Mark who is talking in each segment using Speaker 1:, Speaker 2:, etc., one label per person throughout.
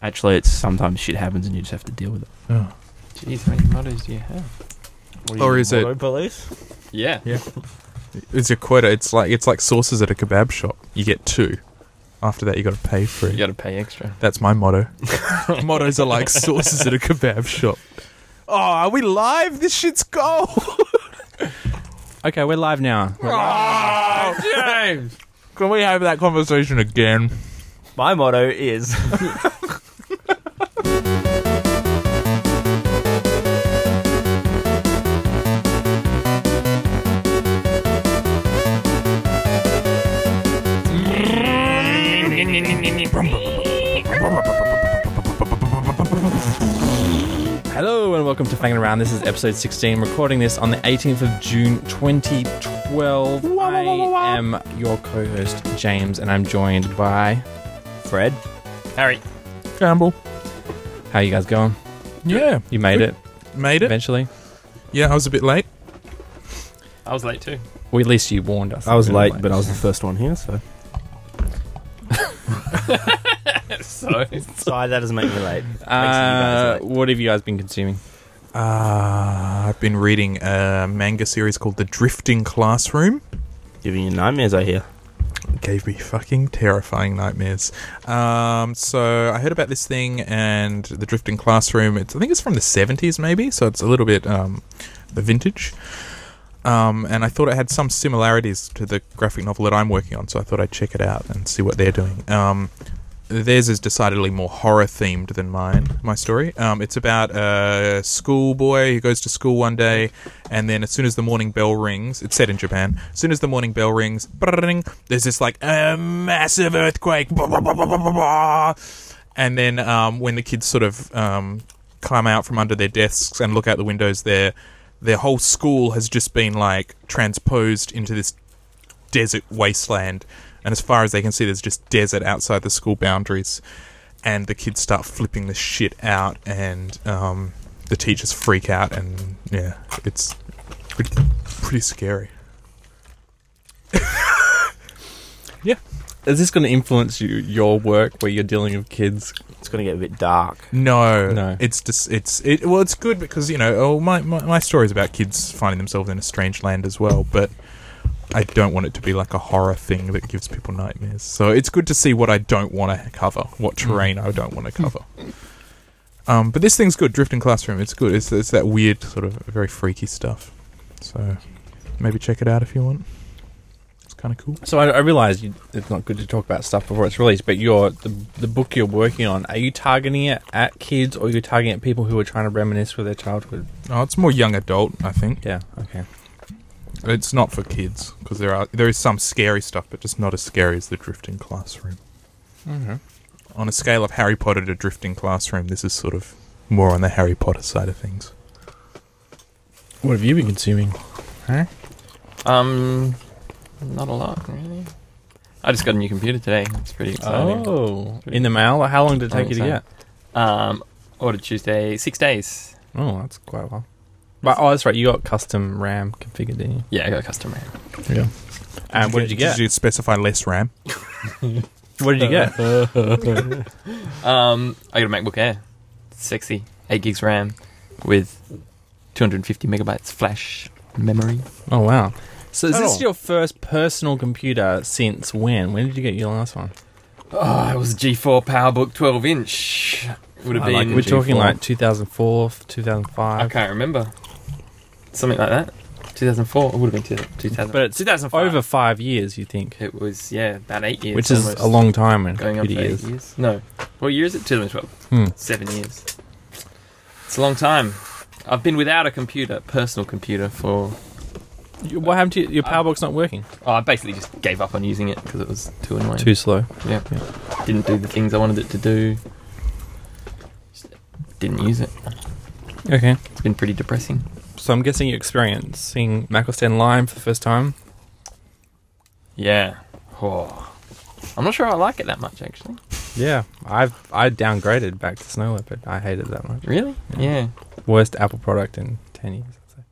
Speaker 1: Actually, it's sometimes shit happens and you just have to deal with it.
Speaker 2: Oh.
Speaker 3: Jeez, how many mottos do you have?
Speaker 4: What
Speaker 2: Or is it-
Speaker 4: Moto police?
Speaker 3: Yeah.
Speaker 2: It's a quota. It's like it's like sauces at a kebab shop. You get two. After that, you got to pay for
Speaker 3: You
Speaker 2: it.
Speaker 3: got to pay extra.
Speaker 2: That's my motto. Mottos are like sauces at a kebab shop. Oh, are we live? This shit's gold.
Speaker 1: Okay, we're live now.
Speaker 2: Oh, James, can we have that conversation again?
Speaker 4: My motto is
Speaker 1: Hello and welcome to Fanging Around. This is episode 16. Recording this on the 18th of June 2012. I am your co-host James, and I'm joined by.
Speaker 4: Fred.
Speaker 3: Harry.
Speaker 2: Campbell.
Speaker 1: How you guys going?
Speaker 2: Yeah,
Speaker 1: You made it
Speaker 2: made it.
Speaker 1: eventually.
Speaker 2: Yeah, I was a bit late.
Speaker 3: I was late too.
Speaker 1: Well, at least you warned us.
Speaker 5: I was late, but I was the first one here, so
Speaker 3: So,
Speaker 4: Sorry, that doesn't make me late. Makes you
Speaker 1: Uh,
Speaker 4: guys late.
Speaker 1: what have you guys been consuming?
Speaker 2: Uh, I've been reading a manga series called The Drifting Classroom.
Speaker 4: Giving you nightmares, I hear.
Speaker 2: gave me fucking terrifying nightmares. Um, so I heard about this thing and the drifting classroom. It's, I think it's from the seventies, maybe. So it's a little bit um, the vintage. Um, and I thought it had some similarities to the graphic novel that I'm working on, so I thought I'd check it out and see what they're doing. Um, theirs is decidedly more horror themed than mine. My story. Um, it's about a schoolboy who goes to school one day, and then as soon as the morning bell rings, it's set in Japan. As soon as the morning bell rings, brrrring, there's this like a massive earthquake, blah, blah, blah, blah, blah, blah, blah. and then um, when the kids sort of um, climb out from under their desks and look out the windows, their their whole school has just been like transposed into this desert wasteland, and as far as they can see, there's just desert outside the school boundaries. And the kids start flipping the shit out, and um, the teachers freak out, and yeah, it's pretty, pretty scary.
Speaker 1: Is this going to influence you, your work where you're dealing with kids?
Speaker 4: It's going to get a bit dark.
Speaker 2: No,
Speaker 1: No.
Speaker 2: it's just it's it. Well, it's good because you know, oh, my my, my story is about kids finding themselves in a strange land as well, but. I don't want it to be like a horror thing that gives people nightmares. So it's good to see what I don't want to cover, what terrain I don't want to cover. Um, but this thing's good, Drifting Classroom. It's good. It's, it's that weird sort of very freaky stuff. So maybe check it out if you want. It's kind of cool.
Speaker 1: So I, I realize you, it's not good to talk about stuff before it's released, but your the, the book you're working on, are you targeting it at kids or are you targeting it at people who are trying to reminisce with their childhood?
Speaker 2: Oh, it's more young adult, I think.
Speaker 1: Yeah, okay.
Speaker 2: It's not for kids because there are there is some scary stuff, but just not as scary as the drifting classroom.
Speaker 1: Okay.
Speaker 2: On a scale of Harry Potter to drifting classroom, this is sort of more on the Harry Potter side of things.
Speaker 1: What have you been consuming?
Speaker 3: um, not a lot really. I just got a new computer today. It's pretty exciting.
Speaker 1: Oh, in the mail? How long did it
Speaker 3: I
Speaker 1: take you to
Speaker 3: think
Speaker 1: get?
Speaker 3: Um, ordered Tuesday, six days.
Speaker 1: Oh, that's quite a while. But, oh, that's right. You got custom RAM configured, didn't you?
Speaker 3: Yeah, I got a custom RAM.
Speaker 1: Yeah. And what did you get?
Speaker 2: Did you specify less RAM?
Speaker 1: What did you get?
Speaker 3: Um, I got a MacBook Air, sexy, eight gigs RAM, with 250 megabytes flash memory.
Speaker 1: Oh wow! So is
Speaker 2: At
Speaker 1: this
Speaker 2: all.
Speaker 1: your first personal computer since when? When did you get your last one?
Speaker 3: Oh, it was a G4 PowerBook 12 inch. Would have
Speaker 1: Uh, like,
Speaker 3: been.
Speaker 1: we're talking
Speaker 3: G4.
Speaker 1: like 2004, 2005.
Speaker 3: I can't remember. Something like that. 2004. It would have been 2000.
Speaker 1: But it's
Speaker 3: 2005.
Speaker 1: Over five years, you think,
Speaker 3: It was yeah, about eight years.
Speaker 1: which is
Speaker 3: almost.
Speaker 1: a long time in
Speaker 3: going up to
Speaker 1: computer
Speaker 3: eight
Speaker 1: years.
Speaker 3: years. No, what year is it? 2012.
Speaker 1: Hmm.
Speaker 3: Seven years. It's a long time. I've been without a computer, personal computer, for.
Speaker 1: You- What happened to you? your power box not working?
Speaker 3: Oh, I basically just gave up on using it because it was too annoying.
Speaker 1: Too slow.
Speaker 3: Didn't do the things I wanted it to do. Just didn't use it.
Speaker 1: Okay.
Speaker 3: It's been pretty depressing.
Speaker 1: So I'm guessing you're experiencing macOS 10 Lime for the first time.
Speaker 3: Yeah. Oh. I'm not sure I like it that much actually.
Speaker 1: Yeah, I've I downgraded back to Snow Leopard. I hated that much.
Speaker 3: Really? yeah.
Speaker 1: Worst Apple product in 10 years. I'd say.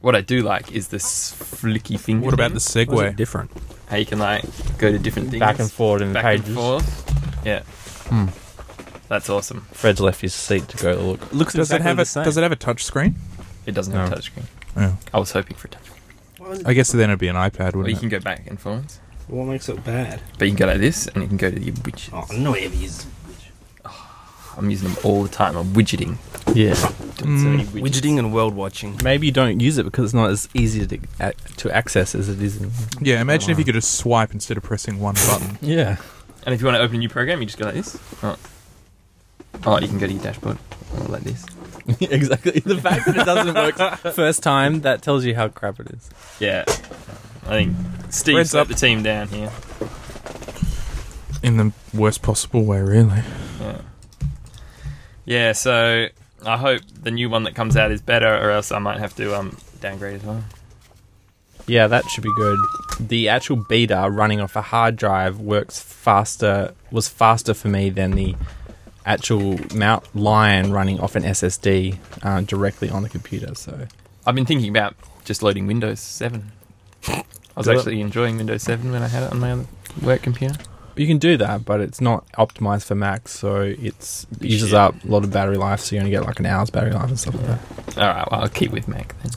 Speaker 3: What I do like is this flicky thing.
Speaker 1: Mm-hmm.
Speaker 2: What about the
Speaker 5: was
Speaker 2: Segway?
Speaker 5: it different?
Speaker 3: How you can like go to different things
Speaker 1: Back and forward in the
Speaker 3: back
Speaker 1: pages.
Speaker 2: Hmm.
Speaker 3: and forth. Yeah. That's awesome.
Speaker 1: Fred's left his seat to go look.
Speaker 4: Looks
Speaker 2: Does it have a Does it have a touch screen?
Speaker 3: It doesn't have
Speaker 1: No.
Speaker 3: touch touchscreen.
Speaker 2: Oh.
Speaker 3: I was hoping for a touch.
Speaker 2: I guess then it'd be an iPad,
Speaker 3: Or you
Speaker 2: wouldn't
Speaker 3: can
Speaker 2: it?
Speaker 3: go back and forwards.
Speaker 5: What makes it bad?
Speaker 3: But you can go like this, and you can go to your widgets.
Speaker 5: Oh, no, it is.
Speaker 3: I'm using them all the time. I'm widgeting. Doing
Speaker 1: Yeah.
Speaker 3: so
Speaker 2: Mm.
Speaker 3: many widgets.
Speaker 4: Widgeting and world watching.
Speaker 1: Maybe you don't use it because it's not as easy to, ac- to access as it is in.
Speaker 2: Yeah, imagine if you could just swipe instead of pressing one button.
Speaker 1: Yeah.
Speaker 3: And if you want to open a new program, you just go like this. Oh, oh you can go to your dashboard. Or like this.
Speaker 1: exactly. The fact that it doesn't work first time, that tells you how crap it is.
Speaker 3: Yeah. I think Steve's
Speaker 2: Red's
Speaker 3: let
Speaker 2: up.
Speaker 3: the team down here.
Speaker 2: In the worst possible way, really.
Speaker 3: Yeah. Yeah, so I hope the new one that comes out is better, or else I might have to um, downgrade as well.
Speaker 1: Yeah, that should be good. The actual beta running off a hard drive works faster, was faster for me than the actual Mount Lion running off an SSD uh, directly on the computer. So
Speaker 3: I've been thinking about just loading Windows 7. I was
Speaker 4: Do it.
Speaker 3: actually enjoying Windows 7 when I had it on my other work computer.
Speaker 1: you can do that, but it's not optimized for Mac, so it's
Speaker 3: Be
Speaker 1: uses
Speaker 3: shit.
Speaker 1: up a lot of battery life. So you only get like an hour's battery life and stuff like that.
Speaker 3: All right, well, I'll keep with Mac then.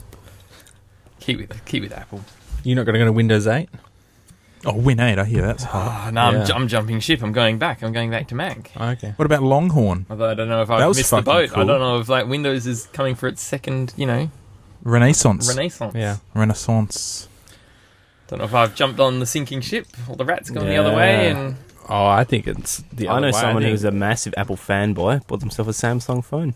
Speaker 3: Keep with keep with Apple.
Speaker 1: You're not going to go to Windows 8?
Speaker 2: Oh, Win 8, I hear that's hot.
Speaker 3: Oh, no, I'm,
Speaker 1: Yeah.
Speaker 3: I'm jumping ship. I'm going back. I'm going back to Mac.
Speaker 4: Oh,
Speaker 1: okay.
Speaker 2: What about Longhorn?
Speaker 3: Although I don't know if
Speaker 2: That
Speaker 3: I've
Speaker 2: was
Speaker 3: missed the
Speaker 2: fucking
Speaker 3: boat. I
Speaker 2: cool.
Speaker 3: don't know if like Windows is coming for its second, you know,
Speaker 2: Renaissance.
Speaker 3: renaissance.
Speaker 1: Yeah.
Speaker 2: Renaissance.
Speaker 3: Don't know if I've jumped on the sinking ship or the rat's gone the other way.
Speaker 1: Yeah.
Speaker 3: And
Speaker 1: Oh, I think it's the
Speaker 4: I
Speaker 1: other
Speaker 4: know
Speaker 1: way.
Speaker 4: someone
Speaker 1: think-
Speaker 4: who's a massive Apple fanboy bought themselves a Samsung phone.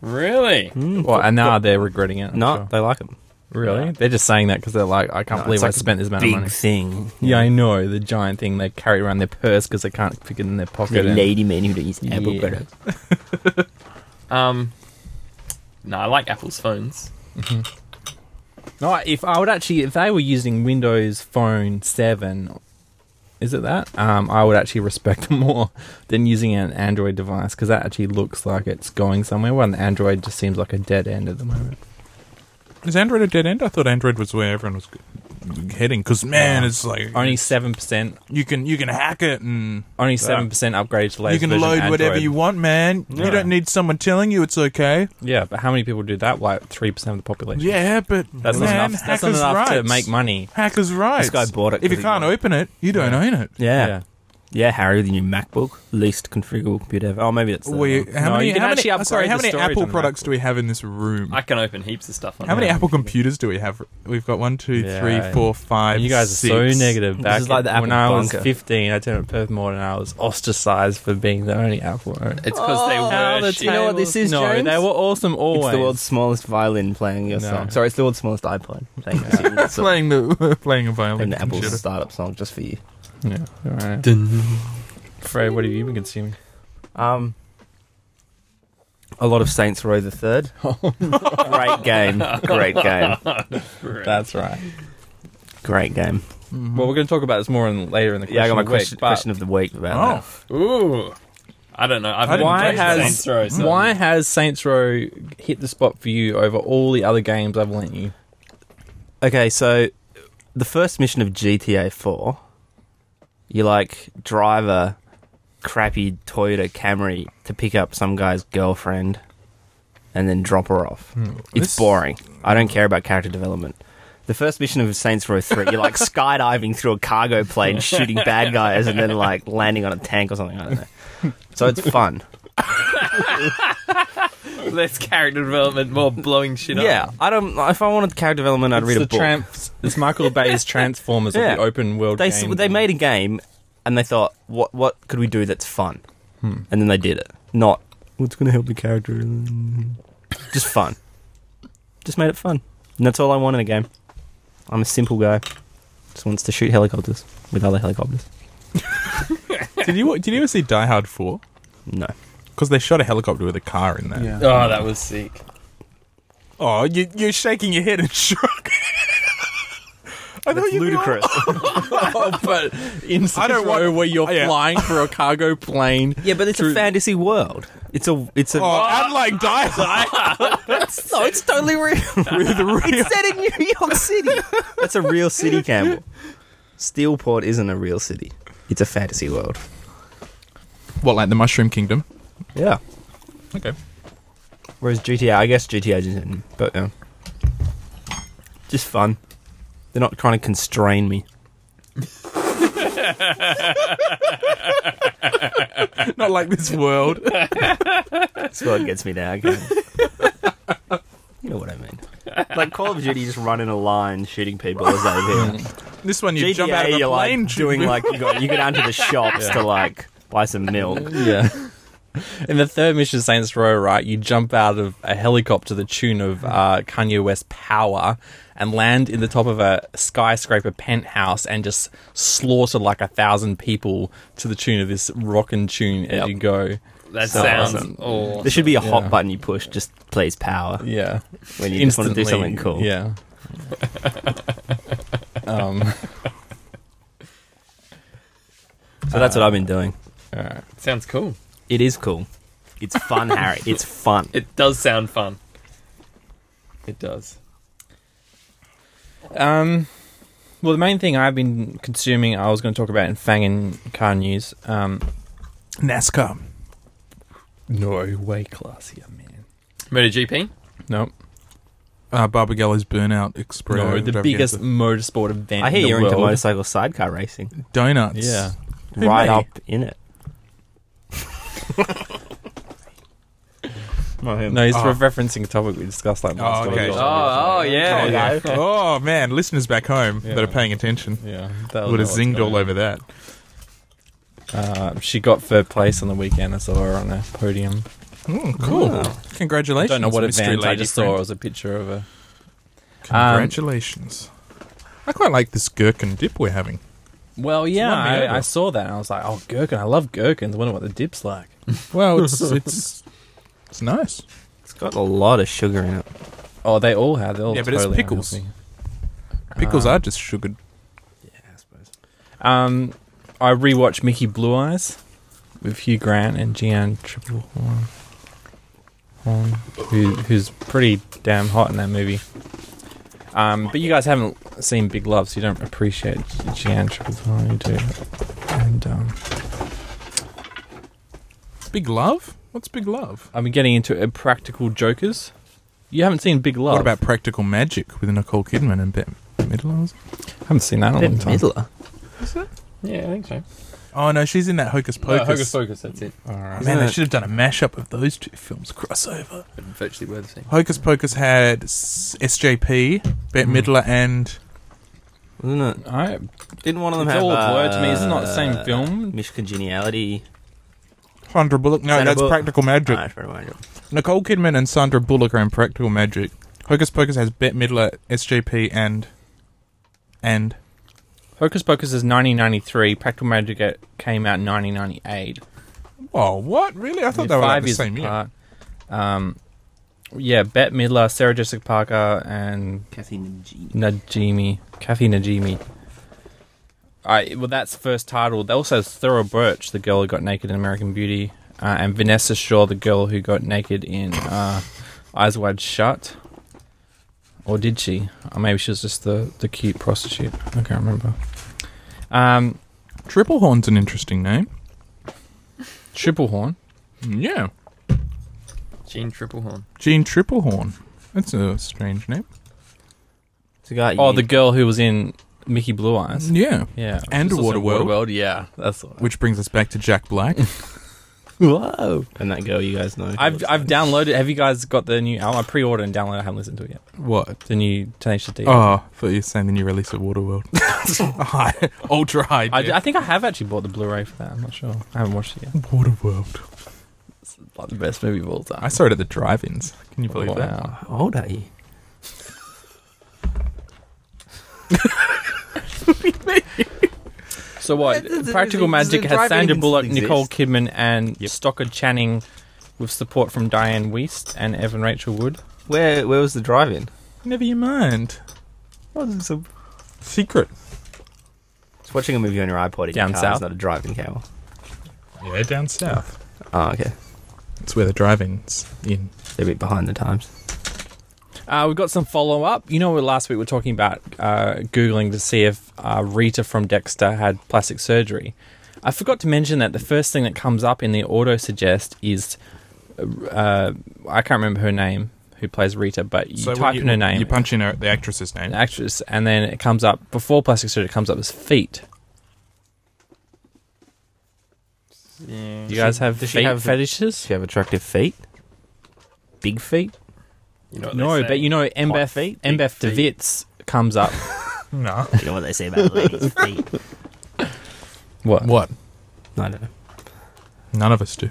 Speaker 3: really,
Speaker 4: Mm,
Speaker 1: Well, and now they're regretting it. I'm
Speaker 4: no,
Speaker 1: sure.
Speaker 4: they like it.
Speaker 1: Really? They're just saying that because they're like, I can't
Speaker 4: No,
Speaker 1: believe
Speaker 4: it's
Speaker 1: I
Speaker 4: like a
Speaker 1: spent this amount of
Speaker 4: Big
Speaker 1: money.
Speaker 4: thing.
Speaker 1: Yeah, I know. The giant thing they carry around their purse because they can't fit it in their
Speaker 4: The
Speaker 1: pocket. and-
Speaker 4: lady man who don't use Apple
Speaker 1: Yeah.
Speaker 4: products.
Speaker 3: um, no, I like Apple's phones.
Speaker 1: No, if I would actually, if they were using Windows Phone 7, is it that? Um, I would actually respect them more than using an Android device because that actually looks like it's going somewhere, while an Android just seems like a dead end at the moment.
Speaker 2: Is Android a dead end? I thought Android was where everyone was g- heading. Because, man, it's like.
Speaker 1: Only 7%.
Speaker 2: you can you can hack it and
Speaker 1: Only seven percent upgrade to the
Speaker 2: Ah. you
Speaker 1: latest
Speaker 2: can
Speaker 1: version
Speaker 2: load whatever
Speaker 1: Android.
Speaker 2: you want, man.
Speaker 1: Yeah.
Speaker 2: You don't need someone telling you it's okay.
Speaker 1: Yeah, but how many people do that? Like three percent of the population.
Speaker 2: Yeah, but
Speaker 1: that's not
Speaker 2: man,
Speaker 1: enough. That's not
Speaker 2: hackers'
Speaker 1: enough to
Speaker 2: rights.
Speaker 1: make money.
Speaker 2: Hackers' rights.
Speaker 4: This guy bought it.
Speaker 2: if
Speaker 4: 'cause
Speaker 2: you
Speaker 4: he
Speaker 2: can't
Speaker 4: wanted
Speaker 2: open it, you don't own it.
Speaker 4: it. yeah. yeah. Harry with your new MacBook, least configurable computer ever. Oh, maybe that's. the-
Speaker 2: We, how
Speaker 1: No,
Speaker 2: many,
Speaker 1: you can
Speaker 2: how many,
Speaker 1: actually
Speaker 2: I'm sorry,
Speaker 1: upgrade
Speaker 2: how
Speaker 1: the
Speaker 2: many
Speaker 1: storage
Speaker 2: Apple
Speaker 1: on the
Speaker 2: products do we have in this room?
Speaker 3: I can open heaps of stuff. on
Speaker 2: How many
Speaker 3: there.
Speaker 2: Apple computers do we have? We've got one, two,
Speaker 1: Yeah.
Speaker 2: three, four, five,
Speaker 1: And you guys are so
Speaker 2: six.
Speaker 1: negative.
Speaker 4: This
Speaker 1: Back
Speaker 4: is like the
Speaker 1: when I
Speaker 4: Apple
Speaker 1: was
Speaker 4: bunker.
Speaker 1: 15, I turned at Perth Morden and I was ostracized for being the only Apple owner.
Speaker 3: It's because they were.
Speaker 1: Oh, the
Speaker 3: shit.
Speaker 1: You know what
Speaker 4: this is,
Speaker 1: no,
Speaker 4: James?
Speaker 1: they were awesome
Speaker 4: It's
Speaker 1: always.
Speaker 4: the world's smallest violin playing your
Speaker 1: No.
Speaker 4: song. Sorry, it's the world's smallest iPod. Thank you. It's a-
Speaker 2: Playing the playing a violin.
Speaker 4: an Apple
Speaker 2: computer.
Speaker 4: startup song just for you.
Speaker 1: Yeah, all right. Fred, what have you been consuming?
Speaker 4: Um, a lot of Saints Row the Third.
Speaker 1: Oh,
Speaker 4: great game. Great game.
Speaker 1: That's right.
Speaker 4: Great game.
Speaker 1: Well, we're going to talk about this more in, later in the question.
Speaker 4: Yeah, I got my
Speaker 1: of the week,
Speaker 4: question,
Speaker 1: but
Speaker 4: question of the week about
Speaker 2: Oh,
Speaker 4: that.
Speaker 3: Ooh, I don't know. I've
Speaker 2: I didn't
Speaker 1: Why
Speaker 3: played
Speaker 1: has-
Speaker 3: Saints Row, so-
Speaker 1: Why has Saints Row hit the spot for you over all the other games I've lent you?
Speaker 4: Okay, so the first mission of GTA Four, you like drive a crappy Toyota Camry to pick up some guy's girlfriend, and then drop her off. It's
Speaker 2: This-
Speaker 4: boring. I don't care about character development. The first mission of Saints Row 3, you're like skydiving through a cargo plane, shooting bad guys, and then like landing on a tank or something. I don't know. So it's fun.
Speaker 3: Less character development, more blowing shit up.
Speaker 4: Yeah, I don't. If I wanted character development, I'd
Speaker 1: it's
Speaker 4: read a
Speaker 1: the
Speaker 4: book.
Speaker 1: Tramps, it's Michael Bay's Transformers
Speaker 4: Yeah.
Speaker 1: of the open world
Speaker 4: they s-
Speaker 1: game.
Speaker 4: they made a game, and they thought, what what could we do that's fun? And then they did it. Not what's going to help the character. Just fun. Just made it fun. And that's all I want in a game. I'm a simple guy. Just wants to shoot helicopters with other helicopters.
Speaker 2: did you did you ever see Die Hard Four?
Speaker 4: No.
Speaker 2: Because they shot a helicopter with a car in there.
Speaker 1: Yeah.
Speaker 3: Oh, that was sick.
Speaker 2: Oh, you, you're shaking your head in shock. I thought you'd be
Speaker 1: but in
Speaker 2: I
Speaker 1: Saints
Speaker 2: don't want-
Speaker 1: Row where you're
Speaker 2: Oh, yeah.
Speaker 1: flying for a cargo plane.
Speaker 4: yeah, but it's
Speaker 1: True.
Speaker 4: a fantasy world. It's a it's a
Speaker 2: all- Oh, unlike Die Hard.
Speaker 4: no, it's totally real.
Speaker 2: with real-
Speaker 4: it's set in New York City. That's a real city, Campbell. Steelport isn't a real city. It's a fantasy world.
Speaker 2: What, like the Mushroom Kingdom?
Speaker 4: Yeah.
Speaker 2: Okay.
Speaker 4: Whereas GTA, I guess GTA isn't, but yeah. Just fun. They're not trying to constrain me.
Speaker 2: Not like this world.
Speaker 4: That's what gets me down. you know what I mean. Like Call of Duty, you just run in a line shooting people as they appear.
Speaker 2: This one, you
Speaker 4: GTA,
Speaker 2: jump out of a
Speaker 4: you're
Speaker 2: plane
Speaker 4: like doing
Speaker 2: shoot-
Speaker 4: like you go, you go down to the shops to like buy some milk.
Speaker 1: Yeah. In the third mission, Saints Row, right, you jump out of a helicopter to the tune of uh, Kanye West Power and land in the top of a skyscraper penthouse and just slaughter like a thousand people to the tune of this rockin' tune as
Speaker 4: Yep.
Speaker 1: you go.
Speaker 3: That
Speaker 1: So
Speaker 3: sounds
Speaker 1: awesome.
Speaker 3: awesome.
Speaker 4: There should be a hot
Speaker 1: Yeah.
Speaker 4: button you push. Just plays power
Speaker 1: Yeah.
Speaker 4: when you just want to do something
Speaker 1: Instantly,
Speaker 4: cool.
Speaker 1: Yeah. um,
Speaker 4: So that's what I've been doing.
Speaker 1: all right.
Speaker 3: Sounds cool.
Speaker 4: It is cool. It's fun, Harry. It's fun.
Speaker 3: It does sound fun. It does.
Speaker 1: Um, well, the main thing I've been consuming, I was going to talk about in Fang and Car News. Um,
Speaker 2: NASCAR.
Speaker 1: no, way classier, man.
Speaker 3: Murder GP.
Speaker 1: Nope.
Speaker 2: Uh, Barbagallo's Burnout Express.
Speaker 1: No, the biggest motorsport event.
Speaker 4: I
Speaker 1: in
Speaker 4: hear
Speaker 1: the
Speaker 4: you're
Speaker 1: world.
Speaker 4: into motorcycle sidecar racing.
Speaker 2: donuts.
Speaker 1: Yeah.
Speaker 2: Who
Speaker 4: right
Speaker 2: may?
Speaker 4: up in it.
Speaker 1: No, he's
Speaker 2: Oh.
Speaker 1: referencing a topic we discussed like last
Speaker 2: Oh,
Speaker 1: week.
Speaker 2: okay.
Speaker 1: or
Speaker 2: Oh,
Speaker 1: something.
Speaker 3: oh, yeah.
Speaker 2: Oh, yeah. oh man, listeners back home
Speaker 1: Yeah.
Speaker 2: that are paying attention
Speaker 1: Yeah, that
Speaker 2: would have zinged all over that.
Speaker 1: Uh, she got third place on the weekend. I saw her on a podium.
Speaker 2: Mm, cool.
Speaker 1: I
Speaker 2: Congratulations.
Speaker 1: don't know what
Speaker 2: mystery
Speaker 1: event. I
Speaker 2: lady
Speaker 1: just
Speaker 2: friend.
Speaker 1: saw it was a picture of her.
Speaker 2: Congratulations. I quite like this gherkin dip we're having.
Speaker 1: Well, yeah,
Speaker 2: won me over.
Speaker 1: I, I saw that and I was like, oh, gherkin. I love gherkins. I wonder what the dip's like.
Speaker 2: Well, it's it's it's nice.
Speaker 4: It's got a lot of sugar in it.
Speaker 1: Oh, they all have. They're all
Speaker 2: Yeah, but it's
Speaker 1: totally
Speaker 2: pickles.
Speaker 1: unhealthy.
Speaker 2: Pickles
Speaker 1: Um,
Speaker 2: are just sugared.
Speaker 1: Um, I rewatched Mickey Blue Eyes with Hugh Grant and Gian Triple Horn, who, who's pretty damn hot in that movie. Um, but you guys haven't seen Big Love, so you don't appreciate Gian Triple Horn, you do. And um,
Speaker 2: Big love? What's big love?
Speaker 1: I've been getting into uh, Practical Jokers. You haven't seen Big Love.
Speaker 2: What about practical magic with Nicole Kidman and Bette Midler?
Speaker 1: Haven't seen that in a long time.
Speaker 4: Middler.
Speaker 3: Yeah, I think so.
Speaker 2: Oh no, she's in that Hocus Pocus.
Speaker 3: Hocus Pocus. That's it.
Speaker 1: All right.
Speaker 2: Man, they
Speaker 4: Isn't it-
Speaker 2: should have done a mashup of those two films crossover.
Speaker 3: Virtually were the same.
Speaker 2: Hocus Pocus had S- SJP, Bette Midler, and
Speaker 4: Wasn't it?
Speaker 1: I,
Speaker 4: Didn't one of them
Speaker 1: it's
Speaker 4: have
Speaker 1: all a
Speaker 4: uh,
Speaker 1: blur to me. It's not the same film.
Speaker 4: Miscongeniality.
Speaker 2: Sandra Bullock. No,
Speaker 4: Sandra
Speaker 2: that's
Speaker 4: Bullock.
Speaker 2: Practical Magic.
Speaker 4: Ah, sorry, mind you.
Speaker 2: Nicole Kidman and Sandra Bullock are in Practical Magic. Hocus Pocus has Bette Midler, SJP, and and
Speaker 1: Hocus Pocus is 1993. Practical Magic uh, came out in 1998.
Speaker 2: oh what really? I thought they were like the same year.
Speaker 1: apart. Um, yeah, Bette Midler, Sarah Jessica Parker, and
Speaker 4: Kathy Najimy.
Speaker 1: Najimi, Kathy Najimi. I well, that's first title. They also has Thora Birch, the girl who got naked in American Beauty, uh, and Vanessa Shaw, the girl who got naked in uh, Eyes Wide Shut. Or did she? Or maybe she was just the, the cute prostitute. I can't remember. Um,
Speaker 2: Triple Horn's an interesting name.
Speaker 1: Triple Horn.
Speaker 2: Yeah,
Speaker 3: Gene Triplehorn.
Speaker 2: Gene Triplehorn. That's a strange name.
Speaker 4: It's a guy.
Speaker 1: Oh, the girl who was in Mickey Blue Eyes.
Speaker 2: Yeah.
Speaker 1: Yeah.
Speaker 2: And
Speaker 1: She's also in
Speaker 2: Waterworld.
Speaker 1: Waterworld, yeah. That's the one.
Speaker 2: Which brings us back to Jack Black.
Speaker 4: Whoa. And that girl you guys know.
Speaker 1: I've I've downloaded. Have you guys got the new album? I pre-ordered and downloaded. I haven't listened to it yet.
Speaker 2: what?
Speaker 1: The new Tenacious D.
Speaker 2: Oh, I thought you were saying the new release of Waterworld. high, ultra high.
Speaker 1: I,
Speaker 2: def.
Speaker 1: I think I have actually bought the Blu-ray for that. I'm not sure. I haven't watched it yet.
Speaker 2: Waterworld.
Speaker 1: It's like the best movie of all time.
Speaker 2: I saw it at the drive-ins. Can you believe that?
Speaker 1: wow.
Speaker 4: How old are you?
Speaker 1: So what?
Speaker 4: Does it- does
Speaker 1: Practical
Speaker 4: it- does
Speaker 1: Magic
Speaker 4: the
Speaker 1: has
Speaker 4: driving
Speaker 1: Sandra Bullock,
Speaker 4: exist?
Speaker 1: Nicole Kidman, and
Speaker 2: Yep.
Speaker 1: Stockard Channing, with support from Diane Weist and Evan Rachel Wood.
Speaker 4: Where Where was the drive-in?
Speaker 2: Never you mind.
Speaker 4: It's
Speaker 2: Secret.
Speaker 4: watching a movie on your iPod. In
Speaker 1: Down
Speaker 4: your car.
Speaker 1: south.
Speaker 4: It's not a drive-in cable.
Speaker 2: Yeah, down south.
Speaker 4: Oh, okay.
Speaker 2: It's where the drive-ins in.
Speaker 4: They're a bit behind the times.
Speaker 1: Uh, we've got some follow up. You know, last week we were talking about uh, Googling to see if uh, Rita from Dexter had plastic surgery. I forgot to mention that the first thing that comes up in the auto suggest is uh, I can't remember her name who plays Rita, but you
Speaker 2: So when
Speaker 1: type in her name,
Speaker 2: You punch in her, the actress's name.
Speaker 1: an actress, and then it comes up before plastic surgery. It comes up as feet.
Speaker 3: Yeah.
Speaker 1: Do you guys have
Speaker 4: does she
Speaker 1: feet
Speaker 4: have-
Speaker 1: fetishes?
Speaker 4: Does she have attractive feet? Big feet?
Speaker 3: You know what
Speaker 1: No,
Speaker 3: they say.
Speaker 1: but you know,
Speaker 4: Hot
Speaker 1: Mbeth
Speaker 4: feet,
Speaker 1: Mbeth
Speaker 4: big
Speaker 1: Devitz comes up.
Speaker 2: No.
Speaker 4: You know what they say about ladies' feet?
Speaker 1: what?
Speaker 2: What?
Speaker 4: I don't know.
Speaker 2: None of us do.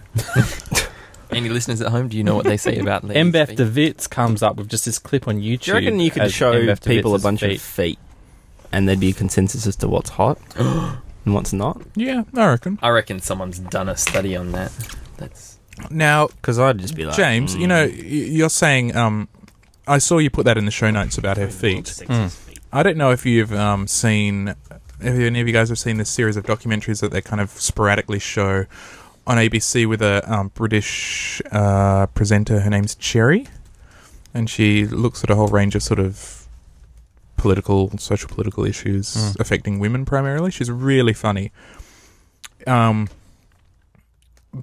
Speaker 3: Any listeners at home, do you know what they say about ladies'
Speaker 1: Mbeth
Speaker 3: feet?
Speaker 1: Devitz comes up with just this clip on YouTube.
Speaker 4: Do you reckon you could
Speaker 1: as
Speaker 4: show
Speaker 1: Mbeth
Speaker 4: people a
Speaker 1: Devitz's
Speaker 4: bunch of
Speaker 1: feet.
Speaker 4: feet and there'd be a consensus as to what's hot and what's not?
Speaker 2: Yeah, I reckon.
Speaker 3: I reckon someone's done a study on that. That's
Speaker 2: Now,
Speaker 4: Because I'd just be like, hmm. mm,
Speaker 2: James, you know, y- you're saying, um, I saw you put that in the show notes about her feet. Hmm.
Speaker 4: Hmm.
Speaker 2: I don't know if you've um, seen, if any of you guys have seen this series of documentaries that they kind of sporadically show on ABC with a um, British uh, presenter. Her name's Cherry, and she looks at a whole range of sort of political, social political issues
Speaker 1: Mm.
Speaker 2: affecting women primarily. She's really funny. Um,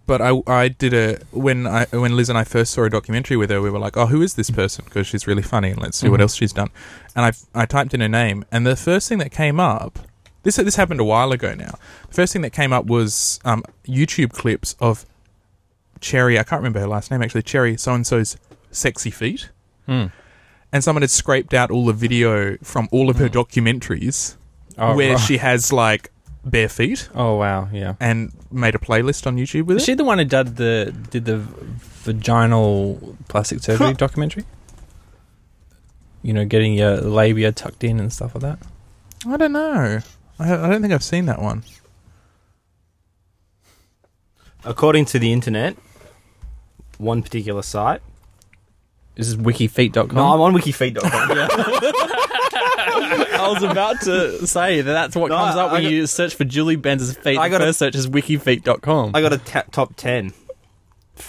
Speaker 2: but I, I did a when I when Liz and I first saw a documentary with her, we were like, oh, who is this person? Because she's really funny, and let's see what
Speaker 1: Mhm.
Speaker 2: else she's done. And I I typed in her name, and the first thing that came up. This, this happened a while ago now. The first thing that came up was um, YouTube clips of Cherry. I can't remember her last name actually. Cherry so and so's sexy feet,
Speaker 1: Hmm.
Speaker 2: and someone had scraped out all the video from all of her documentaries
Speaker 1: Oh,
Speaker 2: where
Speaker 1: right.
Speaker 2: she has like bare feet,
Speaker 1: Oh wow, yeah.
Speaker 2: and made a playlist on YouTube with
Speaker 1: Is
Speaker 2: it.
Speaker 1: she the one who did the did the vaginal plastic surgery
Speaker 2: Huh.
Speaker 1: documentary? You know, getting your labia tucked in and stuff like that.
Speaker 2: I don't know. I, I don't think I've seen that one.
Speaker 4: according to the internet, one particular site.
Speaker 1: This is wikifeet.com.
Speaker 4: No, I'm on wikifeet.com.
Speaker 1: I was about to say that that's what
Speaker 4: No,
Speaker 1: comes up
Speaker 4: I
Speaker 1: when
Speaker 4: got-
Speaker 1: you search for Julie Benz's feet.
Speaker 4: I
Speaker 1: I
Speaker 4: got
Speaker 1: got
Speaker 4: a-
Speaker 1: first search is wikifeet.com.
Speaker 4: I got a ta- top 10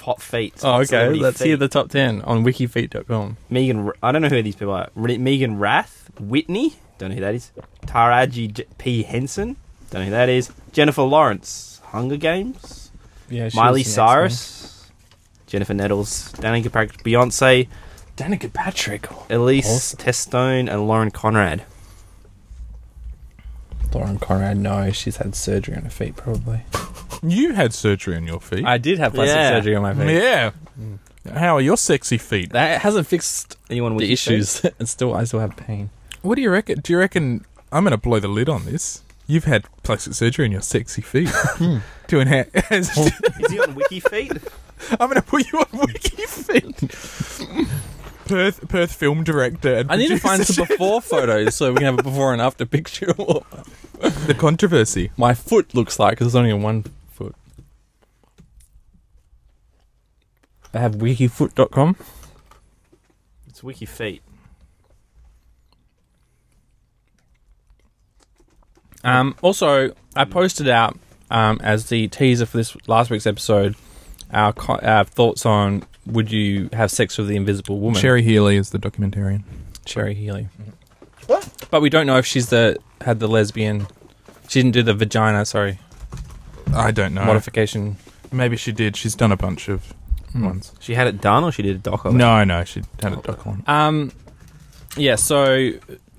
Speaker 4: hot feet.
Speaker 1: Oh, okay.
Speaker 4: celebrity
Speaker 1: Let's hear
Speaker 4: feet.
Speaker 1: the top 10 on wikifeet.com.
Speaker 4: Megan, R- I don't know who these people are. Re- Megan Rath, Whitney, don't know who that is. Taraji J- P. Henson, don't know who that is. Jennifer Lawrence, Hunger Games.
Speaker 1: Yeah,
Speaker 4: Miley Cyrus, Jennifer Nettles, Danica Patrick, Beyonce,
Speaker 1: Danica Patrick.
Speaker 4: Elise
Speaker 1: Awesome.
Speaker 4: Testone, and Lauren Conrad.
Speaker 1: Lauren Conrad, no, she's had surgery on her feet, probably.
Speaker 2: You had surgery on your feet.
Speaker 1: I did have plastic
Speaker 4: Yeah.
Speaker 1: surgery on my feet.
Speaker 2: yeah. How are your sexy feet?
Speaker 1: That hasn't fixed
Speaker 4: Anyone with
Speaker 1: the issues. and still, I still have pain.
Speaker 2: What do you reckon? Do you reckon I'm going to blow the lid on this? You've had plastic surgery on your sexy feet. to enhance,
Speaker 4: Is he on Wiki Feet?
Speaker 2: I'm going to put you on wiki feet. Perth, Perth film director. And
Speaker 1: I need to
Speaker 2: producer
Speaker 1: find some
Speaker 2: Jen-
Speaker 1: before photos so we can have a before and after picture of what
Speaker 2: the controversy.
Speaker 1: my foot looks like 'cause there's only one foot. They have wikifoot.com.
Speaker 4: It's Wiki Feet.
Speaker 1: Um, also, I posted out um, as the teaser for this last week's episode our, co- our thoughts on would you have sex with the invisible woman,
Speaker 2: Sherry Healy is the documentarian.
Speaker 1: Cherry Healy.
Speaker 2: Mm-hmm.
Speaker 1: But we don't know if she's the had the lesbian. She didn't do the vagina. Sorry,
Speaker 2: I don't know.
Speaker 1: modification.
Speaker 2: Maybe she did. She's done a bunch of ones.
Speaker 4: She had it done or she did a doc on it?
Speaker 2: Hmm. No, no, she had a doc on.
Speaker 1: Um, yeah. So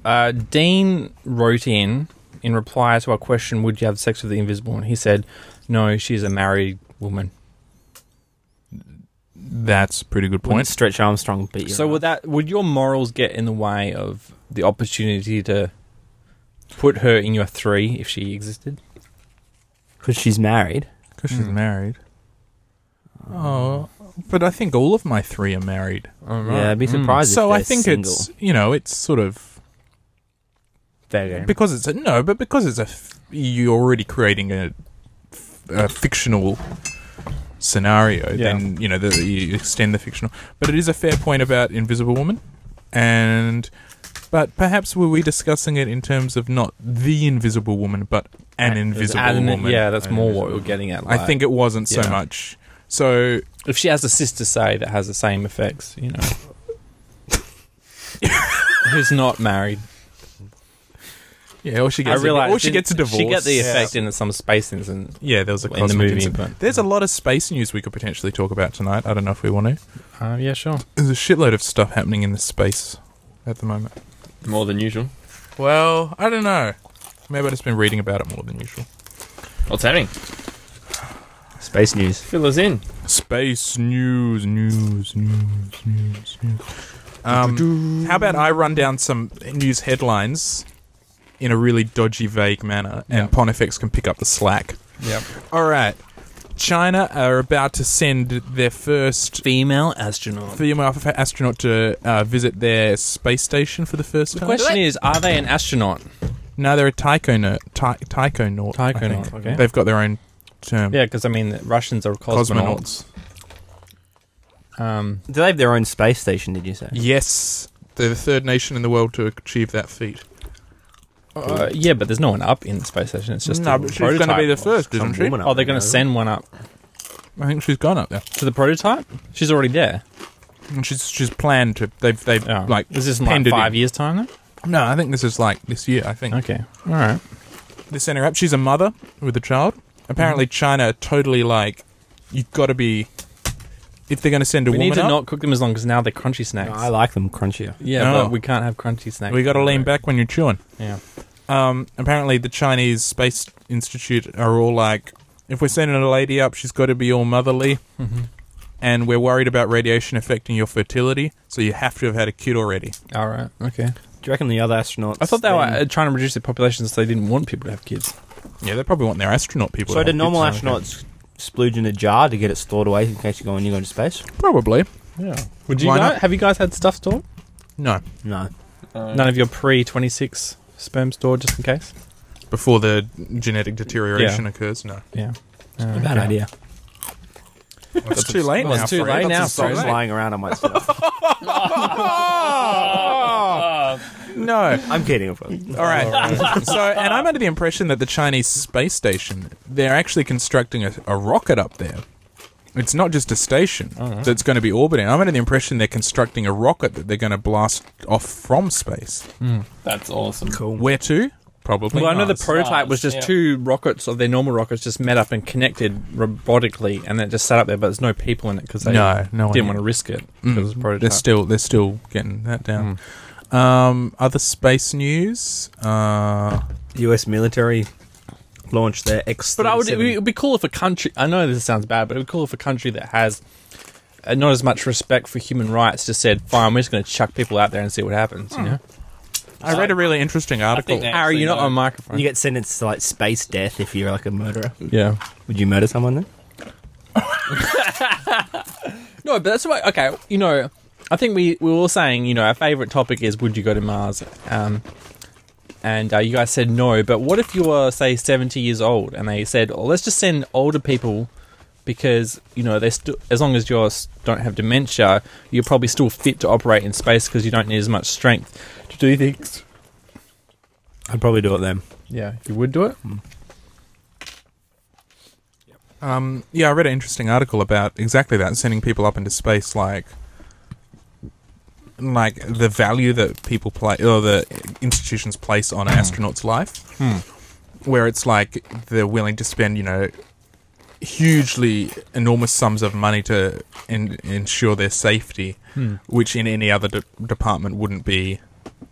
Speaker 1: uh, Dean wrote in in reply to our question, "Would you have sex with the invisible woman?" He said, "No, she's a married woman."
Speaker 2: That's a pretty good
Speaker 4: Wouldn't
Speaker 2: point.
Speaker 4: Stretch Armstrong beat you.
Speaker 1: So
Speaker 4: up?
Speaker 1: would that would your morals get in the way of the opportunity to put her in your three if she existed?
Speaker 4: Because she's married.
Speaker 2: Because she's married. Hmm. Oh, but I think all of my three are married.
Speaker 1: Oh,
Speaker 4: Yeah, I'd be surprised
Speaker 2: Mm.
Speaker 4: if
Speaker 2: so
Speaker 4: they're
Speaker 2: I think
Speaker 4: single.
Speaker 2: it's you know it's sort of
Speaker 1: Fair game.
Speaker 2: because it's a no, but because it's a f- you're already creating a, f- a fictional scenario.
Speaker 1: Yeah.
Speaker 2: Then you know the, you extend the fictional. But it is a fair point about Invisible Woman, and but perhaps were we discussing it in terms of not the Invisible Woman, but an
Speaker 1: An-
Speaker 2: Invisible
Speaker 1: an-
Speaker 2: Woman?
Speaker 1: yeah, that's
Speaker 2: An
Speaker 1: more
Speaker 2: invisible
Speaker 1: what we're getting at.
Speaker 2: I
Speaker 1: like,
Speaker 2: think it wasn't so
Speaker 1: Yeah.
Speaker 2: much. So
Speaker 1: if she has a sister say that has the same effects, you know, who's not married.
Speaker 2: Yeah, or she
Speaker 1: I
Speaker 2: gets.
Speaker 1: realized.
Speaker 2: or she
Speaker 1: didn't-
Speaker 2: gets a divorce.
Speaker 1: She got the
Speaker 2: Yeah.
Speaker 1: effect in some spaces and
Speaker 2: Yeah, there was a
Speaker 1: in the
Speaker 2: cosmic
Speaker 1: movie,
Speaker 2: incident.
Speaker 1: but
Speaker 2: There's a lot of space news we could potentially talk about tonight. I don't know if we want to.
Speaker 1: um, yeah, sure.
Speaker 2: There's a shitload of stuff happening in the space at the moment.
Speaker 3: More than usual.
Speaker 2: Well, I don't know. Maybe I've just been reading about it more than usual.
Speaker 3: What's happening?
Speaker 4: Space news.
Speaker 3: Fill us in.
Speaker 2: Space news, news, news, news, news. Um, how about I run down some news headlines in a really dodgy, vague manner, and Pontifex can pick up the slack.
Speaker 1: Yep.
Speaker 2: All right. China are about to send their first
Speaker 1: Female astronaut.
Speaker 2: female f- astronaut to uh, visit their space station for the first
Speaker 1: The
Speaker 2: time.
Speaker 1: question is, are they an astronaut?
Speaker 2: No, they're a taikonaut. Ty- taikonaut. I think.
Speaker 1: Taikonaut, okay.
Speaker 2: They've got their own term.
Speaker 1: Yeah, because I mean, the Russians are cosmonauts. Um,
Speaker 4: Do they have their own space station? Did you say?
Speaker 2: Yes. They're the third nation in the world to achieve that feat.
Speaker 1: uh, yeah, but there's no one up in the space station. It's just
Speaker 2: no,
Speaker 1: a
Speaker 2: but she's
Speaker 1: prototype
Speaker 2: going to be the
Speaker 1: or
Speaker 2: first,
Speaker 4: Some
Speaker 2: isn't she?
Speaker 4: woman up
Speaker 1: Oh, they're
Speaker 4: there
Speaker 1: going to
Speaker 4: knows.
Speaker 1: send one up
Speaker 2: I think she's gone up there,
Speaker 1: to the prototype. She's already there.
Speaker 2: and she's she's planned to. They've they've
Speaker 1: Oh.
Speaker 2: like
Speaker 1: is this in like
Speaker 2: penned it
Speaker 1: five
Speaker 2: in.
Speaker 1: years time?
Speaker 2: No, I think this is like this year. I think
Speaker 1: Then? Okay, all right.
Speaker 2: they sent her up. She's a mother with a child.
Speaker 1: Mm-hmm.
Speaker 2: Apparently, China are totally like you've got to be if they're going to send a
Speaker 1: we
Speaker 2: woman
Speaker 1: need to
Speaker 2: up.
Speaker 1: not cook them as long because now they're crunchy snacks.
Speaker 4: Oh, I like them crunchier.
Speaker 1: yeah,
Speaker 2: No.
Speaker 1: but we can't have crunchy snacks.
Speaker 2: we got to lean back when you're chewing.
Speaker 1: Yeah.
Speaker 2: Um, apparently, the Chinese Space Institute are all like, if we're sending a lady up, she's got to be all motherly, and we're worried about radiation affecting your fertility, so you have to have had a kid already.
Speaker 1: All right. Okay.
Speaker 4: Do you reckon the other astronauts?
Speaker 1: I thought they were
Speaker 4: then-
Speaker 1: uh, trying to reduce their population so they didn't want people to have kids.
Speaker 2: Yeah, they probably want their astronaut people.
Speaker 4: So
Speaker 2: to
Speaker 4: do
Speaker 2: have
Speaker 4: normal
Speaker 2: kids.
Speaker 4: astronauts splooge in a jar to get it stored away in case you go and you go into space?
Speaker 2: Probably.
Speaker 1: Yeah. Would you
Speaker 2: Why
Speaker 1: guys,
Speaker 2: not?
Speaker 1: have you guys had stuff stored?
Speaker 2: No,
Speaker 4: No.
Speaker 3: Uh,
Speaker 1: None of your pre twenty six sperm stored just in case?
Speaker 2: before the genetic deterioration occurs. No,
Speaker 1: Yeah.
Speaker 4: Bad idea.
Speaker 2: it's too late
Speaker 1: Well,
Speaker 2: now.
Speaker 1: it's too
Speaker 2: Fred.
Speaker 1: late now,
Speaker 2: That's
Speaker 4: So I was
Speaker 1: Fred.
Speaker 4: lying around on myself.
Speaker 2: Oh! no.
Speaker 4: I'm kidding, of course.
Speaker 2: All right. so, and I'm under the impression that the Chinese space station, they're actually constructing a, a rocket up there. It's not just a station
Speaker 1: Oh,
Speaker 2: that's going to be orbiting. I'm under the impression they're constructing a rocket that they're going to blast off from space.
Speaker 3: that's awesome.
Speaker 4: Cool.
Speaker 2: Where to? Probably.
Speaker 1: Hmm. Well, I know the
Speaker 2: Mars.
Speaker 1: prototype
Speaker 3: Stars,
Speaker 1: was just
Speaker 3: yeah.
Speaker 1: two rockets of their normal rockets just met up and connected robotically, and then it just sat up there, but there's no people in it because they
Speaker 2: No, no one
Speaker 1: didn't
Speaker 2: knew.
Speaker 1: want to risk it. 'cause
Speaker 2: Mm.
Speaker 1: It was a prototype.
Speaker 2: They're still they're still getting that down.
Speaker 1: Hmm.
Speaker 2: Um, other space news. Uh,
Speaker 4: US military launched their X.
Speaker 1: But I would. It would be cool if a country. I know this sounds bad, but it would be cool if a country that has uh, not as much respect for human rights just said, "Fine, we're just going to chuck people out there and see what happens." You know?
Speaker 2: I read a really interesting article.
Speaker 3: that-
Speaker 1: Harry, you're not
Speaker 3: Actually, no.
Speaker 1: on microphone.
Speaker 4: You get sentenced to like space death if you're like a murderer.
Speaker 1: yeah.
Speaker 4: Would you murder someone then?
Speaker 1: No, but that's why. Okay, you know, I think we we were all saying, you know, our favorite topic is would you go to Mars? Um, and uh, you guys said no, but what if you were say seventy years old and they said, oh, let's just send older people because you know they still as long as you don't have dementia, you're probably still fit to operate in space because you don't need as much strength to do things.
Speaker 4: I'd probably do it then.
Speaker 1: Yeah, you would do it.
Speaker 2: Um, yeah, I read an interesting article about exactly that, sending people up into space, like, like the value that people play or the institutions place on an astronaut's life, where it's like they're willing to spend, you know, hugely enormous sums of money to en- ensure their safety, which in any other de- department wouldn't be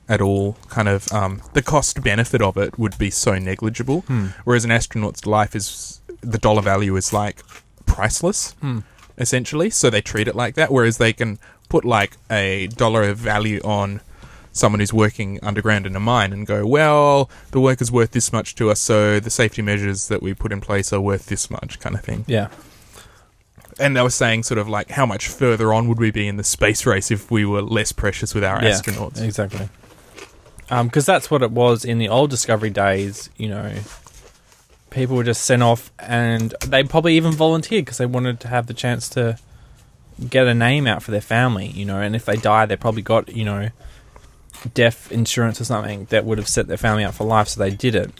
Speaker 2: at all. Kind of um, the cost benefit of it would be so negligible, whereas an astronaut's life is the dollar value is like priceless, essentially. So they treat it like that. Whereas they can put like a dollar of value on someone who's working underground in a mine and go, well, the work is worth this much to us, so the safety measures that we put in place are worth this much, kind of thing.
Speaker 1: Yeah,
Speaker 2: And they were saying, sort of like, how much further on would we be in the space race if we were less precious with our
Speaker 1: yeah,
Speaker 2: astronauts?
Speaker 1: exactly. Because that's what it was in the old Discovery days. You know, people were just sent off, and they probably even volunteered because they wanted to have the chance to get a name out for their family. You know, and if they die, they probably got you know death insurance or something that would have set their family up for life. So they did it.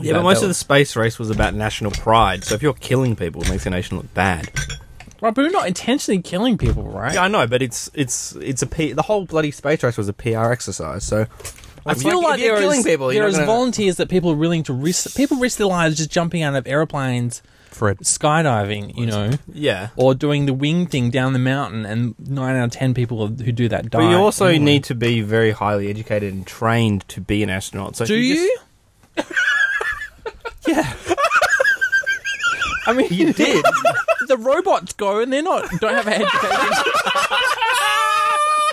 Speaker 4: Yeah, but most of the space race was about national pride. So if you're killing people, it makes your nation look bad.
Speaker 1: right, but we're not intentionally killing people, right?
Speaker 4: Yeah, I know, but it's it's it's a P, the whole bloody space race was a PR exercise. So
Speaker 1: I
Speaker 4: If
Speaker 1: feel
Speaker 4: you-
Speaker 1: like
Speaker 4: if you're
Speaker 1: there are
Speaker 4: killing people, you're
Speaker 1: there
Speaker 4: not
Speaker 1: is
Speaker 4: gonna-
Speaker 1: volunteers that people are willing to risk. People risk their lives just jumping out of airplanes,
Speaker 2: Fred.
Speaker 1: skydiving, you know,
Speaker 4: Yeah.
Speaker 1: or doing the wing thing down the mountain. And nine out of ten people who do that die.
Speaker 4: But you also
Speaker 1: anyway.
Speaker 4: need to be very highly educated and trained to be an astronaut. So if
Speaker 1: Do
Speaker 4: just-
Speaker 1: you? yeah. I mean,
Speaker 4: You did.
Speaker 1: the robots go and they're not don't have an education.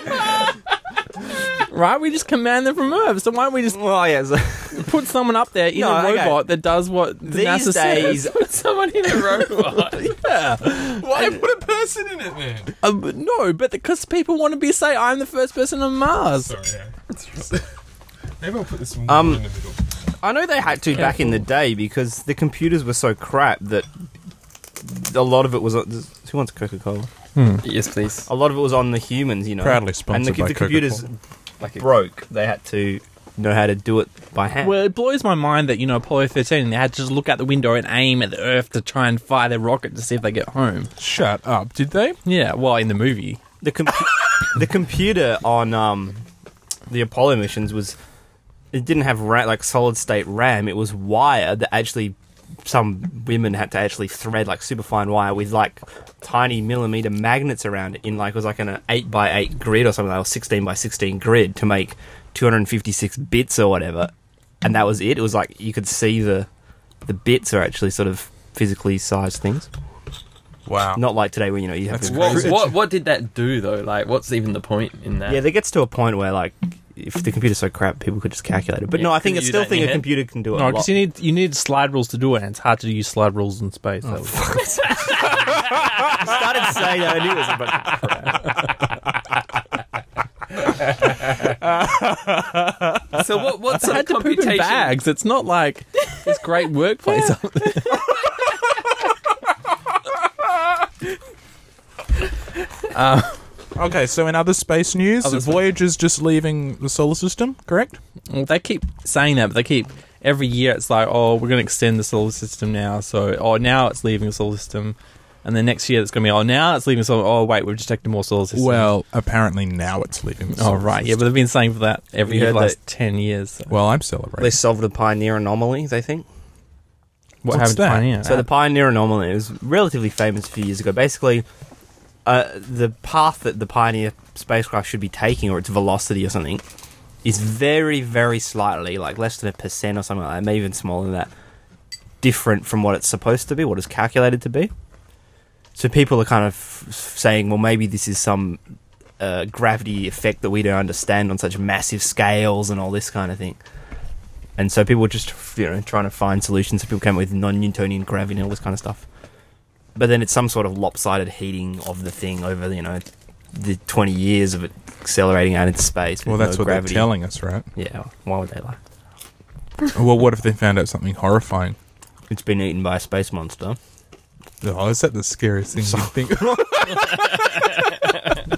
Speaker 1: right? We just command them from Earth. So why don't we just
Speaker 4: well, yeah. So,
Speaker 1: put someone up there in
Speaker 4: No,
Speaker 1: a
Speaker 4: okay.
Speaker 1: robot that does what the
Speaker 4: These
Speaker 1: NASA
Speaker 4: days-
Speaker 1: says? Put someone in a robot. yeah.
Speaker 2: Why put a person in it then?
Speaker 1: Um, no, but because people want to be say I'm the first person on Mars.
Speaker 2: Maybe I'll put this one
Speaker 4: Um,
Speaker 2: in the middle.
Speaker 4: I know they had to back in the day because the computers were so crap that a lot of it was. on- Who wants Coca Cola?
Speaker 3: Yes, please.
Speaker 4: A lot of it was on the humans, you know.
Speaker 2: Proudly
Speaker 4: and
Speaker 2: sponsored
Speaker 4: the,
Speaker 2: by
Speaker 4: the computers
Speaker 2: Coca-Cola.
Speaker 3: Like a,
Speaker 4: broke. They had to know how to do it by hand.
Speaker 1: Well, it blows my mind that you know Apollo 13 they had to just look out the window and aim at the Earth to try and fire their rocket to see if they get home.
Speaker 2: Shut up. Did they?
Speaker 1: Yeah, well, in the movie,
Speaker 4: the com- the computer on um, the Apollo missions was it didn't have ra- like solid state RAM. It was wire that actually some women had to actually thread like superfine wire with like tiny millimeter magnets around it in like it was like an eight by eight grid or something or sixteen by sixteen grid to make two hundred and fifty six bits or whatever. And that was it. It was like you could see the the bits are actually sort of physically sized things.
Speaker 2: Wow.
Speaker 4: Not like today where you know you have
Speaker 2: That's
Speaker 4: to
Speaker 3: what,
Speaker 2: Crazy.
Speaker 3: what what did that do though? Like, what's even the point in that?
Speaker 4: Yeah, that gets to a point where like if the computer's so crap, people could just calculate it. But
Speaker 3: Yeah,
Speaker 4: no, I
Speaker 3: couldn't
Speaker 4: think
Speaker 3: you
Speaker 4: it's
Speaker 3: do
Speaker 4: still
Speaker 3: that in
Speaker 4: think
Speaker 3: your
Speaker 4: a
Speaker 3: head?
Speaker 4: computer can do it. a
Speaker 1: no,
Speaker 4: lot.
Speaker 1: because you need you need slide rules to do it, and it's hard to use slide rules in space. that was-
Speaker 4: I started to say that I knew it was about
Speaker 3: So what what
Speaker 1: They
Speaker 3: sort of
Speaker 1: had to poop in
Speaker 3: computation?
Speaker 1: bags. It's not like this great workplace.
Speaker 2: Okay, so in other space news,
Speaker 1: Other space-
Speaker 2: Voyager's just leaving the solar system, correct?
Speaker 1: Well, they keep saying that, but they keep every year it's like, oh, we're going to extend the solar system now. So, oh, now it's leaving the solar system, and then next year it's going to be, oh, now it's leaving. So, oh, wait, we've just taken more solar system.
Speaker 2: Well, apparently now it's leaving the
Speaker 1: oh,
Speaker 2: solar
Speaker 1: right, yeah,
Speaker 2: system.
Speaker 1: but they've been saying for that every
Speaker 4: We
Speaker 1: year for
Speaker 4: heard
Speaker 1: the last
Speaker 4: that-
Speaker 1: ten years. So.
Speaker 2: Well, I'm
Speaker 4: it. They
Speaker 2: celebrating.
Speaker 4: solved the pioneer anomaly. They think
Speaker 1: What
Speaker 2: What's
Speaker 1: happened to
Speaker 2: that?
Speaker 1: Pioneer?
Speaker 4: so. The pioneer anomaly was relatively famous a few years ago. Basically, uh, the path that the pioneer spacecraft should be taking, or its velocity or something, is very, very slightly, like less than a percent or something like that, maybe even smaller than that, different from what it's supposed to be, what it's calculated to be. So people are kind of f- saying, well, maybe this is some uh, gravity effect that we don't understand on such massive scales and all this kind of thing. And so people were just you know trying to find solutions. So people came up with non-Newtonian gravity and all this kind of stuff. But then it's some sort of lopsided heating of the thing over you know the twenty years of it accelerating out into space. with
Speaker 2: well, that's
Speaker 4: no
Speaker 2: what
Speaker 4: gravity.
Speaker 2: they're telling us, right?
Speaker 4: Yeah, why would they lie?
Speaker 2: well, what if they found out something horrifying?
Speaker 4: It's been eaten by a space monster.
Speaker 2: Oh, is that the scariest thing you think?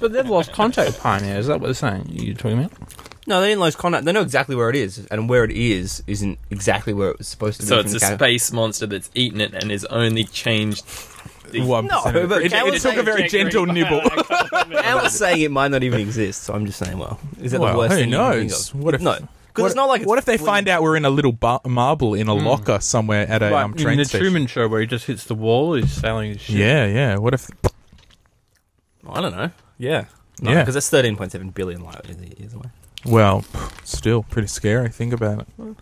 Speaker 1: but they've lost contact with Pioneer. Is that what they're saying? You're talking about?
Speaker 4: No, they didn't lose contact. They know exactly where it is, and where it is isn't exactly where it was supposed to
Speaker 3: So
Speaker 4: be.
Speaker 3: it's
Speaker 4: from
Speaker 3: a
Speaker 4: the cal-
Speaker 3: space monster that's eaten it and has only changed. The,
Speaker 2: One
Speaker 4: No,
Speaker 2: percent of
Speaker 4: but
Speaker 2: it, it,
Speaker 4: Cowan
Speaker 2: it took a very gentle nibble.
Speaker 4: I was saying it might not even exist, so I'm just saying, well, is that
Speaker 2: Well,
Speaker 4: the worst
Speaker 2: who
Speaker 4: thing you can
Speaker 2: knows?
Speaker 4: think of?
Speaker 2: What if-
Speaker 4: no,
Speaker 2: What-
Speaker 4: because it's not like
Speaker 2: what if they find out we're in a little bar- marble in a locker somewhere at a um, train
Speaker 1: Mm. in the
Speaker 2: station?
Speaker 1: Truman Show where he just hits the wall, he's sailing his ship.
Speaker 2: Yeah, yeah. What if?
Speaker 4: I don't know. Yeah, no,
Speaker 2: Yeah.
Speaker 4: because that's 13.7 billion light years away.
Speaker 2: Well, still pretty scary. Think about it.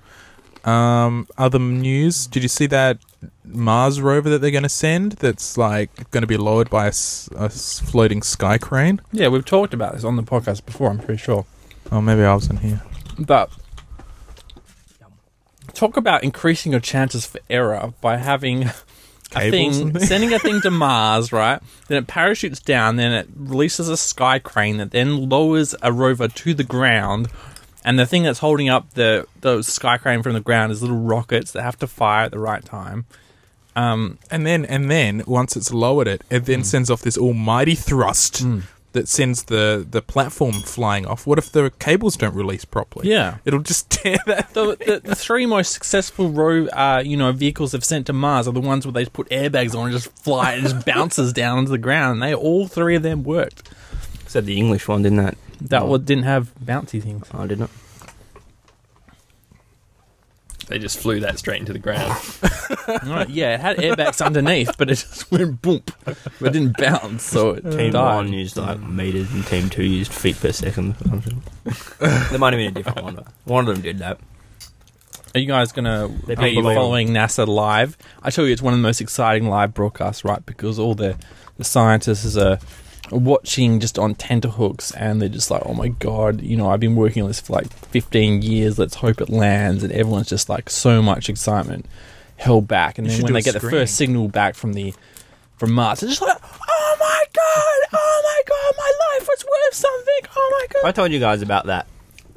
Speaker 2: Um, other news. Did you see that Mars rover that they're going to send? That's like going to be lowered by a, s- a s- floating sky crane.
Speaker 1: yeah, we've talked about this on the podcast before. I'm pretty sure.
Speaker 2: Oh, maybe I was in here.
Speaker 1: But talk about increasing your chances for error by having a
Speaker 2: Cables and
Speaker 1: thing
Speaker 2: things?
Speaker 1: sending a thing to Mars, right? Then it parachutes down, then it releases a sky crane that then lowers a rover to the ground. And the thing that's holding up the, the sky crane from the ground is little rockets that have to fire at the right time. Um,
Speaker 2: And then, and then, once it's lowered it, it
Speaker 1: Mm.
Speaker 2: then sends off this almighty thrust that sends the the platform flying off. What if the cables don't release properly?
Speaker 1: yeah.
Speaker 2: it'll just tear that.
Speaker 1: the, the, the three most successful ro- uh, you know vehicles they've sent to Mars are the ones where they put airbags on and just fly and just bounces down onto the ground. And they all three of them worked.
Speaker 4: Except the English one, didn't that?
Speaker 1: That
Speaker 4: Oh.
Speaker 1: one didn't have bouncy things.
Speaker 4: I did not.
Speaker 3: They just flew that straight into the ground.
Speaker 1: Right, yeah, it had airbags underneath, but it just went boomp. But it didn't bounce, so it
Speaker 2: Uh,
Speaker 4: Team
Speaker 1: died.
Speaker 4: one used like meters and team two used feet per second. or something. there might have been a different one, but one of them did that.
Speaker 1: Are you guys gonna
Speaker 4: They
Speaker 1: are you
Speaker 4: beat you.
Speaker 1: following NASA live? I tell you, it's one of the most exciting live broadcasts, right? Because all the the scientists are watching just on tenterhooks, and they're just like, "Oh my god!" You know, I've been working on this for like 15 years. Let's hope it lands, and everyone's just like so much excitement held back. And
Speaker 2: You
Speaker 1: then
Speaker 2: should
Speaker 1: when
Speaker 2: do
Speaker 1: they
Speaker 2: a
Speaker 1: get the
Speaker 2: screen.
Speaker 1: first signal back from the from Mars, they're just like, "Oh my god! Oh my god! My life was worth something! Oh my
Speaker 4: I
Speaker 1: god!"
Speaker 4: told you guys about that.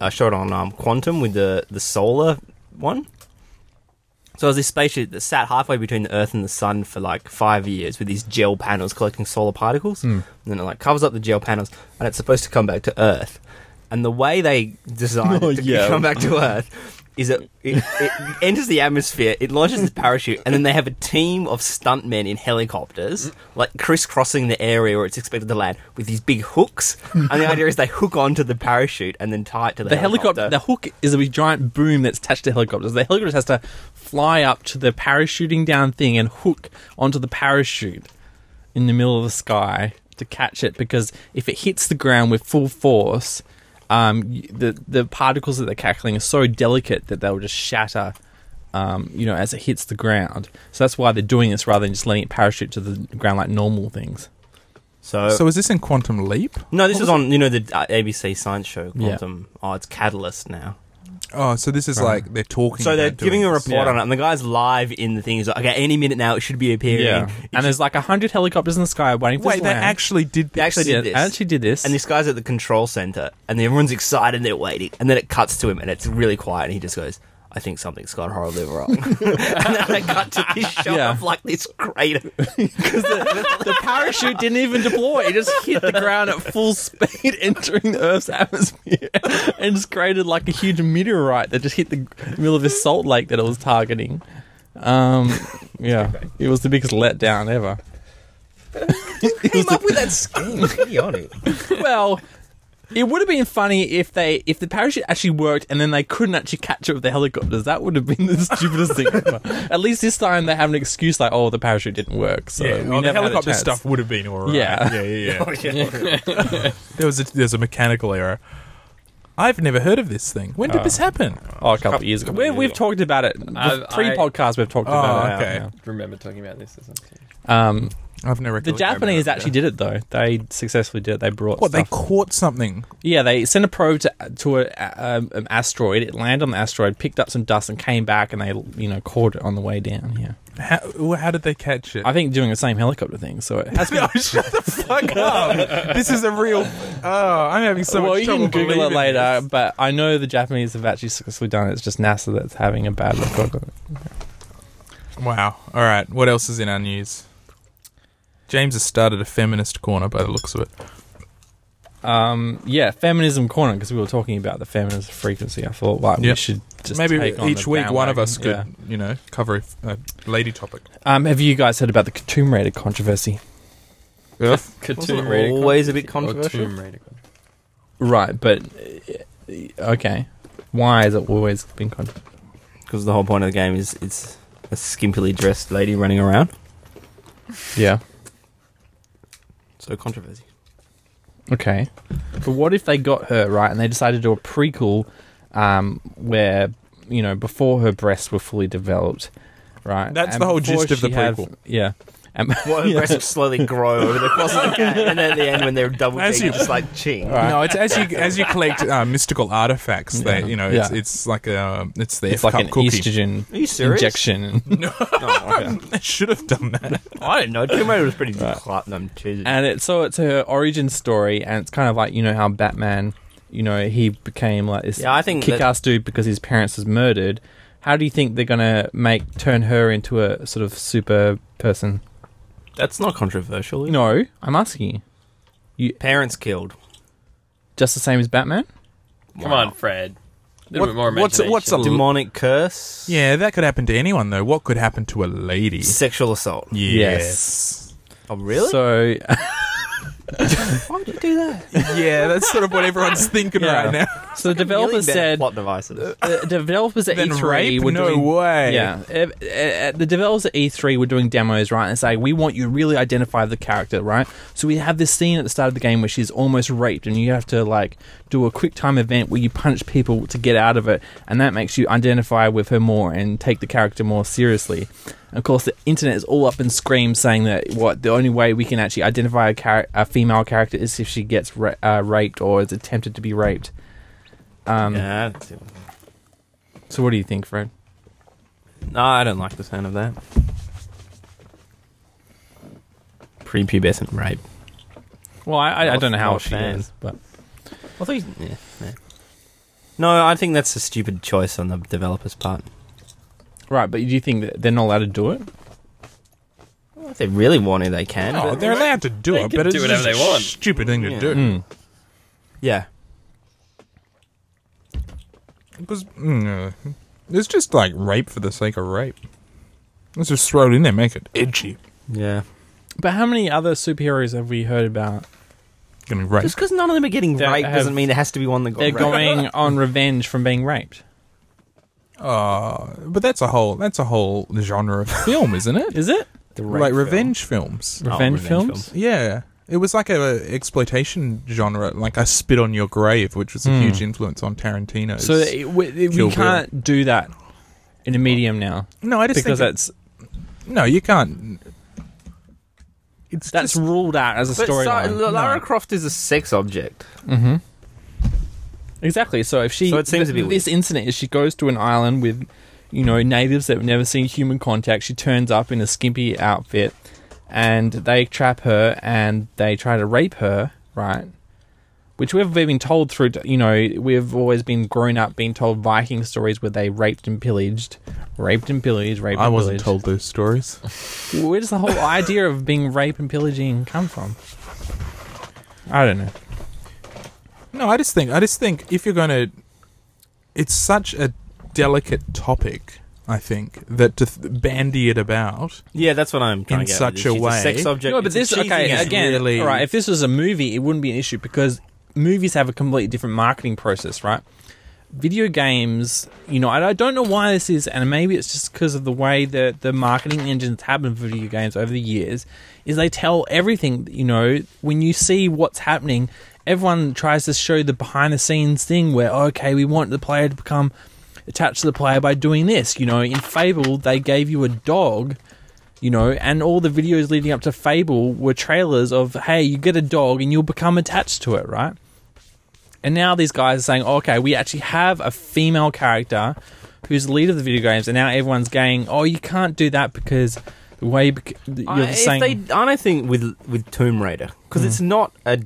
Speaker 4: I shot on um, Quantum with the the solar one. So it was this spaceship that sat halfway between the Earth and the Sun for like five years with these gel panels collecting solar particles,
Speaker 1: Hmm.
Speaker 4: and then it like covers up the gel panels, and it's supposed to come back to Earth. And the way they designed
Speaker 1: Oh,
Speaker 4: it to
Speaker 1: yeah.
Speaker 4: come back to Earth is it, it, it enters the atmosphere, it launches this parachute, and then they have a team of stuntmen in helicopters, like crisscrossing the area where it's expected to land with these big hooks. And the idea is they hook onto the parachute and then tie it to the,
Speaker 1: The helicopter, the hook is a big giant boom that's attached to helicopters. The helicopter has to fly up to the parachuting down thing and hook onto the parachute in the middle of the sky to catch it because if it hits the ground with full force, um, y- the the particles that they're cackling are so delicate that they'll just shatter. Um, you know, as it hits the ground, so that's why they're doing this rather than just letting it parachute to the ground like normal things.
Speaker 4: so,
Speaker 2: So is this in Quantum Leap?
Speaker 4: no, this is on you know the uh, ABC science show
Speaker 1: Yeah.
Speaker 4: Quantum. Oh, it's Catalyst now.
Speaker 2: Oh, so this is like they're talking.
Speaker 4: So they're
Speaker 2: about doing
Speaker 4: giving a
Speaker 2: this.
Speaker 4: report
Speaker 1: Yeah.
Speaker 4: on it, and the guy's live in the thing. He's like, okay, any minute now it should be appearing. It
Speaker 1: and
Speaker 4: should-
Speaker 1: there's like a hundred helicopters in the sky waiting for
Speaker 2: Wait,
Speaker 1: this
Speaker 2: they
Speaker 1: land.
Speaker 2: actually did.
Speaker 4: They
Speaker 2: This.
Speaker 4: actually did
Speaker 1: Yeah,
Speaker 4: this.
Speaker 1: actually did this,
Speaker 4: And this guy's at the control center, and everyone's excited and they're waiting. And then it cuts to him, and it's really quiet, and he just goes, I think something's gone horribly wrong. and then they cut to this shot
Speaker 1: Yeah.
Speaker 4: of like this crater.
Speaker 1: the parachute didn't even deploy. It just hit the ground at full speed, entering the Earth's atmosphere, and just created like a huge meteorite that just hit the middle of this salt lake that it was targeting. Um, yeah, it was the biggest letdown ever.
Speaker 4: Came up with that scheme. Idiotic.
Speaker 1: Well, it would have been funny if they if the parachute actually worked and then they couldn't actually catch it with the helicopters. That would have been the stupidest thing ever. At least this time they have an excuse like, oh, the parachute didn't work, so
Speaker 2: Yeah,
Speaker 1: we
Speaker 2: oh,
Speaker 1: never
Speaker 2: the
Speaker 1: had a
Speaker 2: helicopter
Speaker 1: chance.
Speaker 2: stuff would have been alright.
Speaker 1: Yeah. Oh,
Speaker 2: yeah, yeah. yeah. there was a, there's a mechanical error. I've never heard of this thing. When did this happen?
Speaker 1: Oh, a couple of years ago. We, we've talked about it.
Speaker 3: I've-
Speaker 1: Pre-podcast, we've talked
Speaker 2: Oh,
Speaker 1: about
Speaker 2: okay.
Speaker 1: it.
Speaker 3: Remember talking about this or something?
Speaker 1: Yeah. Um,
Speaker 2: I've never.
Speaker 1: the Japanese actually did it though. They successfully did it. They brought
Speaker 2: What they
Speaker 1: stuff.
Speaker 2: caught something.
Speaker 1: yeah, they sent a probe to to a, um, an asteroid. It landed on the asteroid, picked up some dust, and came back. And they you know caught it on the way down. Yeah,
Speaker 2: How, well, how did they catch it?
Speaker 1: I think doing the same helicopter thing. So it has been.
Speaker 2: Oh, shut the fuck up! this is a real. Oh, I'm having so
Speaker 1: well,
Speaker 2: much
Speaker 1: you
Speaker 2: trouble
Speaker 1: can Google it
Speaker 2: believing
Speaker 1: later,
Speaker 2: this.
Speaker 1: but I know the Japanese have actually successfully done it. It's just NASA that's having a bad look. at it.
Speaker 2: Wow. All right. What else is in our news? James has started a feminist corner by the looks of it.
Speaker 1: Um, yeah, feminism corner because we were talking about the feminist frequency. I thought, like, we
Speaker 2: Yep.
Speaker 1: should just
Speaker 2: Maybe
Speaker 1: take on
Speaker 2: each
Speaker 1: the
Speaker 2: week one of
Speaker 1: bandwagon.
Speaker 2: us could,
Speaker 1: Yeah.
Speaker 2: you know, cover a, a lady topic.
Speaker 1: Um, have you guys heard about the Tomb Raider controversy?
Speaker 4: Wasn't
Speaker 3: Katoon
Speaker 4: it
Speaker 3: Raider
Speaker 4: always a bit
Speaker 3: controversy? Or
Speaker 4: controversial?
Speaker 3: Tomb Raider controversy.
Speaker 1: Right, but uh, okay, why has it always been controversial?
Speaker 4: Because the whole point of the game is it's a skimpily dressed lady running around.
Speaker 1: Yeah.
Speaker 4: So controversy.
Speaker 1: Okay. But what if they got her, right, and they decided to do a prequel um, where, you know, before her breasts were fully developed, right?
Speaker 2: That's the whole
Speaker 1: before
Speaker 2: gist of the
Speaker 1: she had-
Speaker 2: prequel.
Speaker 1: yeah. And,
Speaker 4: Well, her breasts slowly grow over the course of the game, and then at the end when they're double
Speaker 2: As
Speaker 4: cheeked,
Speaker 2: you-
Speaker 4: just like ching.
Speaker 1: Right.
Speaker 2: No, it's as you as you collect uh, mystical artifacts,
Speaker 1: Yeah.
Speaker 2: they you know it's
Speaker 1: Yeah.
Speaker 2: it's like a it's the
Speaker 1: it's
Speaker 2: F
Speaker 1: like
Speaker 2: cup
Speaker 1: an
Speaker 2: cookie.
Speaker 1: estrogen
Speaker 4: Are you serious?
Speaker 1: injection.
Speaker 4: No, okay.
Speaker 2: I should have done that.
Speaker 4: I don't know. Tomb Raider was pretty platinum. Jesus.
Speaker 1: and it's so it's her origin story, and it's kind of like you know how Batman, you know, he became like this
Speaker 4: Yeah, I think that-
Speaker 1: kick-ass dude because his parents was murdered. How do you think they're gonna make turn her into a sort of super person?
Speaker 4: That's not controversial. You know,
Speaker 1: No, I'm asking you.
Speaker 4: parents killed.
Speaker 1: Just the same as Batman?
Speaker 3: Come
Speaker 4: Wow.
Speaker 3: on, Fred. A little
Speaker 2: What-
Speaker 3: bit more
Speaker 2: what's-
Speaker 3: imagination.
Speaker 2: what's a-
Speaker 4: Demonic curse.
Speaker 2: Yeah, that could happen to anyone though. What could happen to a lady?
Speaker 4: Sexual assault.
Speaker 2: Yes.
Speaker 1: Yes.
Speaker 4: Oh, really?
Speaker 1: So
Speaker 4: Why would you do that?
Speaker 2: yeah, that's sort of what everyone's thinking
Speaker 1: Yeah.
Speaker 2: right now.
Speaker 1: So developers said
Speaker 4: plot
Speaker 2: uh,
Speaker 4: devices.
Speaker 1: Uh, the developers at
Speaker 2: Then
Speaker 1: E3
Speaker 2: rape?
Speaker 1: were
Speaker 2: No
Speaker 1: doing
Speaker 2: way.
Speaker 1: Yeah, Ev- e- e- the developers at E3 were doing demos, right, and say we want you to really identify the character, right. So we have this scene at the start of the game where she's almost raped, and you have to like do a quick time event where you punch people to get out of it, and that makes you identify with her more and take the character more seriously. And of course, the internet is all up in screams saying that what the only way we can actually identify a, char- a female character is if she gets ra- uh, raped or is attempted to be raped. Um,
Speaker 4: Yeah, I don't-
Speaker 1: So, what do you think, Fred?
Speaker 4: no, I don't like the sound of that. Prepubescent rape.
Speaker 1: Well, I, I, I
Speaker 4: Not-
Speaker 1: don't know how
Speaker 4: not a
Speaker 1: she
Speaker 4: fan.
Speaker 1: is, but
Speaker 4: Although, you- yeah, yeah. No, I think that's a stupid choice on the developer's part.
Speaker 1: right. But do you think that they're not allowed to do it?
Speaker 4: If they really want to, they can.
Speaker 2: Oh,
Speaker 4: but-
Speaker 2: they're allowed to do
Speaker 3: They
Speaker 2: it,
Speaker 3: can
Speaker 2: but it's
Speaker 3: do whatever
Speaker 2: just
Speaker 3: they
Speaker 2: a
Speaker 3: want.
Speaker 2: stupid thing to
Speaker 4: Yeah.
Speaker 2: do.
Speaker 1: Mm.
Speaker 4: yeah.
Speaker 2: Because mm, uh, it's just like rape for the sake of rape. Let's just throw it in there, make it edgy.
Speaker 4: Yeah.
Speaker 1: But how many other superheroes have we heard about?
Speaker 2: Gonna rape.
Speaker 4: Just because none of them are getting
Speaker 1: They
Speaker 4: raped
Speaker 1: have-
Speaker 4: doesn't mean it has to be one that got
Speaker 1: They're
Speaker 4: raped.
Speaker 1: going on revenge from being raped.
Speaker 2: Uh, but that's a whole that's a whole genre of film, isn't it?
Speaker 1: Is it
Speaker 4: The rape
Speaker 2: like
Speaker 4: film.
Speaker 2: revenge films.
Speaker 4: Oh,
Speaker 1: revenge,
Speaker 4: revenge
Speaker 1: films?
Speaker 4: films.
Speaker 2: Yeah, it was like a exploitation genre, like I Spit on Your Grave, which was a
Speaker 1: Hmm.
Speaker 2: huge influence on Tarantino.
Speaker 1: So it, we, it- we
Speaker 2: Kill Bill.
Speaker 1: can't do that in a medium now
Speaker 2: no, I just
Speaker 1: because
Speaker 2: think
Speaker 1: that's
Speaker 2: it- no, you can't. It's
Speaker 1: that's
Speaker 2: just,
Speaker 1: ruled out as a
Speaker 4: But Sa-
Speaker 1: storyline.
Speaker 4: La- Lara
Speaker 2: No.
Speaker 4: Croft is a sex object.
Speaker 1: hmm Exactly. So if she,
Speaker 4: So it seems a bit
Speaker 1: this incident is she goes to an island with, you know, natives that have never seen human contact. She turns up in a skimpy outfit, and they trap her and they try to rape her. Right. Which we've been told through, you know, we've always been grown up being told Viking stories where they raped and pillaged, raped and pillaged, raped.
Speaker 2: I
Speaker 1: and
Speaker 2: wasn't
Speaker 1: pillaged.
Speaker 2: told those stories.
Speaker 1: Where does the whole idea of being raped and pillaging come from? I don't know.
Speaker 2: No, I just think I just think if you're going to, it's such a delicate topic. I think that to th- bandy it about,
Speaker 4: Yeah, that's what I'm trying
Speaker 2: In
Speaker 4: to get. at.
Speaker 2: such a
Speaker 4: She's
Speaker 2: way-
Speaker 4: sex object.
Speaker 1: No, but
Speaker 4: It's a
Speaker 1: this
Speaker 4: cheesy
Speaker 1: okay
Speaker 4: game.
Speaker 1: again.
Speaker 2: really-
Speaker 1: All right, if this was a movie, it wouldn't be an issue because movies have a completely different marketing process, right? Video games, you know, I I don't know why this is, and maybe it's just because of the way that the marketing engines have been for video games over the years, is they tell everything. You know, when you see what's happening, everyone tries to show the behind the scenes thing where okay, we want the player to become attached to the player by doing this. You know, in Fable, they gave you a dog you know, and all the videos leading up to Fable were trailers of, hey, you get a dog and you'll become attached to it, right? And now these guys are saying, okay, we actually have a female character who's the lead of the video games, and now everyone's going, oh, you can't do that because the way you bec- you're
Speaker 4: I,
Speaker 1: the Mm. saying.
Speaker 4: Uh, If they, I don't think with with Tomb Raider because it's not a.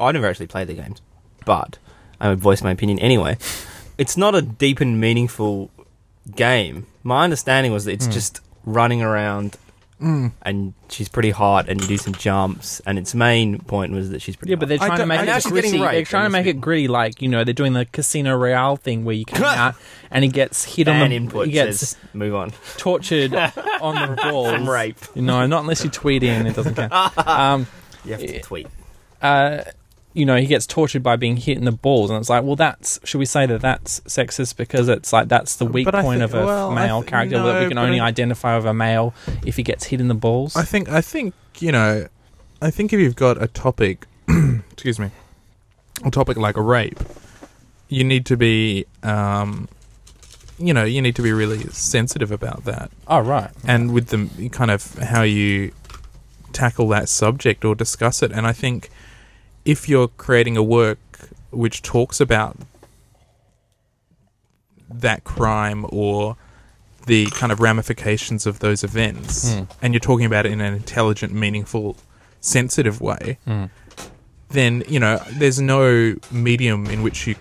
Speaker 4: I never actually played the games, but I would voice my opinion anyway. It's not a deep and meaningful game. My understanding was that it's
Speaker 1: Mm.
Speaker 4: just running around, and she's pretty hot, and you do some jumps, and its main point was that she's pretty.
Speaker 1: yeah, but they're
Speaker 2: I
Speaker 1: trying to
Speaker 2: don't-
Speaker 1: make
Speaker 2: and now
Speaker 1: it
Speaker 4: she's
Speaker 1: gritty.
Speaker 4: getting raped
Speaker 1: They're trying to
Speaker 4: in this
Speaker 1: make it
Speaker 4: bit.
Speaker 1: gritty, like you know, they're doing the Casino Royale thing where you come out and he gets hit on
Speaker 4: fan
Speaker 1: the
Speaker 4: input
Speaker 1: he gets
Speaker 4: says move on
Speaker 1: tortured on the balls.
Speaker 4: from rape.
Speaker 1: No, not unless you tweet in, it doesn't count. Um,
Speaker 4: You have
Speaker 1: Yeah.
Speaker 4: to tweet.
Speaker 1: uh, you know, he gets tortured by being hit in the balls, and it's like, well, that's should we say that that's sexist because it's like that's the weak
Speaker 2: But I
Speaker 1: point
Speaker 2: think-
Speaker 1: of a
Speaker 2: well, I
Speaker 1: male
Speaker 2: thi-
Speaker 1: character that we
Speaker 2: no,
Speaker 1: can
Speaker 2: but
Speaker 1: only
Speaker 2: I-
Speaker 1: identify with a male if he gets hit in the balls.
Speaker 2: I think I think you know, I think if you've got a topic, excuse me, a topic like rape, you need to be, um, you know, you need to be really sensitive about that,
Speaker 1: oh right,
Speaker 2: and with the kind of how you tackle that subject or discuss it. And I think if you're creating a work which talks about that crime or the kind of ramifications of those events,
Speaker 1: Hmm.
Speaker 2: and you're talking about it in an intelligent, meaningful, sensitive way,
Speaker 1: Hmm.
Speaker 2: then you know there's no medium in which you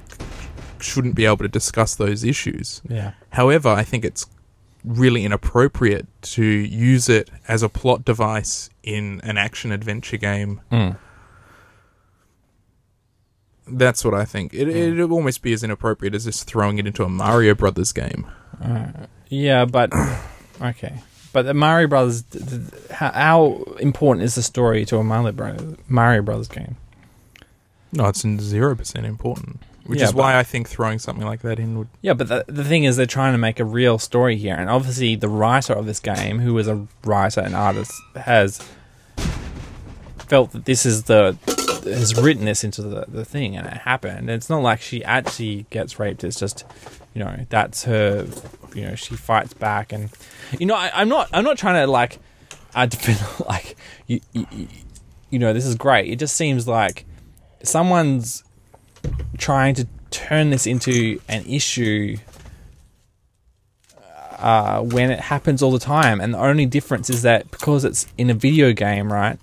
Speaker 2: shouldn't be able to discuss those issues.
Speaker 1: yeah,
Speaker 2: However, I think it's really inappropriate to use it as a plot device in an action adventure game.
Speaker 1: Mm.
Speaker 2: That's what I think.
Speaker 1: Hmm.
Speaker 2: It it'd almost be as inappropriate as just throwing it into a Mario Brothers game.
Speaker 1: Uh, yeah, but okay, But the Mario Brothers, th- th- how, how important is the story to a Mario Brothers, Mario Brothers game?
Speaker 2: No, it's zero percent important, which
Speaker 1: Yeah,
Speaker 2: is why I think throwing something like that in would.
Speaker 1: Yeah, but the, the thing is, they're trying to make a real story here, and obviously, the writer of this game, who is a writer and artist, has felt that this is the has written this into the, the thing, and it happened. It's not like she actually gets raped; it's just you know that's her. You know, she fights back, and you know, I, I'm not I'm not trying to like I defend like you, you you know this is great. It just seems like someone's trying to turn this into an issue uh, when it happens all the time, and the only difference is that because it's in a video game, right?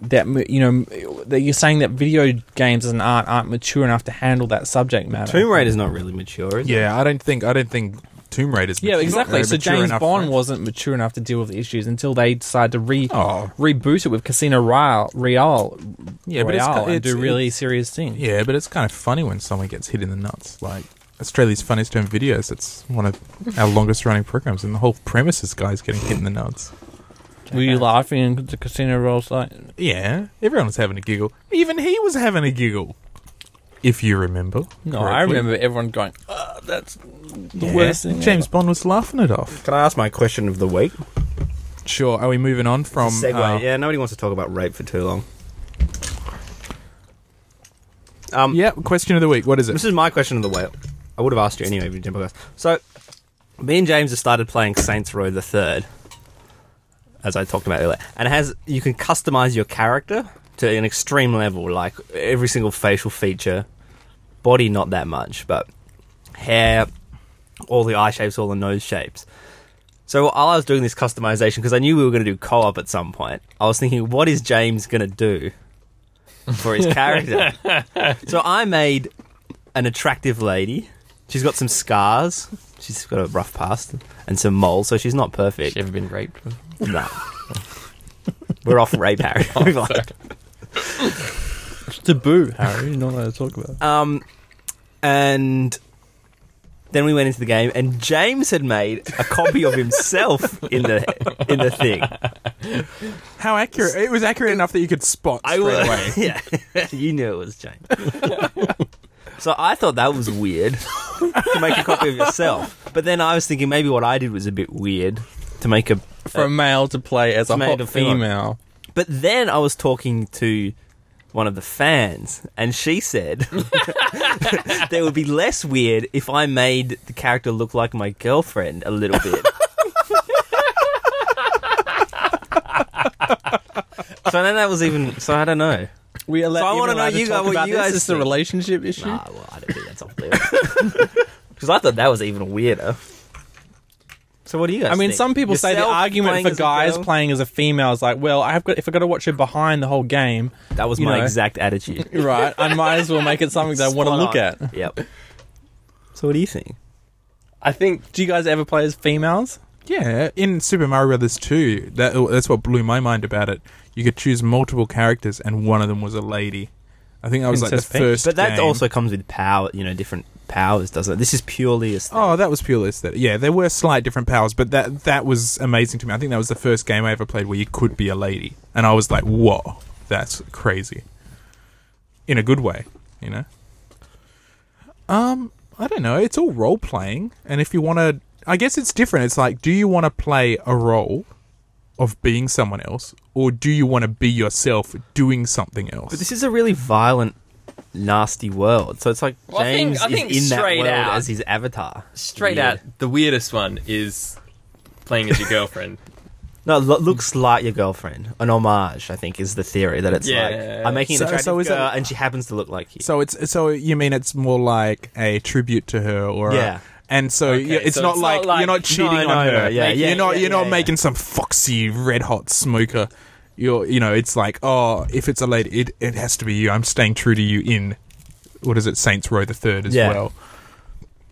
Speaker 1: That m- you know m- that you're saying that video games as an art aren't mature enough to handle that subject matter.
Speaker 4: Tomb Raider's not really mature, is it?
Speaker 2: Yeah, I don't think I don't think Tomb Raider's.
Speaker 1: Yeah,
Speaker 2: mature-
Speaker 1: exactly.
Speaker 2: uh,
Speaker 1: So
Speaker 2: mature
Speaker 1: James
Speaker 2: enough
Speaker 1: Bond
Speaker 2: for-
Speaker 1: wasn't mature enough to deal with the issues until they decided to re
Speaker 2: Oh.
Speaker 1: reboot it with Casino Royale, Real,
Speaker 2: Yeah, but it's
Speaker 1: Royale
Speaker 2: ki-
Speaker 1: and
Speaker 2: it's-
Speaker 1: do really serious things.
Speaker 2: Yeah, but it's kind of funny when someone gets hit in the nuts. Like Australia's funniest home videos. It's one of our longest running programs, and the whole premise is guys getting hit in the nuts.
Speaker 1: Were you laughing at the Casino Royale? Like,
Speaker 2: Yeah, everyone was having a giggle. Even he was having a giggle. If you remember,
Speaker 1: no, I
Speaker 2: correctly.
Speaker 1: remember everyone going, oh, "That's the
Speaker 2: Yeah,
Speaker 1: worst thing."
Speaker 2: James Bond was laughing it off.
Speaker 4: Can I ask my question of the week?
Speaker 2: Sure. Are we moving on from?
Speaker 4: Segway.
Speaker 2: uh,
Speaker 4: yeah, nobody wants to talk about rape for too long. Um,
Speaker 2: yeah, Question of the week. What is it?
Speaker 4: This is my question of the way. I would have asked you anyway if you didn't podcast. So, me and James have started playing Saints Row the Third, as I talked about earlier, and it has you can customize your character to an extreme level, like every single facial feature, body not that much, but hair, all the eye shapes, all the nose shapes. So while I was doing this customization, because I knew we were going to do co-op at some point, I was thinking, what is James going to do for his character? so I made an attractive lady. She's got some scars. She's got a rough past and some moles, so she's not perfect.
Speaker 3: She ever been raped? before?
Speaker 4: No. We're off rape, Harry. We've like-
Speaker 1: taboo, Harry. You're not allowed to talk about.
Speaker 4: um, and then we went into the game, and James had made a copy of himself in the in the thing.
Speaker 2: How accurate? It was accurate enough that you could spot
Speaker 4: I
Speaker 2: straight
Speaker 4: was,
Speaker 2: away.
Speaker 4: yeah, you knew it was James. so I thought that was weird to make a copy of yourself. But then I was thinking maybe what I did was a bit weird to make a
Speaker 1: For a male to play as a
Speaker 4: Male
Speaker 1: hot
Speaker 4: to feel-
Speaker 1: female.
Speaker 4: But then I was talking to one of the fans, and she said there would be less weird if I made the character look like my girlfriend a little bit. so then that was even. So I don't know.
Speaker 1: We are
Speaker 4: So I wanna know you guys- what you guys
Speaker 1: Is this a
Speaker 4: think.
Speaker 1: relationship issue?
Speaker 4: Nah, well, I don't think that's off there. Because I thought that was even weirder. So what do you guys?
Speaker 1: I mean,
Speaker 4: think?
Speaker 1: some people say the
Speaker 4: Yourself
Speaker 1: argument
Speaker 4: playing
Speaker 1: for
Speaker 4: as a
Speaker 1: guys
Speaker 4: girl?
Speaker 1: playing as a female is like, well, I've got if I got to watch her behind the whole game,
Speaker 4: That was
Speaker 1: you
Speaker 4: my
Speaker 1: know.
Speaker 4: exact attitude.
Speaker 1: right? I might as well make it something that I want to
Speaker 4: Spot
Speaker 1: look
Speaker 4: on.
Speaker 1: at.
Speaker 4: Yep. So what do you think?
Speaker 3: I think
Speaker 1: Do you guys ever play as females?
Speaker 2: Yeah, in Super Mario Brothers 2, that, oh, that's what blew my mind about it. You could choose multiple characters, and one of them was a lady. I think that was like
Speaker 1: Princess
Speaker 2: the
Speaker 1: Peach.
Speaker 2: first.
Speaker 4: But that
Speaker 2: game.
Speaker 4: also comes with power, you know, different powers, doesn't it? This is purely a
Speaker 2: Oh, that was purely aesthetic. Yeah, there were slight different powers, but that that was amazing to me. I think that was the first game I ever played where you could be a lady, and I was like, "Whoa, that's crazy," in a good way, you know. Um, I don't know. It's all role playing, and if you want to, I guess it's different. It's like, do you want to play a role of being someone else, or do you want to be yourself doing something else?
Speaker 4: But this is a really violent, nasty world. So it's like
Speaker 3: Well, I think-
Speaker 4: James
Speaker 3: I think
Speaker 4: is in that
Speaker 3: straight
Speaker 4: world
Speaker 3: out-
Speaker 4: as his avatar.
Speaker 3: straight
Speaker 4: Weird.
Speaker 3: out the weirdest one is playing as your girlfriend.
Speaker 4: No, it lo- looks like your girlfriend. An homage, I think, is the theory that it's
Speaker 3: Yeah.
Speaker 4: like I'm making an
Speaker 2: So-
Speaker 4: attractive
Speaker 2: so is
Speaker 4: girl,
Speaker 2: that-
Speaker 4: and she happens to look like you.
Speaker 2: So it's so you mean it's more like a tribute to her, or a-
Speaker 4: Yeah.
Speaker 2: and so
Speaker 3: Okay,
Speaker 2: yeah, it's,
Speaker 3: so
Speaker 2: not,
Speaker 3: it's not
Speaker 2: like,
Speaker 3: like-
Speaker 2: you're not cheating
Speaker 4: no,
Speaker 2: on
Speaker 4: no,
Speaker 2: her.
Speaker 4: no, yeah,
Speaker 2: you're
Speaker 4: yeah,
Speaker 2: not
Speaker 4: yeah,
Speaker 2: you're not
Speaker 4: yeah,
Speaker 2: making some foxy red hot smoker. You're you know it's like oh if it's a lady it, it has to be you. I'm staying true to you in what is it Saints Row the Third as
Speaker 4: Yeah.
Speaker 2: well.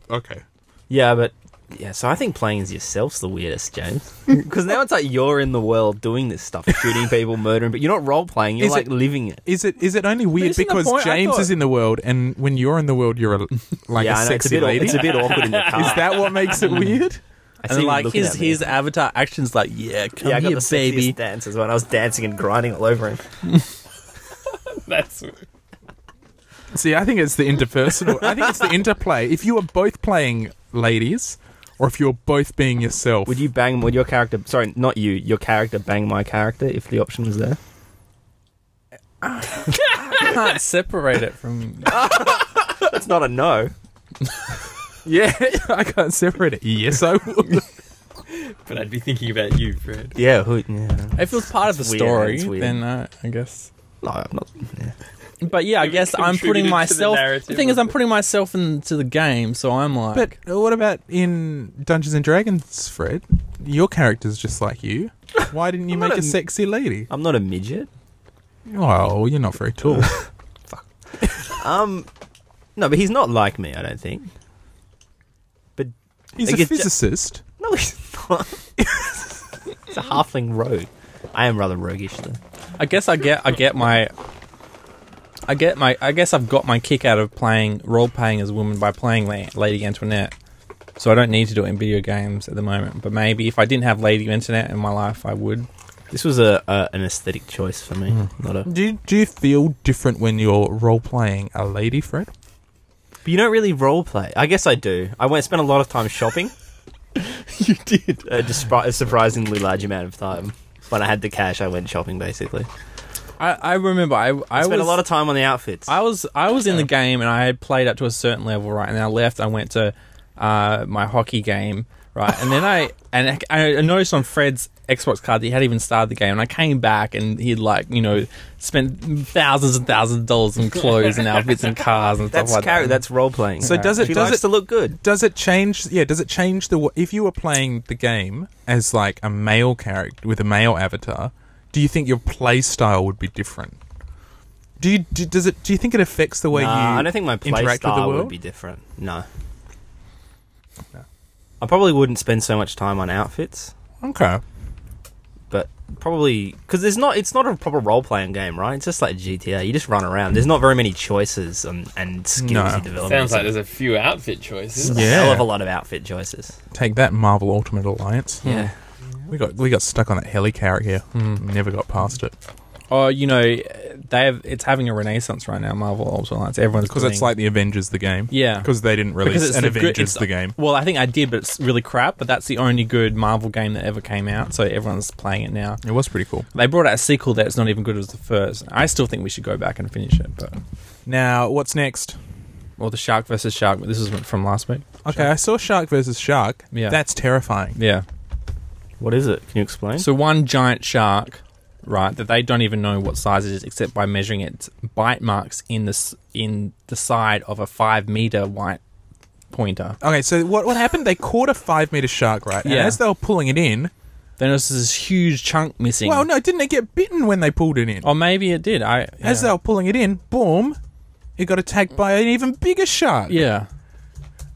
Speaker 2: Okay.
Speaker 4: yeah, but yeah. So I think playing as yourself's the weirdest, James, because now it's like you're in the world doing this stuff, shooting people, murdering, but you're not role playing. You're
Speaker 2: Is
Speaker 4: like
Speaker 2: it-
Speaker 4: living it.
Speaker 2: Is it is it only weird
Speaker 1: isn't the
Speaker 2: because
Speaker 1: point- I
Speaker 2: James
Speaker 1: thought-
Speaker 2: is in the world and when you're in the world you're a, like a
Speaker 4: yeah, I know, it's a
Speaker 2: sexy
Speaker 4: bit. aw-
Speaker 2: lady?
Speaker 4: It's a bit awkward in the car.
Speaker 2: is that what makes it weird?
Speaker 4: I
Speaker 1: and
Speaker 4: see
Speaker 1: like
Speaker 4: you looking
Speaker 1: his
Speaker 4: at me.
Speaker 1: his avatar actions like yeah come
Speaker 4: yeah, I got
Speaker 1: here
Speaker 4: the baby.
Speaker 1: baby
Speaker 4: dances when I was dancing and grinding all over him.
Speaker 3: That's
Speaker 2: See, I think it's the interpersonal. I think it's the interplay. If you were both playing ladies, or if you were both being yourself,
Speaker 4: Would you bang? Would your character? Sorry, not you. Your character bang my character if the option was there.
Speaker 1: I can't separate it from
Speaker 4: That's not a no.
Speaker 2: Yeah, I can't separate it. Yes, I would.
Speaker 3: But I'd be thinking about you, Fred.
Speaker 4: Yeah. Who, yeah.
Speaker 1: if it was part of the
Speaker 4: It's weird,
Speaker 1: story
Speaker 4: it's weird.
Speaker 1: then uh, I guess
Speaker 4: No, I'm not. Yeah.
Speaker 1: but yeah I
Speaker 3: You've
Speaker 1: guess I'm
Speaker 3: contributed
Speaker 1: putting
Speaker 3: to the
Speaker 1: myself the,
Speaker 3: narrative
Speaker 1: thing is
Speaker 3: of
Speaker 1: I'm
Speaker 3: it.
Speaker 1: putting myself into the game so I'm like
Speaker 2: But what about in Dungeons and Dragons, Fred? Your character's just like you. Why didn't you
Speaker 4: I'm
Speaker 2: make
Speaker 4: not
Speaker 2: a
Speaker 4: a-
Speaker 2: sexy lady?
Speaker 4: I'm not a midget.
Speaker 2: Oh, you're not very tall.
Speaker 4: Um, no, but he's not like me. I don't think.
Speaker 2: He's
Speaker 4: I
Speaker 2: a
Speaker 4: guess ju-
Speaker 2: physicist.
Speaker 4: No, he's not. it's a halfling rogue. I am rather roguish though.
Speaker 1: I guess I get I get my I get my I guess I've got my kick out of playing role playing as a woman by playing La- Lady Antoinette. So I don't need to do it in video games at the moment. But maybe if I didn't have Lady Antoinette in my life, I would.
Speaker 4: This was a, a an aesthetic choice for me. Not a.
Speaker 2: Do you, do you feel different when you're role playing a lady, Fred?
Speaker 4: But you don't really role play. I guess I do. I went spent a lot of time shopping.
Speaker 1: you did.
Speaker 4: a, dispri- a surprisingly large amount of time. When I had the cash, I went shopping basically.
Speaker 1: I, I remember I I
Speaker 4: I spent
Speaker 1: was,
Speaker 4: a lot of time on the outfits.
Speaker 1: I was I was in the game and I had played up to a certain level, right? And then I left. I went to uh, my hockey game, right? And then I and I I noticed on Fred's Xbox card that he had even started the game. And I came back and he'd like you know spent thousands and thousands of dollars on clothes and outfits and cars and
Speaker 4: that's
Speaker 1: stuff like
Speaker 4: character.
Speaker 1: that.
Speaker 4: That's role playing.
Speaker 2: So does it
Speaker 4: she
Speaker 2: does
Speaker 4: likes
Speaker 2: it
Speaker 4: to look good.
Speaker 2: does it change? Yeah, does it change the w- if you were playing the game as like a male character with a male avatar? Do you think your play style would be different? Do you do, does it? Do you think it affects the way
Speaker 4: Nah,
Speaker 2: you?
Speaker 4: I don't think my play
Speaker 2: interact with the
Speaker 4: style would
Speaker 2: world?
Speaker 4: be different. No. I probably wouldn't spend so much time on outfits,
Speaker 2: Okay.
Speaker 4: but probably because there's not. It's not a proper role playing game, right? It's just like GTA. You just run around. There's not very many choices and, and skills
Speaker 2: No.
Speaker 4: you develop.
Speaker 3: Sounds like
Speaker 4: It's
Speaker 3: there's a few outfit choices.
Speaker 4: a
Speaker 2: Yeah.
Speaker 4: hell of a lot of outfit choices.
Speaker 2: Take that, Marvel Ultimate Alliance.
Speaker 4: Yeah.
Speaker 2: We got we got stuck on that heli carrot here.
Speaker 1: Hmm.
Speaker 2: Never got past it
Speaker 1: Or Oh, you know they have it's having a renaissance right now. Marvel Ultimate Alliance. Everyone's
Speaker 2: because
Speaker 1: doing-
Speaker 2: it's like the Avengers the game.
Speaker 1: yeah.
Speaker 2: Because they didn't
Speaker 1: Because
Speaker 2: release
Speaker 1: it's
Speaker 2: an
Speaker 1: the good-
Speaker 2: Avengers
Speaker 1: it's-
Speaker 2: the game.
Speaker 1: Well, I think I did, but it's really crap. But that's the only good Marvel game that ever came out, so everyone's playing it now.
Speaker 2: It was pretty cool.
Speaker 1: They brought out a sequel that's not even good as the first. I still think we should go back and finish it, but
Speaker 2: Now, what's next?
Speaker 1: or the shark versus shark. This is from last week.
Speaker 2: Okay, I saw Shark versus Shark.
Speaker 1: Yeah.
Speaker 2: That's terrifying.
Speaker 1: Yeah.
Speaker 4: What is it? Can you explain?
Speaker 1: So one giant shark, right? That they don't even know what size it is, except by measuring its bite marks in the s- in the side of a five meter white pointer.
Speaker 2: Okay, so what what happened? They caught a five meter shark, right? And
Speaker 1: Yeah.
Speaker 2: as they were pulling it in,
Speaker 1: Then there's this huge chunk missing.
Speaker 2: well, no, didn't it get bitten when they pulled it in?
Speaker 1: Or maybe it did. I
Speaker 2: As they
Speaker 1: Oh, yeah.
Speaker 2: were pulling it in, boom, it got attacked by an even bigger shark.
Speaker 1: yeah.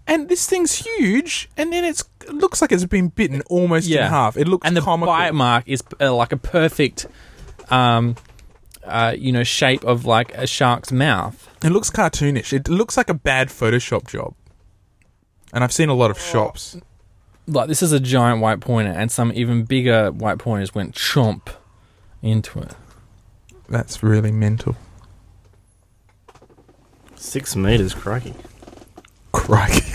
Speaker 2: And this thing's huge, and then it's it looks like it's been bitten almost
Speaker 1: Yeah.
Speaker 2: in half. It looks
Speaker 1: and the
Speaker 2: comical.
Speaker 1: bite mark is uh, like a perfect, um, uh, you know, shape of like a shark's mouth.
Speaker 2: It looks cartoonish. It looks like a bad Photoshop job. And I've seen a lot of shops.
Speaker 1: like this is a giant white pointer, and some even bigger white pointers went chomp into it.
Speaker 2: That's really mental.
Speaker 4: Six meters, crikey.
Speaker 2: Crikey.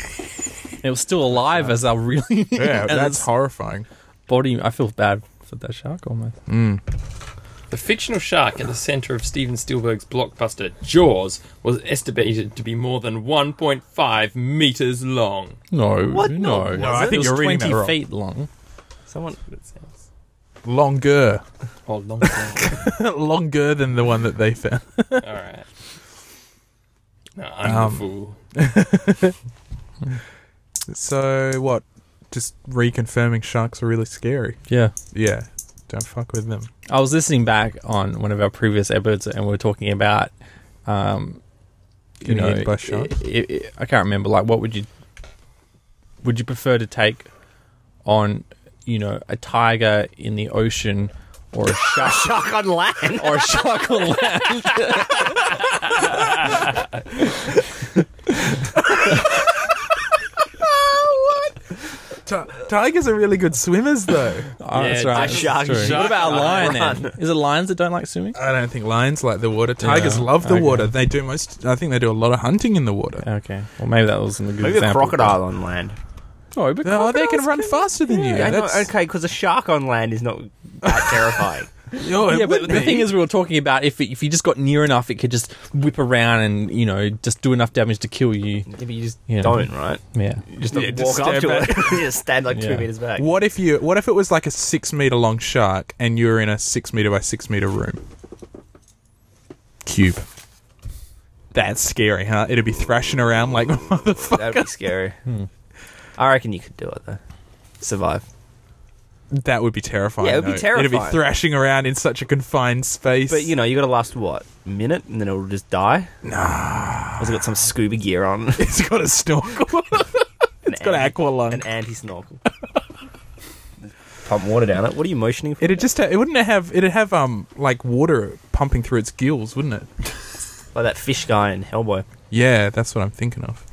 Speaker 1: It was still alive as I really.
Speaker 2: Yeah,
Speaker 1: and
Speaker 2: that's
Speaker 1: its
Speaker 2: horrifying.
Speaker 1: body. I feel bad for that shark almost.
Speaker 2: Mm.
Speaker 3: The fictional shark at the center of Steven Spielberg's blockbuster Jaws was estimated to be more than 1.5 meters long.
Speaker 1: No,
Speaker 4: What?
Speaker 1: no,
Speaker 4: No,
Speaker 2: No, I
Speaker 1: It
Speaker 2: think
Speaker 1: was
Speaker 2: you're reading that
Speaker 1: twenty
Speaker 2: wrong.
Speaker 1: feet long.
Speaker 4: Someone
Speaker 3: That sounds-
Speaker 2: Longer.
Speaker 3: Oh, long time.
Speaker 2: Longer than the one that they found.
Speaker 3: All right. No, I'm
Speaker 2: Um,
Speaker 3: the fool.
Speaker 2: So what? Just reconfirming sharks are really scary.
Speaker 1: Yeah,
Speaker 2: Yeah, don't fuck with them.
Speaker 1: I was listening back on one of our previous episodes, and we were talking about, um, you
Speaker 2: Getting
Speaker 1: know,
Speaker 2: eaten by sharks?
Speaker 1: i- i- i- I can't remember. Like, what would you would you prefer to take on? You know, a tiger in the ocean or a shark?
Speaker 4: shark on land.
Speaker 1: or shark on land.
Speaker 2: T- tigers are really good swimmers, though.
Speaker 1: Oh,
Speaker 3: Yeah, it's
Speaker 1: that's right. That's
Speaker 4: shark-
Speaker 1: true.
Speaker 4: shark
Speaker 1: what about a lion
Speaker 4: run.
Speaker 1: then? Is it lions that don't like swimming?
Speaker 2: I don't think lions like the water. Tigers
Speaker 1: Yeah,
Speaker 2: love the
Speaker 1: okay.
Speaker 2: water. They do most. I think they do a lot of hunting in the water.
Speaker 1: Okay. Well, maybe that wasn't a good
Speaker 4: Maybe a
Speaker 1: example.
Speaker 4: crocodile on land.
Speaker 1: Oh, but
Speaker 2: No, they can
Speaker 1: crocodiles
Speaker 2: run faster than you.
Speaker 4: I know,
Speaker 2: That's,
Speaker 4: okay, because a shark on land is not that terrifying.
Speaker 2: Oh, it
Speaker 1: yeah, but
Speaker 2: would
Speaker 1: the
Speaker 2: be.
Speaker 1: thing is, we were talking about if it, if you just got near enough, it could just whip around and you know just do enough damage to kill you.
Speaker 4: Yeah, but you just
Speaker 1: Yeah.
Speaker 4: don't, right?
Speaker 1: Yeah,
Speaker 4: You just
Speaker 2: Yeah,
Speaker 4: walk
Speaker 2: just
Speaker 4: up
Speaker 2: stand
Speaker 4: to it. you just stand like
Speaker 1: Yeah.
Speaker 4: two meters back.
Speaker 2: What if you? What if it was like a six meter long shark and you were in a six meter by six meter room? Cube. That's scary, huh? It'd be thrashing around like a motherfucker.
Speaker 4: That'd be scary. I reckon you could do it though. Survive.
Speaker 2: That would be terrifying.
Speaker 4: Yeah, it would be
Speaker 2: though. It'd be
Speaker 4: terrifying.
Speaker 2: thrashing around in such a confined space.
Speaker 4: But you know, you got to last what minute, and then it'll just die. Nah. Has it got some scuba gear on?
Speaker 2: it's got a snorkel.
Speaker 4: it's
Speaker 2: got aqua lung.
Speaker 4: An anti snorkel. Pump water down it. What are you motioning for?
Speaker 2: It'd just. Ha- it wouldn't have. It'd have um like water pumping through its gills, wouldn't it?
Speaker 4: like that fish guy in Hellboy.
Speaker 2: Yeah, that's what I'm thinking of.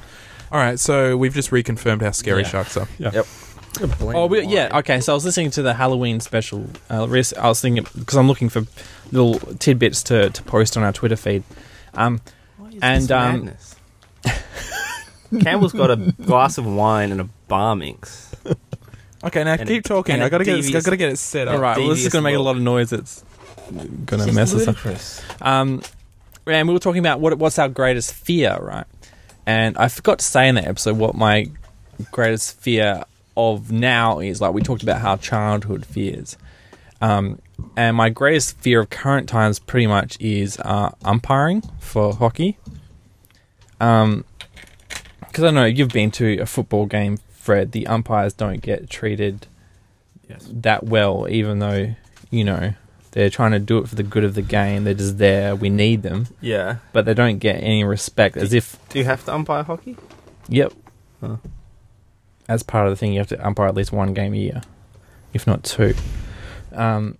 Speaker 2: All right, so we've just reconfirmed how scary
Speaker 1: Yeah.
Speaker 2: sharks are.
Speaker 1: Oh, we, yeah. Okay, so I was listening to the Halloween special. Uh, res- I was thinking because I'm looking for little tidbits to, to post on our Twitter feed. Um, And, um,
Speaker 4: madness? Campbell's got a glass of wine and a bar mix.
Speaker 2: Okay, now
Speaker 4: And
Speaker 2: keep
Speaker 4: it-
Speaker 2: talking.
Speaker 4: and
Speaker 2: I
Speaker 4: it
Speaker 2: gotta get. This, I
Speaker 4: devious-
Speaker 2: gotta get it set up.
Speaker 1: all right. Well, this is
Speaker 4: devious
Speaker 1: going to make a
Speaker 4: look.
Speaker 1: lot of noise. It's going to mess us up. Um, and we were talking about what what's our greatest fear, right? And I forgot to say in that episode what my greatest fear of now is. Like we talked about how childhood fears, um, and my greatest fear of current times pretty much is uh, umpiring for hockey. Um, because I know you've been to a football game, Fred. The umpires don't get treated
Speaker 3: Yes.
Speaker 1: that well, even though you know they're trying to do it for the good of the game. They're just there. We need them,
Speaker 4: Yeah.
Speaker 1: but they don't get any respect. As if,
Speaker 4: Do you have to umpire hockey?
Speaker 1: yep,
Speaker 4: Huh.
Speaker 1: as part of the thing, you have to umpire at least one game a year, if not two. Um,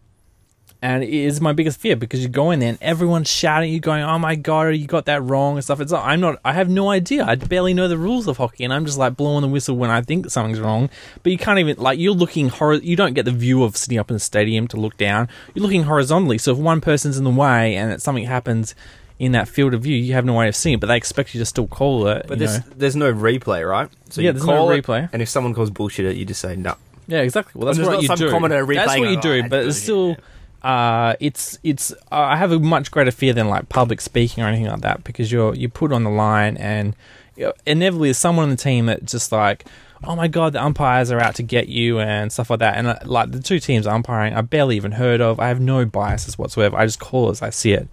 Speaker 1: and it is my biggest fear because you go in there and everyone's shouting at you, going, "Oh my god, you got that wrong" and stuff. It's like, I'm not. I have no idea. I barely know the rules of hockey, and I'm just like blowing the whistle when I think something's wrong. But you can't even like you're looking hor. You don't get the view of sitting up in the stadium to look down. You're looking horizontally. So if one person's in the way and that something happens in that field of view, you have no way of seeing it. But they expect you to still call it.
Speaker 4: But
Speaker 1: you
Speaker 4: there's
Speaker 1: know.
Speaker 4: there's no replay, right? So
Speaker 1: Yeah,
Speaker 4: you
Speaker 1: there's no
Speaker 4: call it,
Speaker 1: replay.
Speaker 4: and if someone calls bullshit, at you just say no.
Speaker 1: Yeah, exactly. Well, that's
Speaker 4: And there's
Speaker 1: what
Speaker 4: not
Speaker 1: you
Speaker 4: some
Speaker 1: do.
Speaker 4: commoner replaying
Speaker 1: that's what
Speaker 4: it,
Speaker 1: you do,
Speaker 4: "Oh,
Speaker 1: but it's
Speaker 4: that's
Speaker 1: still, uh, it's it's. Uh, I have a much greater fear than like public speaking or anything like that because you're you put on the line and you know, inevitably there's someone on the team that just like, oh my god, the umpires are out to get you and stuff like that. And uh, like the two teams umpiring, I barely even heard of. I have no biases whatsoever. I just call as I see it.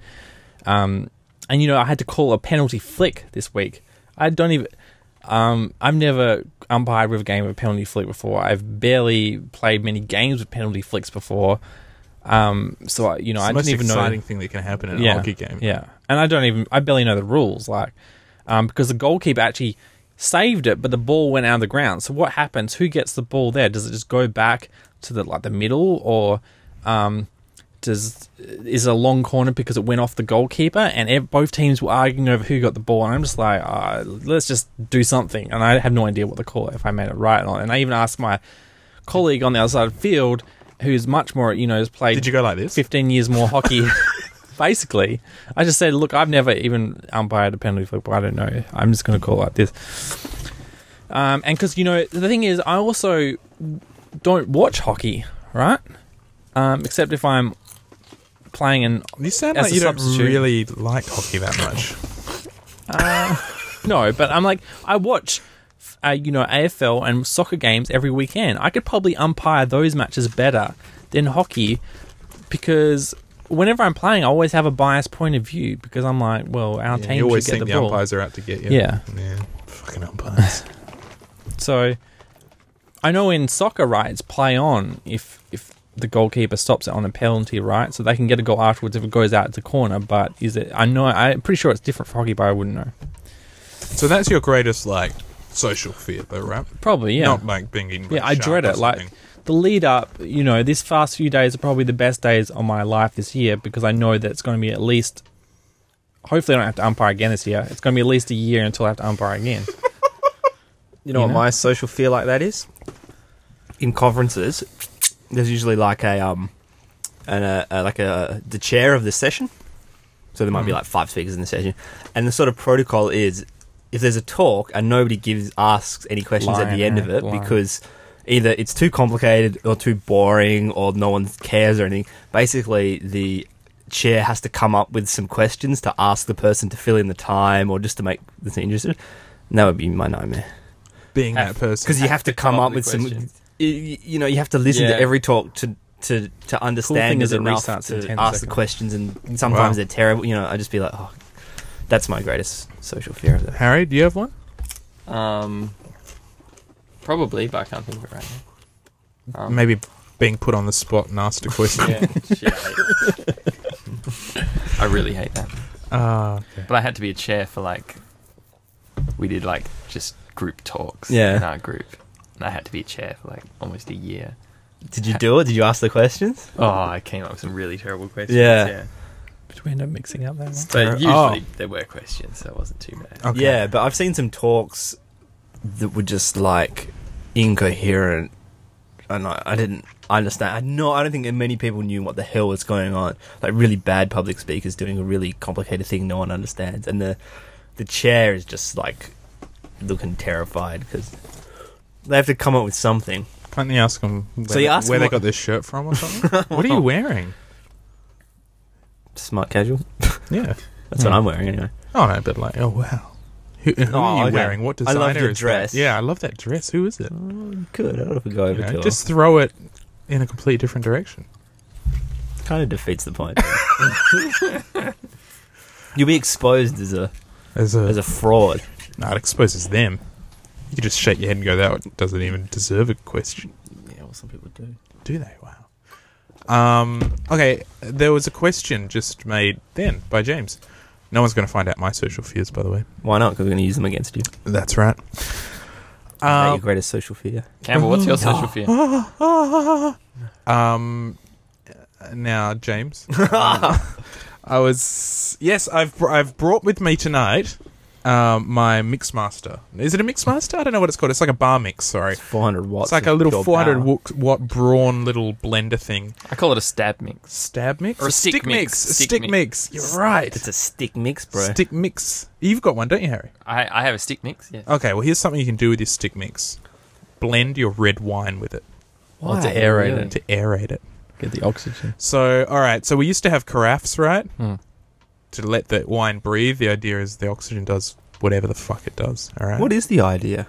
Speaker 1: Um, and you know, I had to call a penalty flick this week. I don't even. Um, I've never umpired with a game of penalty flick before. I've barely played many games with penalty flicks before. Um, so I, you know,
Speaker 2: It's
Speaker 1: I
Speaker 2: the most
Speaker 1: didn't even know.
Speaker 2: exciting thing that can happen in a
Speaker 1: Yeah.
Speaker 2: hockey game.
Speaker 1: Yeah, and I don't even I barely know the rules like, um, because the goalkeeper actually saved it, but the ball went out of the ground. So what happens? Who gets the ball there? Does it just go back to the like the middle, or um, does is it a long corner because it went off the goalkeeper? And ev- both teams were arguing over who got the ball, and I'm just like, uh, let's just do something. And I have no idea what the call if I made it right or not. And I even asked my colleague on the other side of the field. Who's much more, you know, has played.
Speaker 2: Did you go like this?
Speaker 1: 15 years more hockey. Basically, I just said, look, I've never even umpired a penalty flip. I don't know. I'm just going to call it like this. Um, and because, you know, the thing is, I also don't watch hockey, right? Um, except if I'm playing an.
Speaker 2: You sound
Speaker 1: As
Speaker 2: like
Speaker 1: a
Speaker 2: you don't
Speaker 1: substitute.
Speaker 2: really like hockey that much.
Speaker 1: No, but I'm like, I watch, uh, you know, AFL and soccer games every weekend. I could probably umpire those matches better than hockey because. Whenever I'm playing, I always have a biased point of view because I'm like, well, our
Speaker 2: Yeah,
Speaker 1: team
Speaker 2: you always
Speaker 1: should get
Speaker 2: think the,
Speaker 1: the ball.
Speaker 2: umpires are out to get you.
Speaker 1: Yeah.
Speaker 2: Yeah. Fucking umpires.
Speaker 1: So I know in soccer, right, it's play on if if the goalkeeper stops it on a penalty, right? So they can get a goal afterwards if it goes out to corner, but is it I know I'm pretty sure it's different for hockey, but I wouldn't know.
Speaker 2: so that's your greatest like social fear, though, right?
Speaker 1: Probably, yeah.
Speaker 2: Not like being eaten by
Speaker 1: yeah,
Speaker 2: a
Speaker 1: I
Speaker 2: shark
Speaker 1: dread
Speaker 2: or
Speaker 1: it. Like
Speaker 2: something.
Speaker 1: the lead up, you know, this past few days are probably the best days of my life this year because I know that it's going to be at least hopefully I don't have to umpire again this year. It's going to be at least a year until I have to umpire again.
Speaker 4: You know
Speaker 1: You
Speaker 4: what
Speaker 1: know?
Speaker 4: my social fear like that is? in conferences, there's usually like a um, and a, a like a the chair of the session. So there might be like five speakers in the session, and the sort of protocol is if there's a talk and nobody gives asks any questions at
Speaker 1: Line,
Speaker 4: the end
Speaker 1: eh?
Speaker 4: of it
Speaker 1: Line.
Speaker 4: because either it's too complicated or too boring or no one cares or anything. Basically, the chair has to come up with some questions to ask the person to fill in the time or just to make the thing interesting. And that would be my nightmare
Speaker 2: being
Speaker 3: Have-
Speaker 2: that person.
Speaker 4: because you have to come up
Speaker 3: with
Speaker 4: with some.
Speaker 3: questions.
Speaker 4: y- y- You know, you have to listen
Speaker 3: Yeah.
Speaker 4: to every talk to to to understand
Speaker 1: thing
Speaker 4: it
Speaker 1: is it
Speaker 4: enough
Speaker 1: restarts
Speaker 4: to
Speaker 1: in
Speaker 4: ask
Speaker 1: 10
Speaker 4: the
Speaker 1: seconds.
Speaker 4: questions, and sometimes
Speaker 2: Wow.
Speaker 4: they're terrible. You know, I just be like, oh, that's my greatest social fear of that.
Speaker 2: Harry, do you have one?
Speaker 3: Um, probably, but I can't think of it right now. Um,
Speaker 2: Maybe being put on the spot and asked a question.
Speaker 3: Yeah, shit, I hate it. I really hate that.
Speaker 2: Ah, okay.
Speaker 3: But I had to be a chair for like, we did like just group talks
Speaker 4: Yeah.
Speaker 3: in our group. And I had to be a chair for like almost a year.
Speaker 4: Did you do it? Did you ask the questions?
Speaker 3: Oh, I came up with some really terrible questions.
Speaker 4: Yeah.
Speaker 1: Did we end up mixing up that one?
Speaker 3: But usually
Speaker 2: Oh.
Speaker 3: there were questions, so it wasn't too bad.
Speaker 2: Okay.
Speaker 4: Yeah, but I've seen some talks that were just like incoherent, and I, I didn't understand. I no, I don't think many people knew what the hell was going on. Like really bad public speakers doing a really complicated thing no one understands, and the the chair is just like looking terrified because they have to come up with something.
Speaker 2: Can't you ask them where,
Speaker 4: So you ask
Speaker 2: where
Speaker 4: 'em
Speaker 2: they
Speaker 4: what-
Speaker 2: got their shirt from or something? what are you wearing?
Speaker 4: Smart casual.
Speaker 2: Yeah.
Speaker 4: That's what I'm wearing anyway.
Speaker 2: Oh, no, but like, oh, wow. Who, who
Speaker 4: Oh,
Speaker 2: are you
Speaker 4: okay.
Speaker 2: wearing? What
Speaker 4: I
Speaker 2: designer
Speaker 4: love your
Speaker 2: is that?
Speaker 4: dress.
Speaker 2: Yeah, I love that dress. Who is it? You
Speaker 4: Good. I don't know if we go over
Speaker 2: know,
Speaker 4: to her.
Speaker 2: just throw it in a completely different direction.
Speaker 4: kind of defeats the point. You'll be exposed as a
Speaker 2: As a,
Speaker 4: as a fraud.
Speaker 2: Nah, it exposes them. You could just shake your head and go, that doesn't even deserve a question.
Speaker 4: Yeah, well, some people do.
Speaker 2: Do they? Wow. Um, okay, there was a question just made then by James. No one's going to find out my social fears, by the way.
Speaker 4: Why not? Because we're going to use them against you. Is
Speaker 2: That's right.
Speaker 4: that your
Speaker 2: Um,
Speaker 4: greatest social fear?
Speaker 3: Campbell, what's your social fear?
Speaker 2: um, now, James, um, I was yes, I've br- I've brought with me tonight. Um, my mixmaster. Is it a mixmaster? I don't know what it's called. It's like a bar mix. Sorry,
Speaker 4: It's 400 watts.
Speaker 2: it's like a
Speaker 4: of
Speaker 2: little
Speaker 4: pure
Speaker 2: 400
Speaker 4: power.
Speaker 2: watt, watt brawn little blender thing.
Speaker 3: I call it a stab mix.
Speaker 2: Stab mix
Speaker 3: Or a stick mix.
Speaker 2: A
Speaker 3: Stick
Speaker 2: stick,
Speaker 3: mix.
Speaker 2: mix. You're right.
Speaker 4: It's a stick mix, bro.
Speaker 2: Stick mix. You've got one, don't you, Harry?
Speaker 3: I, I have a stick mix, yes.
Speaker 2: Okay. Well, here's something you can do with your stick mix. Blend your red wine with it
Speaker 1: Or to aerate
Speaker 3: Really?
Speaker 1: it.
Speaker 2: to aerate it.
Speaker 1: Get the oxygen.
Speaker 2: So, all right. So we used to have carafes, right? To let the wine breathe. The idea is the oxygen does whatever the fuck it does. All right.
Speaker 4: What is the idea?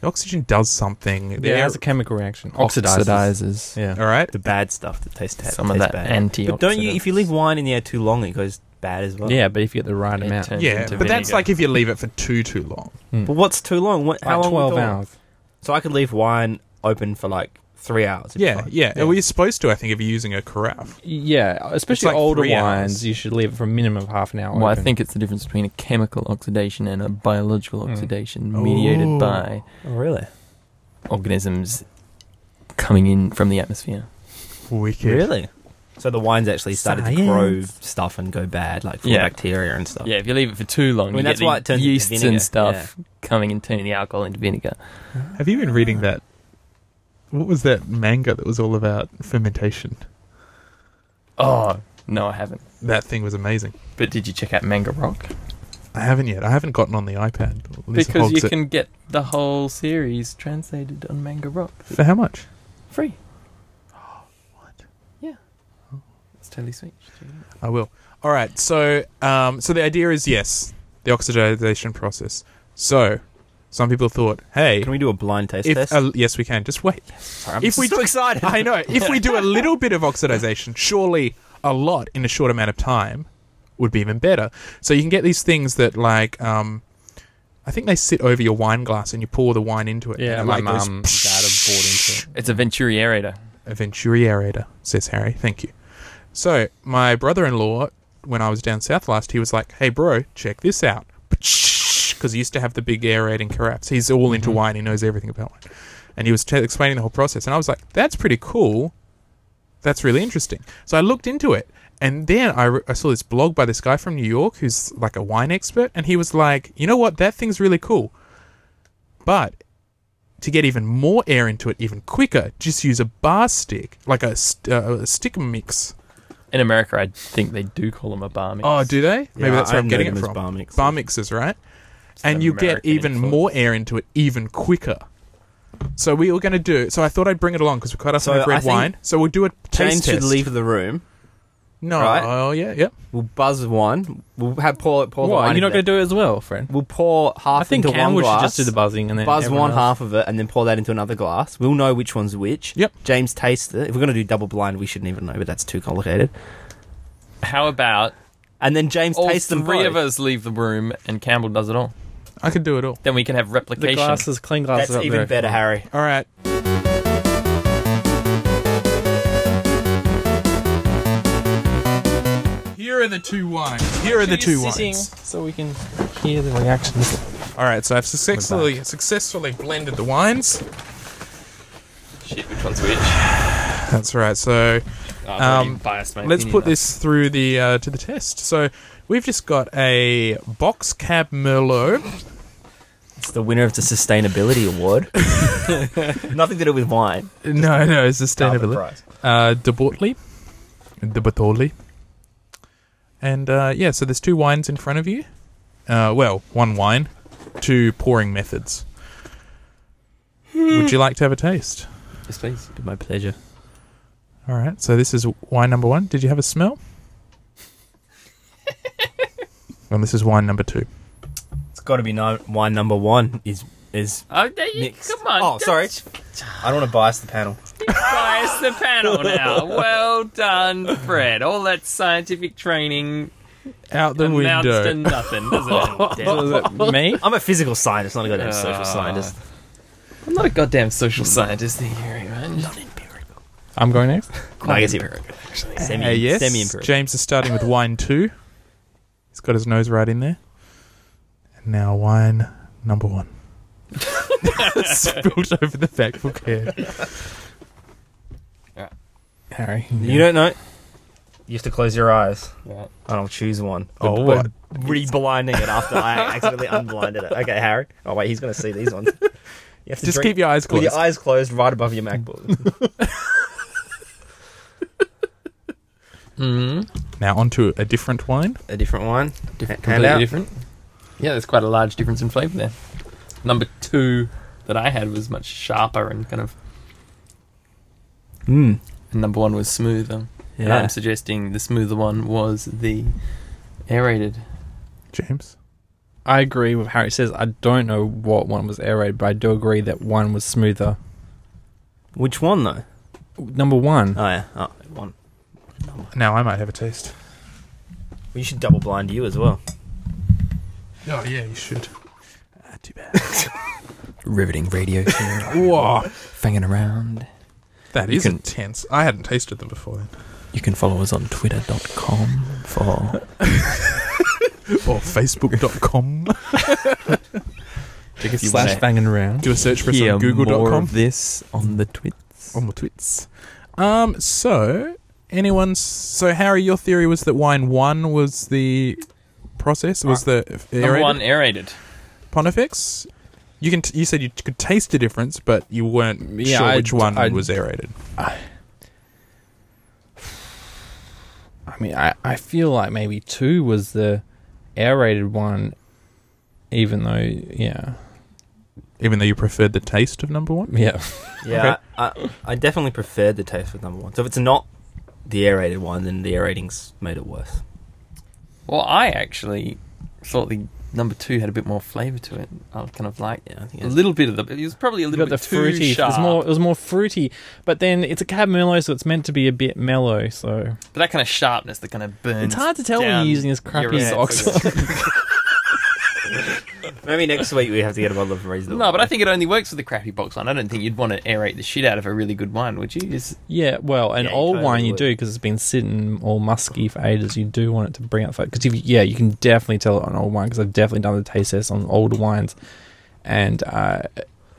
Speaker 2: the oxygen does something. The
Speaker 1: Yeah, it
Speaker 2: air-
Speaker 1: has a chemical reaction.
Speaker 3: Oxidizes.
Speaker 1: Oxidizes. Yeah.
Speaker 2: all right.
Speaker 4: The bad stuff that tastes ta-
Speaker 3: Some of
Speaker 4: tastes
Speaker 3: that
Speaker 4: bad.
Speaker 3: antioxidant.
Speaker 4: But don't you, if you leave wine in the air too long, it goes bad as well.
Speaker 1: Yeah, but if you get the right
Speaker 3: It
Speaker 1: amount.
Speaker 3: turns
Speaker 2: Yeah,
Speaker 3: into
Speaker 2: but that's
Speaker 3: vinegar.
Speaker 2: like if you leave it for too too long.
Speaker 4: But what's too long? What, how
Speaker 1: Like
Speaker 4: long? we
Speaker 1: 12
Speaker 4: talking?
Speaker 1: hours.
Speaker 4: So I could leave wine open for like three hours. It'd be
Speaker 2: Yeah,
Speaker 4: fine.
Speaker 2: yeah. Well, you're supposed to, I think, if you're using a carafe.
Speaker 1: Yeah, especially
Speaker 2: like
Speaker 1: older
Speaker 2: three
Speaker 1: wines,
Speaker 2: hours.
Speaker 1: you should leave it for a minimum of half an hour.
Speaker 3: Well, I
Speaker 1: open.
Speaker 3: think it's the difference between a chemical oxidation and a biological
Speaker 1: Mm.
Speaker 3: oxidation mediated
Speaker 2: Ooh.
Speaker 3: by
Speaker 4: Oh, really?
Speaker 3: organisms coming in from the atmosphere.
Speaker 2: Wicked.
Speaker 4: Really? So the wine's actually started to grow
Speaker 1: Science.
Speaker 4: stuff and go bad, like from
Speaker 3: Yeah.
Speaker 4: bacteria and stuff.
Speaker 3: Yeah, if you leave it for too long,
Speaker 4: I mean,
Speaker 3: you
Speaker 4: that's
Speaker 3: get
Speaker 4: why
Speaker 3: the
Speaker 4: it turns into
Speaker 3: yeasts
Speaker 4: vinegar,
Speaker 3: and stuff coming and turning the alcohol into vinegar.
Speaker 2: Have you been reading that? What was that manga that was all about fermentation?
Speaker 3: Oh no, I haven't.
Speaker 2: That thing was amazing.
Speaker 3: But did you check out Manga Rock?
Speaker 2: I haven't yet. I haven't gotten on the iPad. Liz
Speaker 3: Because you
Speaker 2: hogs it.
Speaker 3: can get the whole series translated on Manga Rock
Speaker 2: For how much?
Speaker 3: free. what? Yeah,
Speaker 4: Oh,
Speaker 3: it's totally sweet.
Speaker 2: I will. All right. So, um, so the idea is yes, the oxidation process. So, some people thought, hey,
Speaker 4: Can we do a blind taste
Speaker 2: if
Speaker 4: test?
Speaker 2: uh, yes, we can. Just wait.
Speaker 4: Sorry, I'm
Speaker 2: if we
Speaker 4: so
Speaker 2: do-
Speaker 4: excited.
Speaker 2: I know. If we do a little bit of oxidization, surely a lot in a short amount of time would be even better. So you can get these things that like. Um, I think they sit over your wine glass and you pour the wine into it.
Speaker 1: Yeah,
Speaker 2: and it,
Speaker 1: my
Speaker 2: like goes
Speaker 1: mum and dad have bought into it.
Speaker 3: It's a venturi aerator.
Speaker 2: a Venturi aerator, says Harry. Thank you. So, my brother in law, when I was down south last, he was like, hey, bro, check this out. Because he used to have the big aerating carafes. He's all into wine, he knows everything about wine. And he was t- explaining the whole process. And I was like, that's pretty cool. That's really interesting. So, I looked into it. And then I, re- I saw this blog by this guy from New York who's like a wine expert. And he was like, you know what? That thing's really cool. But to get even more air into it even quicker, just use a bar stick, like a, st- uh, a stick mix.
Speaker 3: In America, I think they do call them a bar mix.
Speaker 2: Oh, do they? Maybe
Speaker 4: Yeah,
Speaker 2: that's where
Speaker 4: I
Speaker 2: I'm
Speaker 4: know
Speaker 2: getting
Speaker 4: them
Speaker 2: it
Speaker 4: as
Speaker 2: from.
Speaker 4: bar mixes.
Speaker 2: mixes, right? and
Speaker 3: an
Speaker 2: you get
Speaker 3: American
Speaker 2: even
Speaker 3: influence.
Speaker 2: more air into it even quicker. So we were going to do. So I thought I'd bring it along because we quite often
Speaker 4: So
Speaker 2: have
Speaker 4: I
Speaker 2: red
Speaker 4: think
Speaker 2: wine. So we'll do a taste
Speaker 4: James should
Speaker 2: test.
Speaker 4: leave the room.
Speaker 2: no,
Speaker 4: right?
Speaker 2: oh yeah, yeah.
Speaker 4: We'll buzz one. We'll have pour pour the
Speaker 1: What?
Speaker 4: wine.
Speaker 1: You're not
Speaker 4: into it.
Speaker 1: going to do it as well, friend?
Speaker 4: We'll pour half
Speaker 1: I think
Speaker 4: into
Speaker 1: Cam
Speaker 4: one
Speaker 1: should
Speaker 4: glass.
Speaker 1: just do the buzzing and then
Speaker 4: buzz one
Speaker 1: everyone else-
Speaker 4: half of it and then pour that into another glass. We'll know which one's which.
Speaker 2: Yep.
Speaker 4: James tastes it. If we're going to do double blind, we shouldn't even know, but that's too complicated.
Speaker 3: How about
Speaker 4: And then James
Speaker 3: all
Speaker 4: tastes them
Speaker 3: three
Speaker 4: both.
Speaker 3: of us leave the room and Campbell does it all?
Speaker 2: I could do it all.
Speaker 3: Then we can have
Speaker 1: The
Speaker 3: replication.
Speaker 1: glasses, clean glasses.
Speaker 4: That's
Speaker 1: up
Speaker 4: even
Speaker 1: there.
Speaker 4: better, Harry.
Speaker 2: All right. Here are the two wines. Here are the two wines.
Speaker 1: so we can hear the reactions.
Speaker 2: All right, so I've successfully successfully blended the wines.
Speaker 3: Shit, which one's which?
Speaker 2: That's right. So
Speaker 3: Oh, I've already
Speaker 2: Um,
Speaker 3: biased my
Speaker 2: let's
Speaker 3: opinion
Speaker 2: put
Speaker 3: there.
Speaker 2: this through the uh, to the test. So we've just got a box cab merlot.
Speaker 4: It's the winner of the sustainability award. Nothing to do with wine.
Speaker 2: No, no, it's sustainability.
Speaker 4: prize.
Speaker 2: Uh, De Bortley, De Bortoli. And uh, yeah, so there's two wines in front of you. Uh, well, one wine, two pouring methods. Would you like to have a taste?
Speaker 3: Yes, please.
Speaker 4: Be my pleasure.
Speaker 2: All right, so this is wine number one. Did you have a smell? and this is wine number two.
Speaker 4: It's got to be no, wine number one is is
Speaker 3: Oh, there you,
Speaker 4: mixed.
Speaker 3: come on.
Speaker 4: Oh,
Speaker 3: don't
Speaker 4: sorry. I don't want to bias the panel.
Speaker 3: Bias the panel now. Well done, Fred. All that scientific training
Speaker 2: Out the
Speaker 3: amounts
Speaker 2: window.
Speaker 3: to nothing, doesn't it?
Speaker 1: Was it me?
Speaker 4: I'm a physical scientist, not
Speaker 2: Uh,
Speaker 4: a goddamn
Speaker 3: Ah.
Speaker 4: social scientist.
Speaker 3: I'm not a goddamn social scientist, are you, man? Not empirical.
Speaker 1: I'm going next.
Speaker 4: No, I guess you
Speaker 3: empirical, actually.
Speaker 4: semi,
Speaker 2: Uh, yes,
Speaker 4: semi-empirical.
Speaker 2: James is starting with wine two. He's got his nose right in there. And now wine number one. Spilled over the back book here.
Speaker 1: Harry.
Speaker 4: You don't know. You have to close your eyes.
Speaker 3: Right.
Speaker 4: And I'll choose one.
Speaker 2: Oh,
Speaker 4: We're-
Speaker 2: what?
Speaker 4: we're Reblinding it after I accidentally unblinded it. Okay, Harry. Oh wait, he's gonna see these ones. You have to
Speaker 2: Just
Speaker 4: drink
Speaker 2: keep your eyes
Speaker 4: with
Speaker 2: closed.
Speaker 4: your eyes closed right above your MacBook.
Speaker 3: Mm,
Speaker 2: now onto a different wine.
Speaker 4: A different one.
Speaker 3: different,
Speaker 4: Hand out.
Speaker 3: completely different. Yeah, there's quite a large difference in flavour there. Number two that I had was much sharper and kind of,
Speaker 4: Mm.
Speaker 3: and number one was smoother. And
Speaker 4: Yeah.
Speaker 3: I'm suggesting the smoother one was the aerated.
Speaker 2: James.
Speaker 1: I agree with Harry says. I don't know what one was aerated, but I do agree that one was smoother.
Speaker 4: Which one though?
Speaker 1: Number one.
Speaker 4: Oh yeah. Oh, one.
Speaker 2: Now I might have a taste.
Speaker 4: Well, you should double blind you as well.
Speaker 2: Oh yeah, you should. Ah, too bad.
Speaker 1: riveting radio
Speaker 2: Whoa,
Speaker 1: fanging around.
Speaker 2: that
Speaker 1: You
Speaker 2: is
Speaker 1: can-
Speaker 2: intense. I hadn't tasted them before. Then.
Speaker 1: You can follow us on twitter.com for
Speaker 2: Or Facebook.com.
Speaker 1: tickets
Speaker 4: You wanna
Speaker 1: slash fanging around.
Speaker 2: Do a search for us on
Speaker 1: more
Speaker 2: Google.com.
Speaker 1: of this on the twit.
Speaker 2: on the twits. Um, so anyone's so Harry, your theory was that wine one was the process was the
Speaker 3: Number one
Speaker 2: aerated
Speaker 3: aerated.
Speaker 2: pontifex. You can t- you said you t- could taste the difference, but you weren't
Speaker 1: Yeah,
Speaker 2: sure
Speaker 1: I
Speaker 2: which
Speaker 1: d-
Speaker 2: one
Speaker 1: I-
Speaker 2: was aerated.
Speaker 1: I mean, I, I feel like maybe two was the aerated one, even though, yeah.
Speaker 2: Even though you preferred the taste of number one.
Speaker 1: Yeah.
Speaker 4: Yeah. I, I definitely preferred the taste of number one. So if it's not the aerated one, then the aerating's made it worse.
Speaker 3: Well, I actually thought the number two had a bit more flavour to it. I kind of like
Speaker 4: Yeah, I think
Speaker 3: a
Speaker 4: it's-
Speaker 3: little bit of the. It was probably a
Speaker 1: You
Speaker 3: little
Speaker 1: got
Speaker 3: bit
Speaker 1: the fruity.
Speaker 3: too
Speaker 1: It was
Speaker 3: sharp.
Speaker 1: more. It was more fruity, but then it's a cab merlot, so it's meant to be a bit mellow. So
Speaker 3: But that kind of sharpness that kind of burns.
Speaker 1: it's hard to tell when you're
Speaker 3: down
Speaker 1: using this
Speaker 3: your
Speaker 1: crappy
Speaker 3: esophagus.
Speaker 1: socks. on.
Speaker 4: Maybe next week we have to get a bottle of reasonable.
Speaker 3: No, but I think it only works with the crappy box wine. I don't think you'd want to aerate the shit out of a really good wine, would you? It's-
Speaker 1: yeah, well, an
Speaker 4: Yeah, you
Speaker 1: old
Speaker 4: totally
Speaker 1: wine you
Speaker 4: would.
Speaker 1: do because it's been sitting all musky for ages. You do want it to bring out the because yeah, you can definitely tell it on old wine because I've definitely done the taste test on old wines, and uh,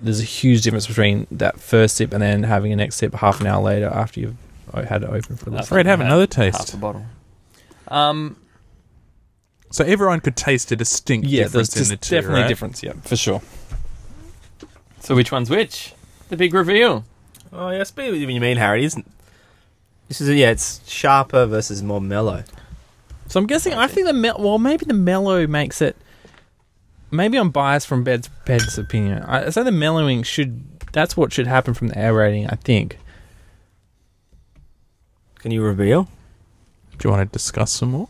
Speaker 1: there's a huge difference between that first sip and then having a next sip half an hour later after you've uh, had it open for
Speaker 3: I
Speaker 1: the.
Speaker 3: think
Speaker 2: Fred,
Speaker 3: I
Speaker 2: have
Speaker 3: had
Speaker 2: another
Speaker 3: Half
Speaker 2: taste.
Speaker 3: a
Speaker 1: Uh,
Speaker 3: bottle. Um,
Speaker 2: So everyone could taste a distinct
Speaker 1: Yeah, there's
Speaker 2: difference in
Speaker 1: just
Speaker 2: the two.
Speaker 1: definitely a
Speaker 2: right?
Speaker 1: difference. Yeah, for sure.
Speaker 3: So which one's which? The big reveal.
Speaker 4: Oh, yeah, I see what you mean, Harry. Isn't this is yeah? It's sharper versus more mellow.
Speaker 1: So I'm guessing. I think the mel- well, maybe the mellow makes it. Maybe I'm biased from Bed's Bed's opinion. I I say the mellowing should. That's what should happen from the air rating. I think.
Speaker 4: Can you reveal?
Speaker 2: Do you want to discuss some more?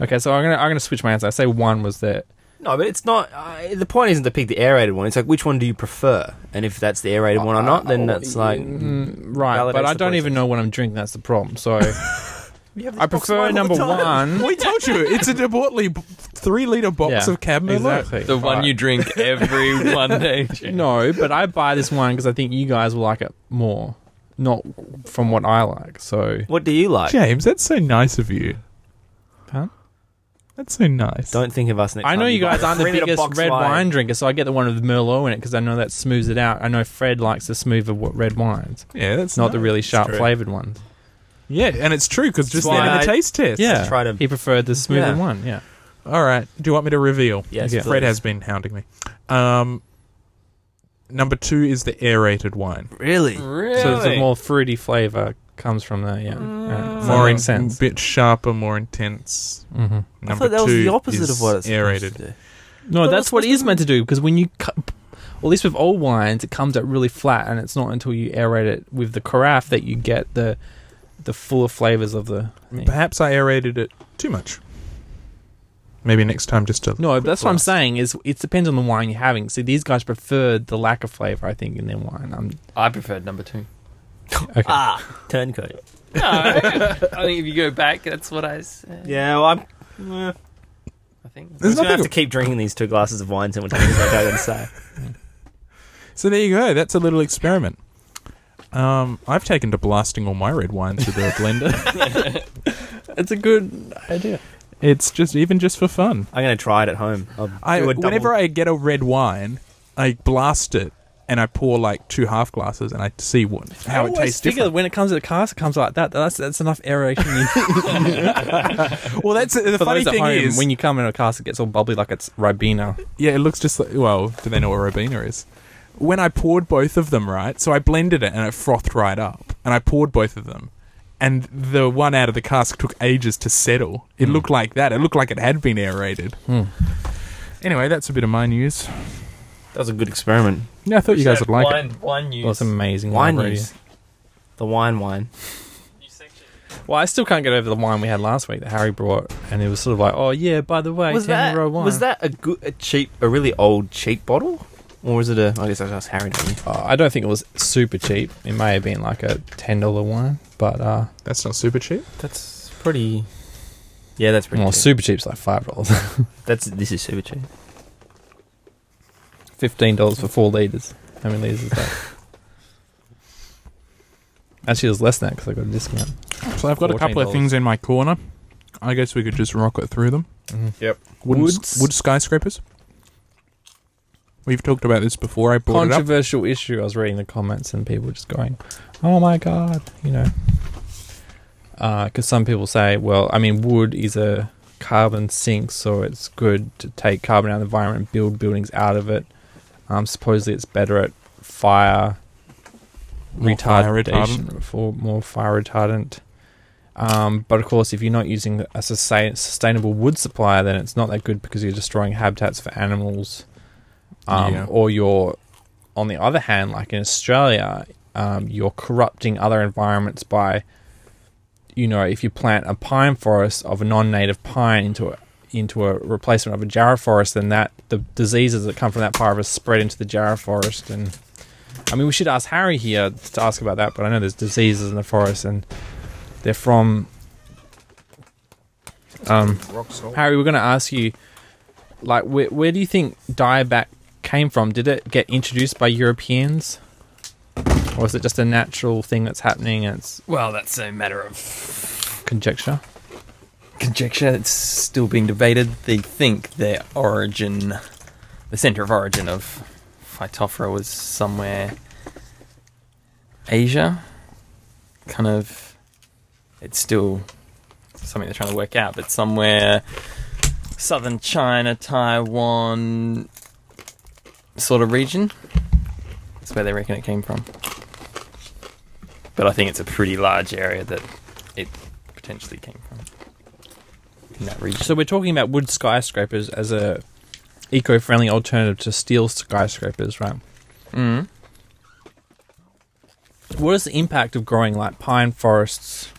Speaker 1: Okay, so I'm gonna I'm gonna switch my answer. I say one was the
Speaker 4: No, but it's not. Uh, the point isn't to pick the aerated one. It's like which one do you prefer, and if that's the aerated one or not, then that's like
Speaker 1: mm, right,
Speaker 4: Validates
Speaker 1: but I
Speaker 4: the
Speaker 1: don't even
Speaker 4: process.
Speaker 1: know what I'm drinking. That's the problem. So I prefer number one.
Speaker 2: We told you it's a Debortley b- three liter box
Speaker 1: Yeah,
Speaker 2: of Cab Merlot.
Speaker 1: exactly.
Speaker 3: The one you drink every Monday.
Speaker 1: No, but I buy this one because I think you guys will like it more, not from what I like. So
Speaker 4: What do you like?
Speaker 2: James, that's so nice of you.
Speaker 1: Huh?
Speaker 2: That's so nice.
Speaker 4: Don't think of us next.
Speaker 1: I know
Speaker 4: time
Speaker 1: you guys
Speaker 4: buy
Speaker 1: aren't the
Speaker 4: three liter
Speaker 1: biggest
Speaker 4: box
Speaker 1: red
Speaker 4: wine.
Speaker 1: wine drinker, so I get the one with Merlot in it because I know that smooths it out. I know Fred likes the smoother w- red wines,
Speaker 2: yeah, that's
Speaker 1: not the
Speaker 2: nice.
Speaker 1: really sharp
Speaker 4: true.
Speaker 1: flavored ones.
Speaker 2: Yeah, and it's true because just then in
Speaker 4: why
Speaker 2: the
Speaker 4: I-
Speaker 2: taste test.
Speaker 1: Yeah,
Speaker 4: try to-
Speaker 1: he preferred the smoother
Speaker 4: Yeah.
Speaker 1: one. Yeah,
Speaker 2: All right. Do you want me to reveal?
Speaker 4: Yes,
Speaker 1: Yeah.
Speaker 2: Fred
Speaker 4: please.
Speaker 2: has been hounding me. Um, number two is the aerated wine.
Speaker 4: Really?
Speaker 3: Really?
Speaker 1: so the more fruity flavor comes from that. Yeah,
Speaker 4: Hmm.
Speaker 1: yeah.
Speaker 2: More in-
Speaker 1: makes sense.
Speaker 2: bit sharper, more intense.
Speaker 1: hmm
Speaker 4: I
Speaker 2: Number
Speaker 4: thought that was
Speaker 2: two
Speaker 4: the opposite
Speaker 2: is
Speaker 4: of what it's
Speaker 2: aerated.
Speaker 4: Supposed to do.
Speaker 1: No,
Speaker 4: But
Speaker 1: that's
Speaker 4: that's
Speaker 1: what it is meant to do because when you, cu- well, at least with old wines, it comes out really flat, and it's not until you aerate it with the carafe that you get the the fuller flavors of the. thing.
Speaker 2: Perhaps I aerated it too much. Maybe next time just to
Speaker 1: No, but that's what I'm
Speaker 2: glass.
Speaker 1: saying. Is it depends on the wine you're having. See, these guys preferred the lack of flavor, I think, in their wine. Um,
Speaker 3: I preferred number two.
Speaker 4: Ah, turncoat.
Speaker 3: No, I think if you go back, that's what I said.
Speaker 4: Yeah, well, I'm. eh,
Speaker 3: I think.
Speaker 4: I'm
Speaker 2: There's
Speaker 4: just gonna have
Speaker 2: nothing-
Speaker 4: to keep drinking these two glasses of wine until we're talking about that and say.
Speaker 2: So there you go. That's a little experiment. Um, I've taken to blasting all my red wines with a blender.
Speaker 1: it's a good idea.
Speaker 2: It's just even just for fun.
Speaker 4: I'm going to try it at home. I'll
Speaker 2: I
Speaker 4: do a double-
Speaker 2: whenever I get a red wine, I blast it and I pour like two half glasses and I see what how it tastes
Speaker 1: figure
Speaker 2: different.
Speaker 1: when it comes to the cask, it comes like that. That's that's enough aeration. You,
Speaker 2: Well, that's the
Speaker 1: for
Speaker 2: funny
Speaker 1: those at
Speaker 2: thing
Speaker 1: home,
Speaker 2: is
Speaker 1: when you come in a cask, it gets all bubbly like it's Ribena.
Speaker 2: Yeah, it looks just like. Well, do they know what Robina is? When I poured both of them, right? So I blended it and it frothed right up, and I poured both of them, and the one out of the cask took ages to settle. It looked like that. It looked like it had been aerated. Anyway, that's a bit of my news.
Speaker 4: That was a good experiment.
Speaker 2: Yeah, I thought you guys would like it.
Speaker 3: wine, Wine news.
Speaker 1: Well, it's amazing.
Speaker 4: Wine
Speaker 1: library.
Speaker 4: news. The wine wine.
Speaker 3: New section.
Speaker 1: Well, I still can't get over the wine we had last week that Harry brought, and it was sort of like, oh yeah, by the way,
Speaker 4: was
Speaker 1: 10
Speaker 4: that
Speaker 1: euro wine.
Speaker 4: was that a good a cheap a really old cheap bottle or was it a I guess I should ask Harry didn't
Speaker 1: Uh, I don't think it was super cheap. It may have been like a ten dollar wine, but uh,
Speaker 2: That's not super cheap.
Speaker 4: that's pretty yeah that's pretty
Speaker 1: well,
Speaker 4: cheap.
Speaker 1: super cheap's like five dollars,
Speaker 4: that's this is super cheap
Speaker 1: fifteen dollars for four liters. How many liters is that? Actually, it was less than that because I got a discount.
Speaker 2: So I've got a couple of
Speaker 1: $14.
Speaker 2: things in my corner. I guess we could just rocket through them.
Speaker 4: Yep.
Speaker 2: Wooden,
Speaker 1: Woods.
Speaker 2: wood skyscrapers. We've talked about this before. I brought it up.
Speaker 1: Controversial issue. I was reading the comments and people were just going, "Oh my god," you know, because some people say, "Well, I mean, wood is a carbon sink, so it's good to take carbon out of the environment and build buildings out of it." Um, supposedly, it's better at fire
Speaker 2: More fire retardant.
Speaker 1: retardation for more fire retardant. Um, but of course, if you're not using a sustain- sustainable wood supply, then it's not that good because you're destroying habitats for animals. Um,
Speaker 2: Yeah.
Speaker 1: Or you're, on the other hand, like in Australia, um, you're corrupting other environments by, you know, if you plant a pine forest of a non-native pine into a into a replacement of a jarrah forest, then that the diseases that come from that forest spread into the jarrah forest and I mean, we should ask Harry here to ask about that, but I know there's diseases in the forest and they're from. Um, Harry, we're going to ask you, like, where, where do you think dieback came from? Did it get introduced by Europeans? Or is it just a natural thing that's happening and it's
Speaker 3: Well, that's a matter of
Speaker 1: conjecture?
Speaker 3: conjecture. It's still being debated. They think their origin, the center of origin of Phytophthora was somewhere Asia. Kind of. It's still something they're trying to work out, but somewhere southern China, Taiwan sort of region. That's where they reckon it came from. But I think it's a pretty large area that it potentially came from. In that region.
Speaker 1: So we're talking about wood skyscrapers as a eco-friendly alternative to steel skyscrapers, right? Mm-hmm.
Speaker 3: Mm.
Speaker 1: What is the impact of growing like pine forests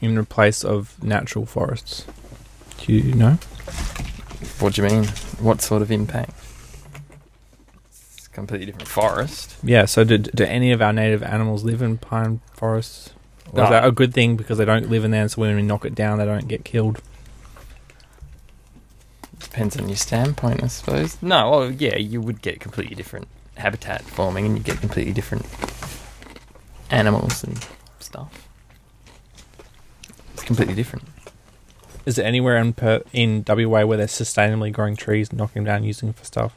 Speaker 1: in place of natural forests? Do you know?
Speaker 3: What do you mean? What sort of impact? It's a completely different forest.
Speaker 1: Yeah. So do, do any of our native animals live in pine forests? Or
Speaker 3: No.
Speaker 1: is that a good thing because they don't live in there? So when we knock it down, they don't get killed.
Speaker 3: Depends on your standpoint, I suppose. No, well, yeah, you would get completely different habitat forming and you get completely different animals and stuff. It's completely different.
Speaker 1: Is there anywhere in per- in WA where they're sustainably growing trees, knocking them down, using them for stuff?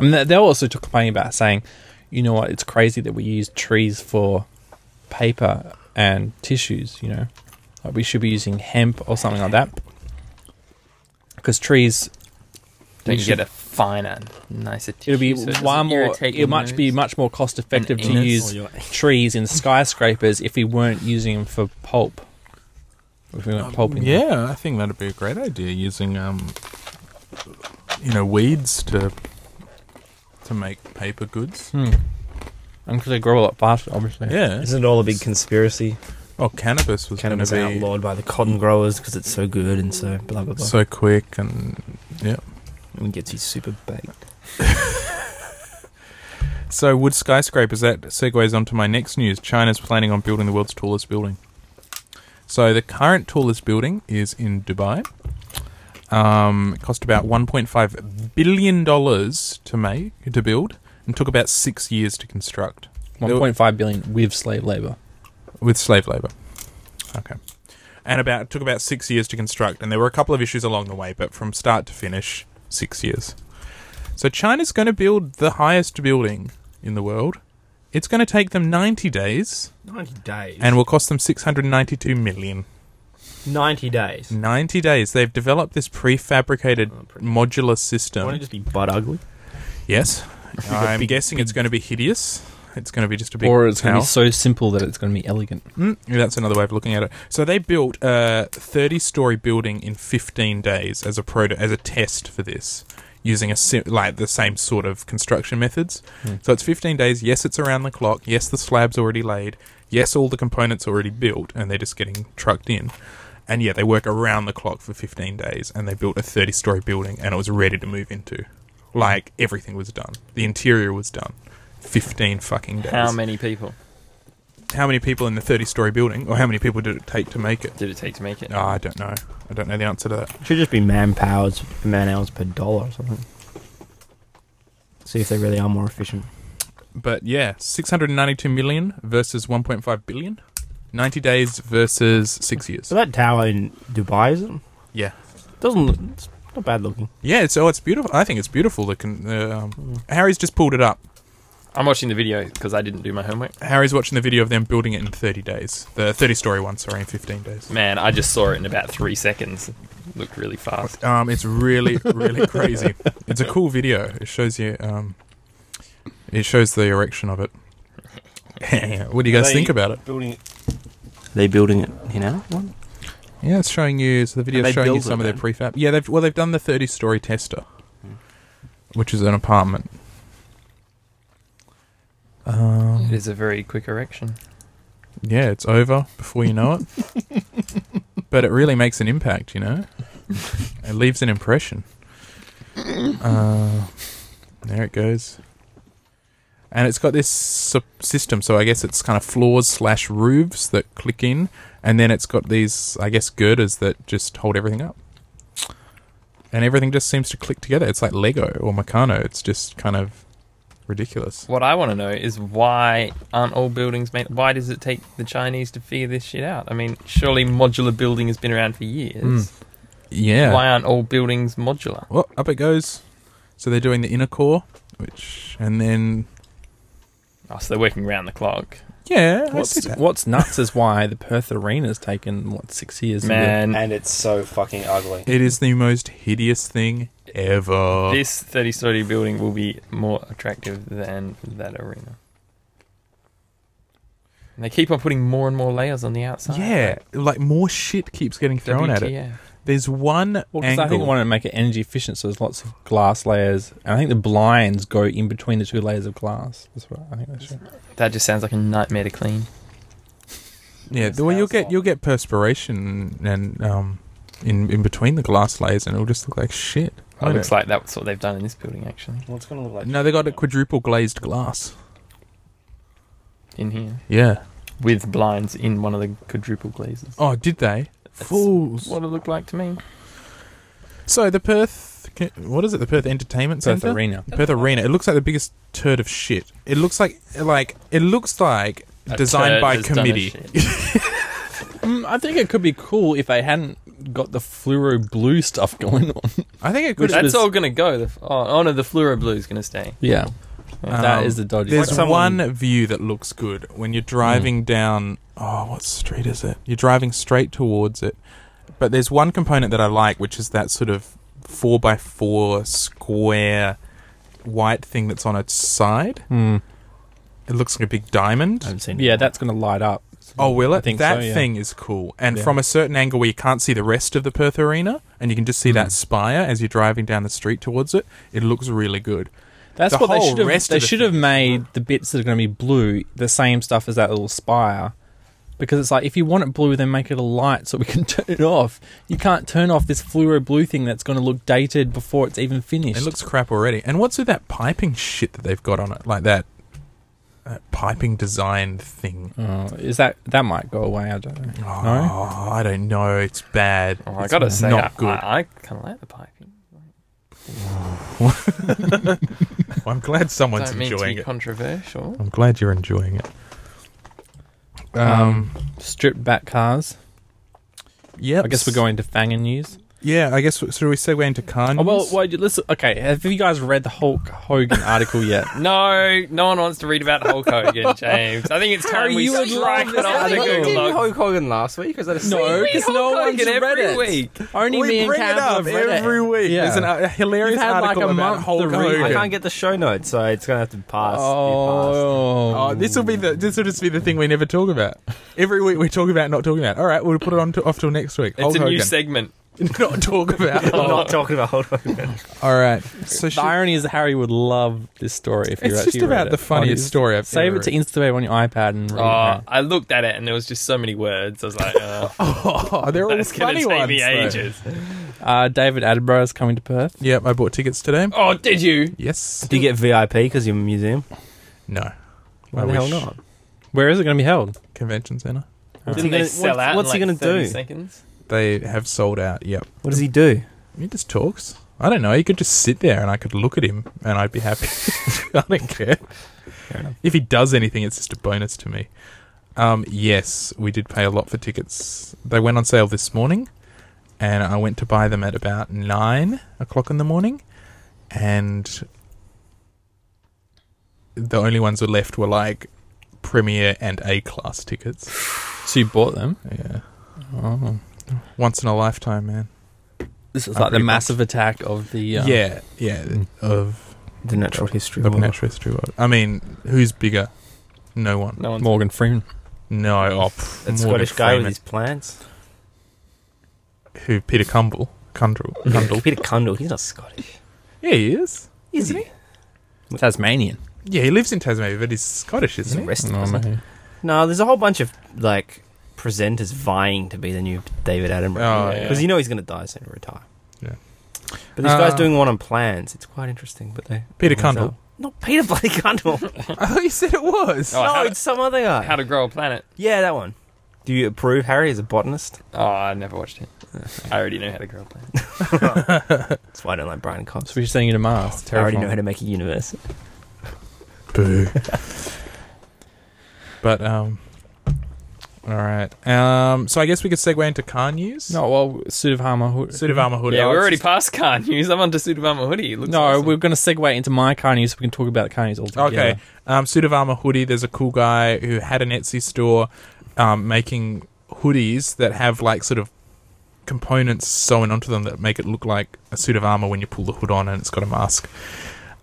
Speaker 1: I mean, they- they're also to complain about saying, you know what, it's crazy that we use trees for paper and tissues. You know, like we should be using hemp or something like that, because trees.
Speaker 3: Don't
Speaker 1: we
Speaker 3: you
Speaker 1: should-
Speaker 3: get a finer, nicer tissue?
Speaker 1: It'll be
Speaker 3: so it doesn't
Speaker 1: one more.
Speaker 3: irritate your
Speaker 1: It much be
Speaker 3: nose?
Speaker 1: much more cost effective to
Speaker 3: anus.
Speaker 1: use trees in skyscrapers if we weren't using them for pulp. If we
Speaker 3: Um,
Speaker 1: weren't pulping, them.
Speaker 2: Yeah, I think that'd be a great idea using um, you know, weeds to to make paper goods.
Speaker 1: Hmm. And because they grow a lot faster, obviously.
Speaker 2: Yeah.
Speaker 4: Isn't it all a big conspiracy?
Speaker 2: Oh, cannabis was going
Speaker 4: Cannabis
Speaker 2: to be
Speaker 4: outlawed by the cotton growers because it's so good and so blah blah blah.
Speaker 2: so quick and
Speaker 4: and gets you super baked.
Speaker 2: so wood skyscrapers that segues onto my next news. China's planning on building the world's tallest building. So the current tallest building is in Dubai. Um, it cost about 1.5 billion dollars to make to build and took about 6 years to construct.
Speaker 1: One point five billion with slave labor.
Speaker 2: with slave labor. Okay. And about it took about six years to construct, and there were a couple of issues along the way, but from start to finish, six years. So China's going to build the highest building in the world. It's going to take them 90 days,
Speaker 4: Ninety days.
Speaker 2: and will cost them 692 million.
Speaker 4: ninety days.
Speaker 2: 90 days. They've developed this prefabricated
Speaker 4: Oh, pretty-
Speaker 2: modular
Speaker 4: Won't it
Speaker 2: system.
Speaker 4: just be butt ugly?
Speaker 2: Yes. I'm
Speaker 4: big-
Speaker 2: guessing it's going to be hideous. It's going to be just a big
Speaker 1: or it's going to
Speaker 2: house.
Speaker 1: be so simple that it's going to be elegant.
Speaker 2: Mm, yeah, that's another way of looking at it. So they built a 30-story building in 15 days as a proto- as a test for this, using a sim- like the same sort of construction methods.
Speaker 1: Hmm.
Speaker 2: So it's 15 days. Yes, it's around the clock. Yes, the slab's already laid. Yes, all the components are already built, and they're just getting trucked in. And yeah, they work around the clock for 15 days, and they built a 30-story building, and it was ready to move into. Like everything was done. The interior was done. 15 fucking days
Speaker 3: How many people
Speaker 2: how many people in the 30 story building or how many people did it take to make it?
Speaker 3: did it take to make it?
Speaker 2: Oh,
Speaker 1: Ah,
Speaker 2: I don't know. I don't know the answer to that.
Speaker 4: It should just be man powers, man hours per dollar or something. See if they really are more efficient.
Speaker 2: But yeah, 692 million versus 1.5 billion. 90 days versus 6 years.
Speaker 4: So that tower in Dubai is it?
Speaker 2: Yeah.
Speaker 4: Doesn't look it's not bad looking.
Speaker 2: Yeah, it's, oh, it's beautiful. I think it's beautiful. The con- the, um, Harry's just pulled it up.
Speaker 3: I'm watching the video because I didn't do my homework.
Speaker 2: Harry's watching the video of them building it in 30 days. The 30 story one, sorry, in 15 days.
Speaker 3: Man, I just saw it in about three seconds. Looked really fast.
Speaker 2: Um, it's really, really crazy. It's a cool video. It shows you. Um, it shows the erection of it. what do you guys
Speaker 5: They-
Speaker 2: think about it?
Speaker 5: Building it.
Speaker 4: They building it, you know? What?
Speaker 2: Yeah, it's showing you. So the video's
Speaker 4: they
Speaker 2: showing you
Speaker 4: built it
Speaker 2: some of their
Speaker 4: then? Hmm.
Speaker 2: prefab. Yeah, they've well they've done the thirty story tester, which is an apartment.
Speaker 3: It
Speaker 2: Um,
Speaker 3: is a very quick erection.
Speaker 2: yeah, it's over before you know it, but it really makes an impact. You know, it leaves an impression. Uh, there it goes. And it's got this su- system, so I guess it's kind of floors slash roofs that click in, and then it's got these, I guess, girders that just hold everything up. And everything just seems to click together. It's like Lego or Meccano. It's just kind of ridiculous.
Speaker 3: What I want to know is why aren't all buildings made? Why does it take the Chinese to figure this shit out? I mean, surely modular building has been around for years.
Speaker 2: Mm, Yeah.
Speaker 3: Why aren't all buildings modular?
Speaker 2: Well, up it goes. So they're doing the inner core, which, and then
Speaker 3: Oh, so they're working round the clock.
Speaker 2: Yeah, I'd say
Speaker 1: What's,
Speaker 2: that.
Speaker 1: what's nuts is why the Perth Arena's taken, what, six years?
Speaker 3: Man,
Speaker 5: And it's so fucking ugly.
Speaker 2: It is the most hideous thing ever.
Speaker 3: this 30 story building will be more attractive than that arena. And they keep on putting more and more layers on the outside.
Speaker 2: yeah,
Speaker 3: like
Speaker 2: like more shit keeps getting thrown at it.
Speaker 3: WTF.
Speaker 2: There's one
Speaker 1: Well, because
Speaker 2: angle.
Speaker 1: I think they wanted to make it energy efficient, so there's lots of glass layers. And I think the blinds go in between the two layers of glass. That's what I think they should.
Speaker 3: That just sounds like a nightmare to clean.
Speaker 2: yeah,
Speaker 5: This
Speaker 2: well, you'll
Speaker 5: house
Speaker 2: get
Speaker 5: lot.
Speaker 2: you'll get perspiration and um, in in between the glass layers, and it'll just look like shit.
Speaker 3: It
Speaker 2: won't
Speaker 3: looks like that's what they've done in this building, actually.
Speaker 5: Well, it's gonna look like
Speaker 2: No, they got a quadruple glazed glass.
Speaker 3: In here.
Speaker 2: Yeah.
Speaker 3: With blinds in one of the quadruple glazes.
Speaker 2: Oh, did they?
Speaker 3: That's
Speaker 2: Fools.
Speaker 3: What it looked like to me.
Speaker 2: So the Perth, what is it? The Perth Entertainment
Speaker 1: Perth
Speaker 2: Centre.
Speaker 1: Arena.
Speaker 2: Perth Arena. It looks like the biggest turd of shit. It looks like like it looks like
Speaker 3: A
Speaker 2: designed
Speaker 3: turd
Speaker 2: by
Speaker 3: has done a
Speaker 2: committee.
Speaker 3: shit.
Speaker 1: Mm, I think it could be cool if they hadn't got the fluoro blue stuff going on.
Speaker 2: I think it could.
Speaker 1: Which
Speaker 3: That's
Speaker 1: was-
Speaker 3: all going to go. The, f- oh, oh no, the fluoro blue is going to stay.
Speaker 1: Yeah,
Speaker 3: Yeah.
Speaker 1: that
Speaker 2: Um,
Speaker 1: is the dodgy.
Speaker 2: There's
Speaker 1: stuff.
Speaker 2: one view that looks good when you're driving down. Oh, what street is it? You're driving straight towards it, but there's one component that I like, which is that sort of four by four square white thing that's on its side.
Speaker 1: Mm.
Speaker 2: It looks like a big diamond.
Speaker 4: haven't seen
Speaker 1: Yeah, that's going to light up.
Speaker 2: Oh, will
Speaker 1: I
Speaker 2: it?
Speaker 1: think
Speaker 2: that
Speaker 1: so, yeah.
Speaker 2: thing is cool. And
Speaker 1: Yeah.
Speaker 2: from a certain angle where you can't see the rest of the Perth Arena, and you can just see
Speaker 1: Mm.
Speaker 2: that spire as you're driving down the street towards it, it looks really good.
Speaker 1: That's
Speaker 2: The
Speaker 1: what they
Speaker 2: whole
Speaker 1: should have.
Speaker 2: rest
Speaker 1: They
Speaker 2: of the
Speaker 1: should have
Speaker 2: thing.
Speaker 1: made the bits that are going to be blue the same stuff as that little spire, because it's like if you want it blue, then make it a light so we can turn it off. You can't turn off this fluoro blue thing that's going to look dated before it's even finished.
Speaker 2: It looks crap already. And what's with that piping shit that they've got on it? Like that, that piping design thing.
Speaker 1: Oh, is that that might go away? I don't know.
Speaker 2: Oh, I don't know. It's bad.
Speaker 3: Oh, I
Speaker 2: It's
Speaker 3: got to say, ah.
Speaker 2: not
Speaker 3: I,
Speaker 2: good.
Speaker 3: I, I kind of like the piping.
Speaker 2: Well, I'm glad someone's
Speaker 3: Don't mean to
Speaker 2: enjoying
Speaker 3: be
Speaker 2: it.
Speaker 3: controversial.
Speaker 2: I'm glad you're enjoying it. Um,
Speaker 1: Stripped back cars.
Speaker 2: yeah.
Speaker 1: I guess we're going to Fangen news.
Speaker 2: Yeah, I guess. So we segue into Kanye?
Speaker 1: Oh, well, wait, let's. Okay, have you guys read the Hulk Hogan article yet?
Speaker 3: No, no one wants to read about Hulk Hogan, James. I think it's
Speaker 1: Harry,
Speaker 3: time we
Speaker 1: you would
Speaker 3: strike
Speaker 1: love
Speaker 3: it
Speaker 1: this
Speaker 4: Oh,
Speaker 3: off the
Speaker 1: article.
Speaker 3: Google.
Speaker 1: Didn't
Speaker 3: Doc.
Speaker 4: Hulk Hogan last week? Was that a
Speaker 1: No, because
Speaker 3: Hulk
Speaker 1: no one's
Speaker 3: Hogan
Speaker 1: read
Speaker 3: every
Speaker 1: it.
Speaker 3: week.
Speaker 1: Only
Speaker 2: we
Speaker 1: me and
Speaker 2: bring it
Speaker 1: Cam
Speaker 2: up
Speaker 1: have read it.
Speaker 2: every week.
Speaker 1: Yeah.
Speaker 2: There's an, a hilarious
Speaker 1: You've had, like,
Speaker 2: article
Speaker 1: a
Speaker 2: about
Speaker 1: month to
Speaker 2: Hulk
Speaker 1: read it.
Speaker 2: Hogan.
Speaker 4: I can't get the show notes, so it's going to have to pass.
Speaker 1: Oh,
Speaker 2: Oh, this will be the this will just be the thing we never talk about. Every week we talk about not talking about. All right, we'll put it on to, off till next week.
Speaker 3: It's
Speaker 2: Hulk
Speaker 3: a new
Speaker 2: Hogan.
Speaker 3: segment.
Speaker 2: not talk about.
Speaker 4: I'm not talking about Hulk Hogan.
Speaker 2: All right, so
Speaker 1: The
Speaker 2: should,
Speaker 1: irony is that Harry would love this story if you
Speaker 2: it's
Speaker 1: actually
Speaker 2: just about
Speaker 1: read
Speaker 2: the
Speaker 1: it.
Speaker 2: funniest
Speaker 1: Honest.
Speaker 2: story I've
Speaker 1: Save
Speaker 2: ever
Speaker 1: it to Instagram on your iPad and read
Speaker 3: Oh,
Speaker 1: it.
Speaker 3: I looked at it and there was just so many words. I was like, uh,
Speaker 2: Oh, they're all
Speaker 3: that's going to
Speaker 2: funny
Speaker 3: take
Speaker 2: ones.
Speaker 3: me
Speaker 2: though.
Speaker 3: ages.
Speaker 1: Uh, David Attenborough is coming to Perth.
Speaker 2: Yep, I bought tickets today.
Speaker 3: Oh, did you?
Speaker 2: Yes.
Speaker 4: Do you get VIP because you're a museum?
Speaker 2: No.
Speaker 4: Why
Speaker 2: I
Speaker 4: the hell
Speaker 2: wish.
Speaker 4: not?
Speaker 1: Where is it going to be held?
Speaker 2: Convention center.
Speaker 4: What's
Speaker 3: Didn't
Speaker 4: he
Speaker 3: they
Speaker 4: gonna-
Speaker 3: sell
Speaker 4: what's-
Speaker 3: out? in
Speaker 4: What's he
Speaker 3: like
Speaker 4: going to
Speaker 3: 30
Speaker 4: do?
Speaker 3: Seconds?
Speaker 2: They have sold out. Yep.
Speaker 4: What does he do?
Speaker 2: He just talks. I don't know. He could just sit there and I could look at him and I'd be happy. I don't care. If he does anything, it's just a bonus to me. Um, yes, we did pay a lot for tickets. They went on sale this morning and I went to buy them at about 9 o'clock in the morning. And the only ones were left were like Premier and A class tickets.
Speaker 1: So you bought them.
Speaker 2: Yeah.
Speaker 1: Oh.
Speaker 2: Once in a lifetime, man.
Speaker 1: This is
Speaker 2: I'm
Speaker 1: like the
Speaker 2: pretty
Speaker 1: massive attack of the. Uh,
Speaker 2: Yeah. Yeah.
Speaker 1: Mm.
Speaker 2: Of
Speaker 4: The natural history.
Speaker 2: The natural history world. I mean, who's bigger? No one.
Speaker 3: No one's
Speaker 1: Morgan Freeman.
Speaker 2: No. Oh, pff,
Speaker 4: That
Speaker 2: Morgan
Speaker 4: Scottish guy with
Speaker 2: Freeman.
Speaker 4: his plants.
Speaker 2: who? Peter Cumble. Cundrell. Cundrell.
Speaker 4: Peter Cundall. He's not Scottish.
Speaker 2: yeah, he is.
Speaker 4: Is he?
Speaker 1: Tasmanian.
Speaker 2: Yeah, he lives in Tasmania, but he's Scottish,
Speaker 4: He's
Speaker 2: isn't he?
Speaker 4: arrested.
Speaker 1: No,
Speaker 4: wasn't
Speaker 1: mate.
Speaker 4: he? No, there's a whole bunch of like presenters vying to be the new David Attenborough
Speaker 2: Oh,
Speaker 4: because
Speaker 2: yeah.
Speaker 4: you know he's going to die soon and retire.
Speaker 2: Yeah.
Speaker 4: But this guy's
Speaker 2: Uh,
Speaker 4: doing one on plans. It's quite interesting. But they
Speaker 2: Peter
Speaker 4: everyone's
Speaker 2: Cundall.
Speaker 4: out. Not Peter bloody Cundall.
Speaker 2: I thought you said it was.
Speaker 3: Oh,
Speaker 4: no,
Speaker 3: how to-
Speaker 4: it's some other guy.
Speaker 3: How to Grow a Planet.
Speaker 4: yeah, that one. Do you approve? Harry is a botanist.
Speaker 3: Oh, I never watched it. I already know How to Grow a Planet.
Speaker 4: That's why I don't like Brian Cox.
Speaker 1: So we're sending you to Mars.
Speaker 4: I already
Speaker 1: Terrifying.
Speaker 4: know how to make a universe.
Speaker 2: Boo. but um, All right. Um, so I guess we could segue into car news.
Speaker 1: No, well, suit of armor. Hood.
Speaker 2: Suit of armor hoodie.
Speaker 3: yeah, we're
Speaker 2: Alex.
Speaker 3: already past car news. I'm on to suit of armor hoodie. It looks
Speaker 1: no,
Speaker 3: awesome.
Speaker 1: we're going to segue into my car news. so We can talk about car news all together.
Speaker 2: Okay. Um, suit of armor hoodie. There's a cool guy who had an Etsy store um, making hoodies that have like sort of components sewn onto them that make it look like a suit of armor when you pull the hood on and it's got a mask.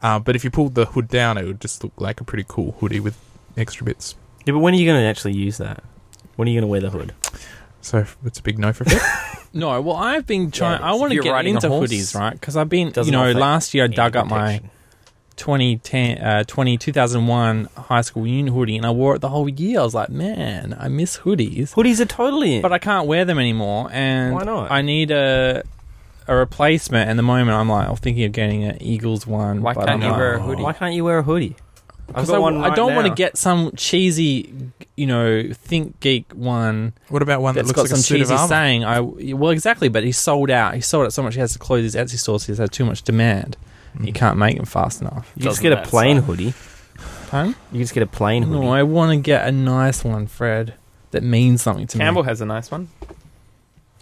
Speaker 2: Uh, but if you pulled the hood down, it would just look like a pretty cool hoodie with extra bits.
Speaker 4: Yeah, but when are you going to actually use that? When are you going to wear the hood?
Speaker 2: So it's a big no for Phil.
Speaker 1: No, well, I've been trying.
Speaker 3: Yeah,
Speaker 1: I
Speaker 3: if
Speaker 1: want to
Speaker 3: you're
Speaker 1: get
Speaker 3: riding a
Speaker 1: into
Speaker 3: horse,
Speaker 1: hoodies, right? Because I've been, you
Speaker 4: doesn't
Speaker 1: know,
Speaker 4: offer
Speaker 1: last year I
Speaker 4: any
Speaker 1: dug up my
Speaker 4: protection.
Speaker 1: 2010, uh, 20, 2001 high school union hoodie and I wore it the whole year. I was like, man, I miss hoodies.
Speaker 4: hoodies are totally in.
Speaker 1: But I can't wear them anymore. And
Speaker 4: Why not?
Speaker 1: I need a a replacement. And the moment I'm like, I'm thinking of getting an Eagles one.
Speaker 3: Why
Speaker 1: but
Speaker 3: can't
Speaker 1: I'm
Speaker 3: you
Speaker 1: like,
Speaker 3: wear a
Speaker 1: "Oh."
Speaker 3: hoodie?
Speaker 4: Why can't you wear a hoodie? I've
Speaker 1: Because
Speaker 4: got
Speaker 1: I,
Speaker 4: one
Speaker 1: I
Speaker 4: right
Speaker 1: don't want to
Speaker 4: now.
Speaker 1: get some cheesy, you know, think geek one
Speaker 2: what about one that
Speaker 1: that's
Speaker 2: looks like
Speaker 1: got some
Speaker 2: a suit of
Speaker 1: cheesy
Speaker 2: armor?
Speaker 1: saying. I well, exactly, but he sold out. He sold it so much he has to close his Etsy stores. He's had too much demand. He can't make them fast enough.
Speaker 4: You just
Speaker 3: Doesn't
Speaker 4: get a
Speaker 3: that
Speaker 4: plain
Speaker 3: suck?
Speaker 4: hoodie.
Speaker 1: Huh?
Speaker 4: You just get a plain hoodie.
Speaker 1: No, I want to get a nice one, Fred. That means something to
Speaker 3: Campbell
Speaker 1: me.
Speaker 3: has a nice one.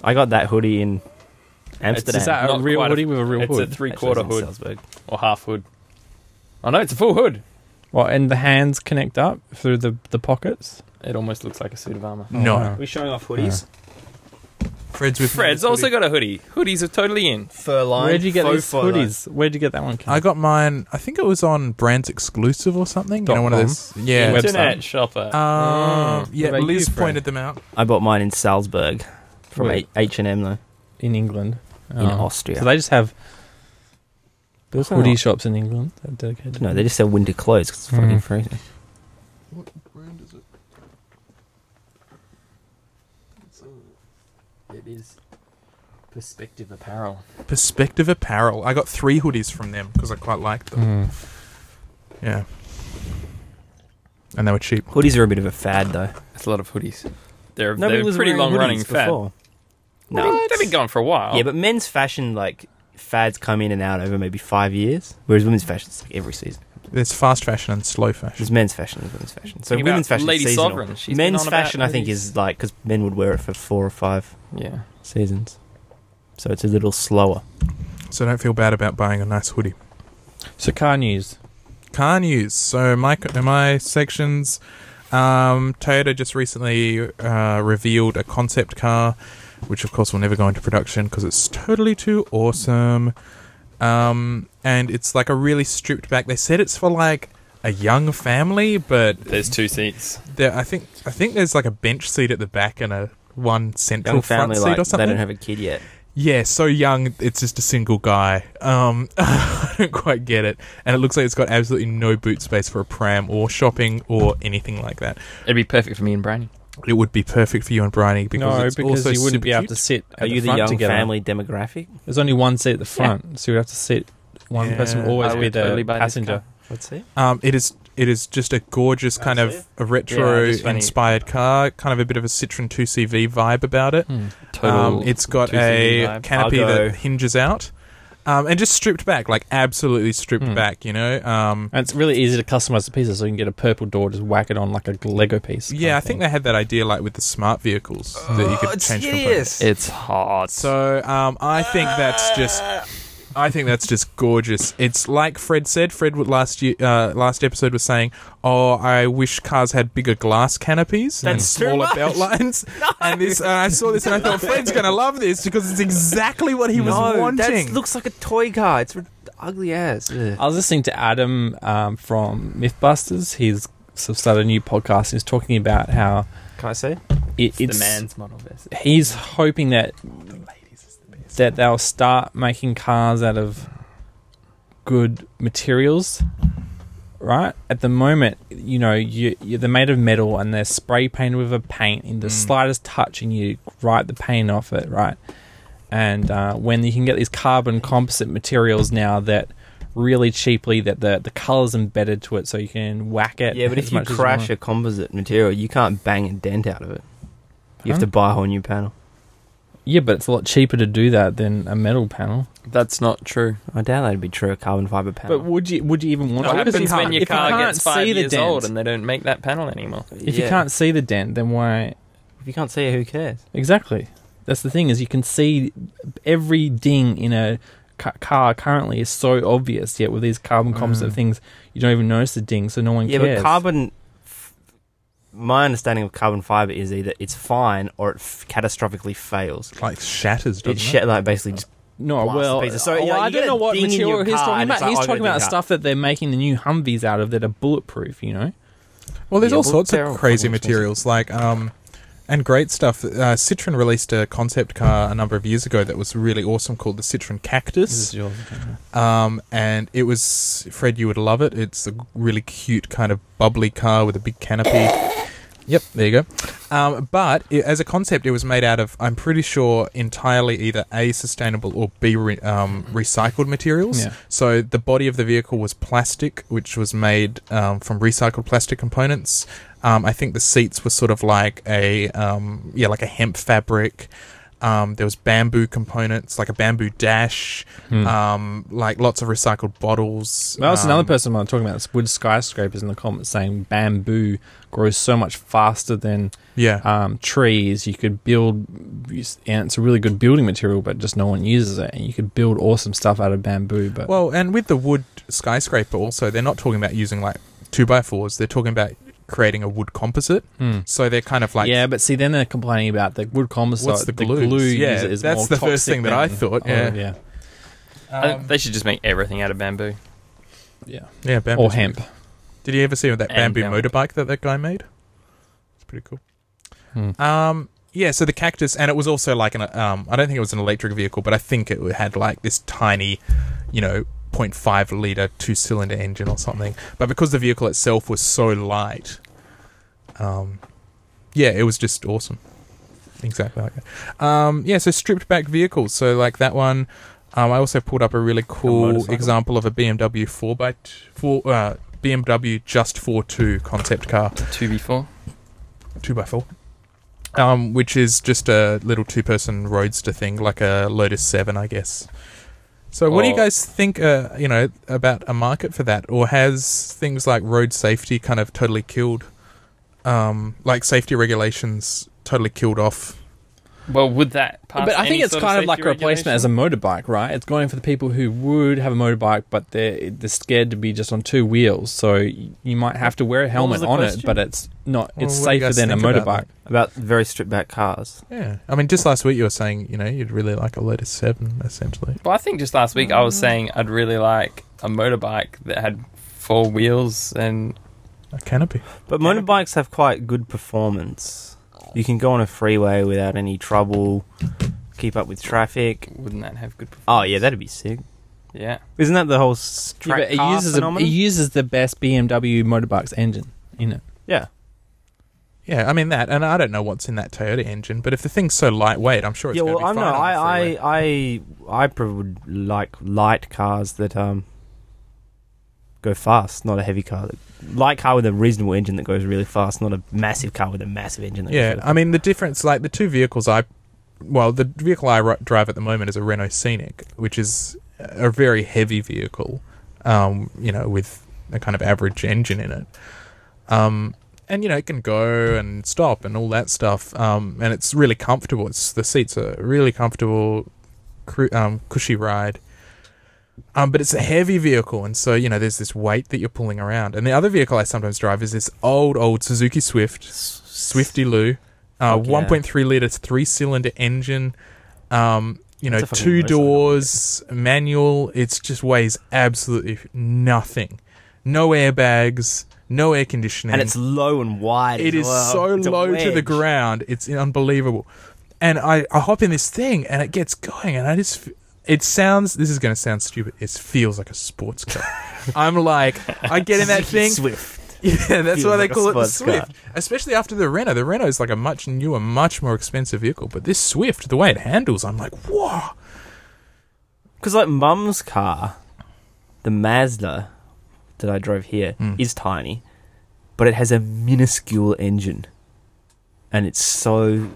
Speaker 4: I got that hoodie in Amsterdam.
Speaker 1: Is that a
Speaker 3: Not
Speaker 1: real
Speaker 3: quite a-
Speaker 1: hoodie with a real
Speaker 3: it's
Speaker 1: hood?
Speaker 3: a three-quarter
Speaker 4: Actually, it
Speaker 3: hood
Speaker 4: was in Salzburg.
Speaker 3: or half hood. Oh no, it's a full hood.
Speaker 1: Well, and the hands connect up through the the pockets.
Speaker 3: It almost looks like a suit of armor.
Speaker 2: No.
Speaker 1: Oh,
Speaker 5: we showing off hoodies?
Speaker 2: Fred's with me
Speaker 3: Fred's
Speaker 2: this hoodie.
Speaker 3: also got a hoodie. Hoodies are totally in.
Speaker 5: Fur line.
Speaker 1: Where'd you get
Speaker 5: faux
Speaker 1: these
Speaker 5: fur line.
Speaker 1: hoodies? Where'd you get that one? Ken?
Speaker 2: I got mine. I think it was on Brands Exclusive or something. You
Speaker 1: Dot
Speaker 2: know, one of
Speaker 1: com.
Speaker 2: those. Yeah.
Speaker 1: Web-
Speaker 3: Internet shopper.
Speaker 2: Um,
Speaker 1: Mm.
Speaker 2: yeah.
Speaker 1: What about
Speaker 2: Liz
Speaker 1: you, Fred?
Speaker 2: pointed them out.
Speaker 4: I bought mine in Salzburg from
Speaker 1: Wait.
Speaker 4: H and M though
Speaker 1: in England.
Speaker 4: in
Speaker 1: Oh.
Speaker 4: Austria.
Speaker 1: So they just have
Speaker 4: Those are
Speaker 1: hoodie
Speaker 4: not-
Speaker 1: shops in England. that are dedicated.
Speaker 4: no, they just sell winter clothes 'cause it's fucking
Speaker 1: Hmm.
Speaker 4: freezing.
Speaker 3: it is perspective apparel.
Speaker 2: Perspective Apparel. I got three hoodies from them because I quite liked them.
Speaker 1: Mm.
Speaker 2: Yeah. And they were cheap.
Speaker 4: Hoodies are a bit of a fad though.
Speaker 3: That's a lot of hoodies. They're,
Speaker 4: Nobody
Speaker 3: they're
Speaker 4: was
Speaker 3: pretty
Speaker 4: wearing
Speaker 3: long
Speaker 4: hoodies
Speaker 3: running fad.
Speaker 4: before.
Speaker 3: They've been- They've been going for a while.
Speaker 4: Yeah, but men's fashion like fads come in and out over maybe five years, whereas women's fashion is like every season.
Speaker 2: There's fast fashion and slow
Speaker 4: There's
Speaker 2: fashion.
Speaker 4: men's fashion, there's women's fashion. So
Speaker 3: Think about
Speaker 4: women's fashion
Speaker 3: Lady
Speaker 4: is seasonal.
Speaker 3: Sovereign. She's been
Speaker 4: men's
Speaker 3: on about
Speaker 4: fashion, I think,
Speaker 3: hoodies.
Speaker 4: is like because men would wear it for four or five
Speaker 3: yeah.
Speaker 4: seasons, so it's a little slower.
Speaker 2: So don't feel bad about buying a nice hoodie.
Speaker 1: So car news.
Speaker 2: Car news. So my my sections. Um, Toyota just recently uh, revealed a concept car, which of course will never go into production because it's totally too awesome. Um, and it's like a really stripped back. They said it's for like a young family, but
Speaker 3: There's two seats.
Speaker 2: there, I think I think there's like a bench seat at the back and a one central
Speaker 4: Young
Speaker 2: front
Speaker 4: family
Speaker 2: seat
Speaker 4: like
Speaker 2: or
Speaker 4: they
Speaker 2: something.
Speaker 4: don't have a kid yet.
Speaker 2: Yeah, so young, it's just a single guy. Um, I don't quite get it. And it looks like it's got absolutely no boot space for a pram or shopping or anything like that.
Speaker 3: It'd be perfect for me and Brandy.
Speaker 2: It would be perfect for you and Bryony because
Speaker 1: no,
Speaker 2: it's
Speaker 1: because
Speaker 2: also
Speaker 1: you wouldn't
Speaker 2: super
Speaker 1: be able
Speaker 2: cute.
Speaker 1: to sit. At
Speaker 4: Are you the
Speaker 1: front
Speaker 4: young
Speaker 1: together.
Speaker 4: family demographic?
Speaker 1: There's only one seat at the front, so you have to sit. One
Speaker 2: Yeah.
Speaker 1: person will always
Speaker 3: I
Speaker 1: be
Speaker 3: would
Speaker 1: the
Speaker 3: totally buy this
Speaker 1: passenger.
Speaker 3: car.
Speaker 4: Let's see.
Speaker 2: Um, it is it is just a gorgeous kind of a retro
Speaker 3: just funny.
Speaker 2: inspired car, kind of a bit of a Citroen 2CV vibe about it.
Speaker 1: Hmm.
Speaker 3: Total.
Speaker 2: um, it's got
Speaker 3: 2CV
Speaker 2: a
Speaker 3: vibe.
Speaker 2: canopy
Speaker 4: I'll go-
Speaker 2: that hinges out, um, and just stripped back, like absolutely stripped
Speaker 1: Hmm.
Speaker 2: back. You know, um,
Speaker 1: And it's really easy to customize the pieces, so you can get a purple door, just whack it on like a Lego piece.
Speaker 2: Yeah, I think they had that idea like with the smart vehicles that you could change components.
Speaker 3: it's hot.
Speaker 2: So um, I think that's just. I think that's just gorgeous. It's like Fred said. Fred would- last year, uh, last episode was saying, "Oh, I wish cars had bigger glass canopies and
Speaker 4: That's too
Speaker 2: smaller
Speaker 4: much.
Speaker 2: belt lines." And this, and I saw this, and I thought Fred's going to love this because it's exactly what he was wanting.
Speaker 4: looks like a toy car. It's ugly ass.
Speaker 1: I was listening to Adam um, from MythBusters. He's sort of started a new podcast. He's talking about how
Speaker 4: Can I say?
Speaker 1: it,
Speaker 3: it's
Speaker 1: it's
Speaker 3: the man's model vest.
Speaker 1: he's hoping that that they'll start making cars out of good materials right at the moment you know you, you they're made of metal and they're spray painted with a paint in the
Speaker 2: Mm.
Speaker 1: slightest touch and you write the paint off it right and uh, when you can get these carbon composite materials now that really cheaply that the the colors embedded to it so you can whack it
Speaker 4: Yeah, but
Speaker 1: as
Speaker 4: if you
Speaker 1: much as
Speaker 4: crash
Speaker 1: want.
Speaker 4: a composite material, you can't bang a dent out of it. You have
Speaker 1: Huh?
Speaker 4: to buy a whole new panel.
Speaker 1: yeah but it's a lot cheaper to do that than a metal panel
Speaker 3: That's not true.
Speaker 4: I doubt that'd be true. A carbon fiber panel.
Speaker 1: But would you would you even want
Speaker 3: What
Speaker 1: to? Because
Speaker 3: happens
Speaker 1: you
Speaker 3: when
Speaker 1: can't-
Speaker 3: your
Speaker 1: if you
Speaker 3: car
Speaker 1: can't
Speaker 3: gets five
Speaker 1: see the
Speaker 3: years
Speaker 1: dent,
Speaker 3: old and they don't make that panel anymore?
Speaker 1: if you can't see the dent, then why?
Speaker 4: you can't see it, who cares?
Speaker 1: Exactly. That's the thing is you can see every ding in a ca- car currently is so obvious. Yet with these carbon composite
Speaker 2: Mm.
Speaker 1: things, you don't even notice the ding, so no one
Speaker 4: yeah,
Speaker 1: cares.
Speaker 4: but carbon. f- My understanding of carbon fiber is either it's fine or it f- catastrophically fails.
Speaker 2: Like shatters, doesn't
Speaker 4: It
Speaker 2: it?
Speaker 4: sh- like basically just
Speaker 1: no,
Speaker 4: blast
Speaker 1: well,
Speaker 4: the pieces. So,
Speaker 1: well,
Speaker 4: you know,
Speaker 1: I
Speaker 4: you
Speaker 1: don't
Speaker 4: get
Speaker 1: know
Speaker 4: a
Speaker 1: what
Speaker 4: ding in your
Speaker 1: material he's
Speaker 4: car
Speaker 1: talking
Speaker 4: and
Speaker 1: about.
Speaker 4: it's like,
Speaker 1: He's
Speaker 4: oh, I
Speaker 1: talking
Speaker 4: gotta
Speaker 1: about
Speaker 4: dig up.
Speaker 1: stuff that they're making the new Humvees out of that are bulletproof. You know,
Speaker 2: Well, there's
Speaker 3: Yeah, but
Speaker 2: all sorts
Speaker 3: they're all
Speaker 2: of crazy
Speaker 3: fucking expensive.
Speaker 2: materials like um, and great stuff. Uh, Citroen released a concept car a number of years ago that was really awesome called the Citroen Cactus.
Speaker 1: yours.
Speaker 2: Um, and it was Fred, you would love it. It's a really cute kind of bubbly car with a big canopy. Yep, there you go. Um, but i as a concept, it was made out of, I'm pretty sure, entirely either A, sustainable or B, re- um, recycled materials.
Speaker 1: Yeah.
Speaker 2: So the body of the vehicle was plastic, which was made um, from recycled plastic components. Um, I think the seats were sort of like a, um, yeah, like a hemp fabric. Um, there was bamboo components, like a bamboo dash,
Speaker 1: Hmm.
Speaker 2: um, like lots of recycled bottles.
Speaker 1: That was
Speaker 2: um,
Speaker 1: another person I'm talking about. This wood skyscrapers in the comments saying bamboo grows so much faster than
Speaker 2: Yeah.
Speaker 1: um, trees. You could build, and it's a really good building material, but just no one uses it. And you could build awesome stuff out of bamboo. But
Speaker 2: Well, and with the wood skyscraper, also, they're not talking about using like two by fours. They're talking about creating a wood composite.
Speaker 1: Hmm.
Speaker 2: So they're kind of like,
Speaker 1: yeah, but see, then they're complaining about the wood composite.
Speaker 2: What's the glue? Yeah,
Speaker 1: user is
Speaker 2: that's
Speaker 1: more
Speaker 2: the
Speaker 1: toxic
Speaker 2: first thing that I
Speaker 1: than-
Speaker 2: thought,
Speaker 1: oh,
Speaker 2: yeah. Um,
Speaker 1: yeah,
Speaker 3: I- they should just make everything out of bamboo.
Speaker 1: yeah.
Speaker 2: yeah, bamboo.
Speaker 1: or hemp.
Speaker 2: Did you ever see that
Speaker 3: And
Speaker 2: bamboo
Speaker 3: downward.
Speaker 2: motorbike that that guy made? It's pretty cool.
Speaker 1: Hmm.
Speaker 2: Um, yeah, so the cactus, and it was also like an. Um, I don't think it was an electric vehicle, but I think it had like this tiny, you know, 0.5 liter two cylinder engine or something. But because the vehicle itself was so light, um, yeah, it was just awesome. Exactly like that. Um, yeah, so stripped back vehicles. So like that one. Um, I also pulled up a really cool
Speaker 4: motorcycle.
Speaker 2: example of a BMW four by t- four uh, BMW just four two concept car
Speaker 3: Two before.
Speaker 2: two by four, um, which is just a little two person roadster thing, like a Lotus Seven, I guess. So, what do you
Speaker 3: Oh.
Speaker 2: guys think? Uh, you know about a market for that, or has things like road safety kind of totally killed, um, like safety regulations totally killed off?
Speaker 3: Well, would that pass?
Speaker 1: But I think
Speaker 3: any
Speaker 1: it's
Speaker 3: sort
Speaker 1: kind of like a
Speaker 3: safety
Speaker 1: replacement as a
Speaker 3: regulation?
Speaker 1: motorbike, right? It's going for the people who would have a motorbike, but they're they're scared to be just on two wheels, so y- you might have to wear a helmet
Speaker 4: was the
Speaker 1: on
Speaker 4: question?
Speaker 1: it, but it's not.
Speaker 2: Well,
Speaker 1: It's
Speaker 2: what do you
Speaker 1: safer
Speaker 2: guys
Speaker 1: than a
Speaker 2: think about
Speaker 1: motorbike.
Speaker 4: about very stripped back cars.
Speaker 2: Yeah, I mean, just last week you were saying you know you'd really like a Lotus Seven, essentially.
Speaker 3: Well, I think just last week I was saying I'd really like a motorbike that had four wheels and
Speaker 2: A canopy.
Speaker 4: But motorbikes have quite good performance. You can go on a freeway without any trouble, keep up with traffic.
Speaker 3: wouldn't that have good? Performance?
Speaker 4: Oh yeah, that'd be sick.
Speaker 3: yeah.
Speaker 4: Isn't that the whole s-
Speaker 1: Yeah,
Speaker 4: track
Speaker 1: but it
Speaker 4: car
Speaker 1: uses a, it
Speaker 4: phenomenon?
Speaker 1: uses the best BMW motorbike's engine in it.
Speaker 4: yeah,
Speaker 2: Yeah, I mean that, and I don't know what's in that Toyota engine, but if the thing's so lightweight, I'm sure it's
Speaker 4: yeah.
Speaker 2: going to
Speaker 4: Well, I
Speaker 2: be
Speaker 4: know.
Speaker 2: fine. on the
Speaker 4: I,
Speaker 2: freeway.
Speaker 4: I, I, I probably would like light cars that um go fast, not a heavy car. That, light car with a reasonable engine that goes really fast, not a massive car with a massive engine. That
Speaker 2: Yeah, uh,
Speaker 4: goes really
Speaker 2: I mean the difference, like the two vehicles I, well, the vehicle I ri- drive at the moment is a Renault Scenic, which is a very heavy vehicle, um, you know, with a kind of average engine in it, um, and you know it can go and stop and all that stuff, um, and it's really comfortable. It's the seats are really comfortable, cru- um, cushy ride. Um, but it's a heavy vehicle, and so you know there's this weight that you're pulling around. And the other vehicle I sometimes drive is this old, old Suzuki Swift.
Speaker 4: fast.
Speaker 2: Swifty Lou, uh,
Speaker 4: Fuck yeah.
Speaker 2: 1.3 liter three cylinder engine. Um, you know,
Speaker 4: That's a fucking
Speaker 2: two
Speaker 4: motorcycle.
Speaker 2: doors, manual. It just weighs absolutely nothing. No airbags, no air conditioning.
Speaker 4: and it's low and wide.
Speaker 2: It
Speaker 4: as
Speaker 2: is
Speaker 4: well.
Speaker 2: so
Speaker 4: It's a
Speaker 2: low to the
Speaker 4: wedge.
Speaker 2: ground. It's unbelievable. And I, I hop in this thing and it gets going and I just f- it sounds this is going to sound stupid. It feels like a sports car. I'm like I get in that
Speaker 4: Suzuki
Speaker 2: thing
Speaker 4: Swift.
Speaker 2: yeah, that's
Speaker 4: Feels
Speaker 2: why they
Speaker 4: like a
Speaker 2: call it the
Speaker 4: sports car.
Speaker 2: Swift. Especially after the Renault. The Renault is like a much newer, much more expensive vehicle. But this Swift, the way it handles, I'm like, whoa.
Speaker 4: Because like mum's car, the Mazda that I drove here is
Speaker 2: Mm.
Speaker 4: tiny, but it has a minuscule engine, and it's so.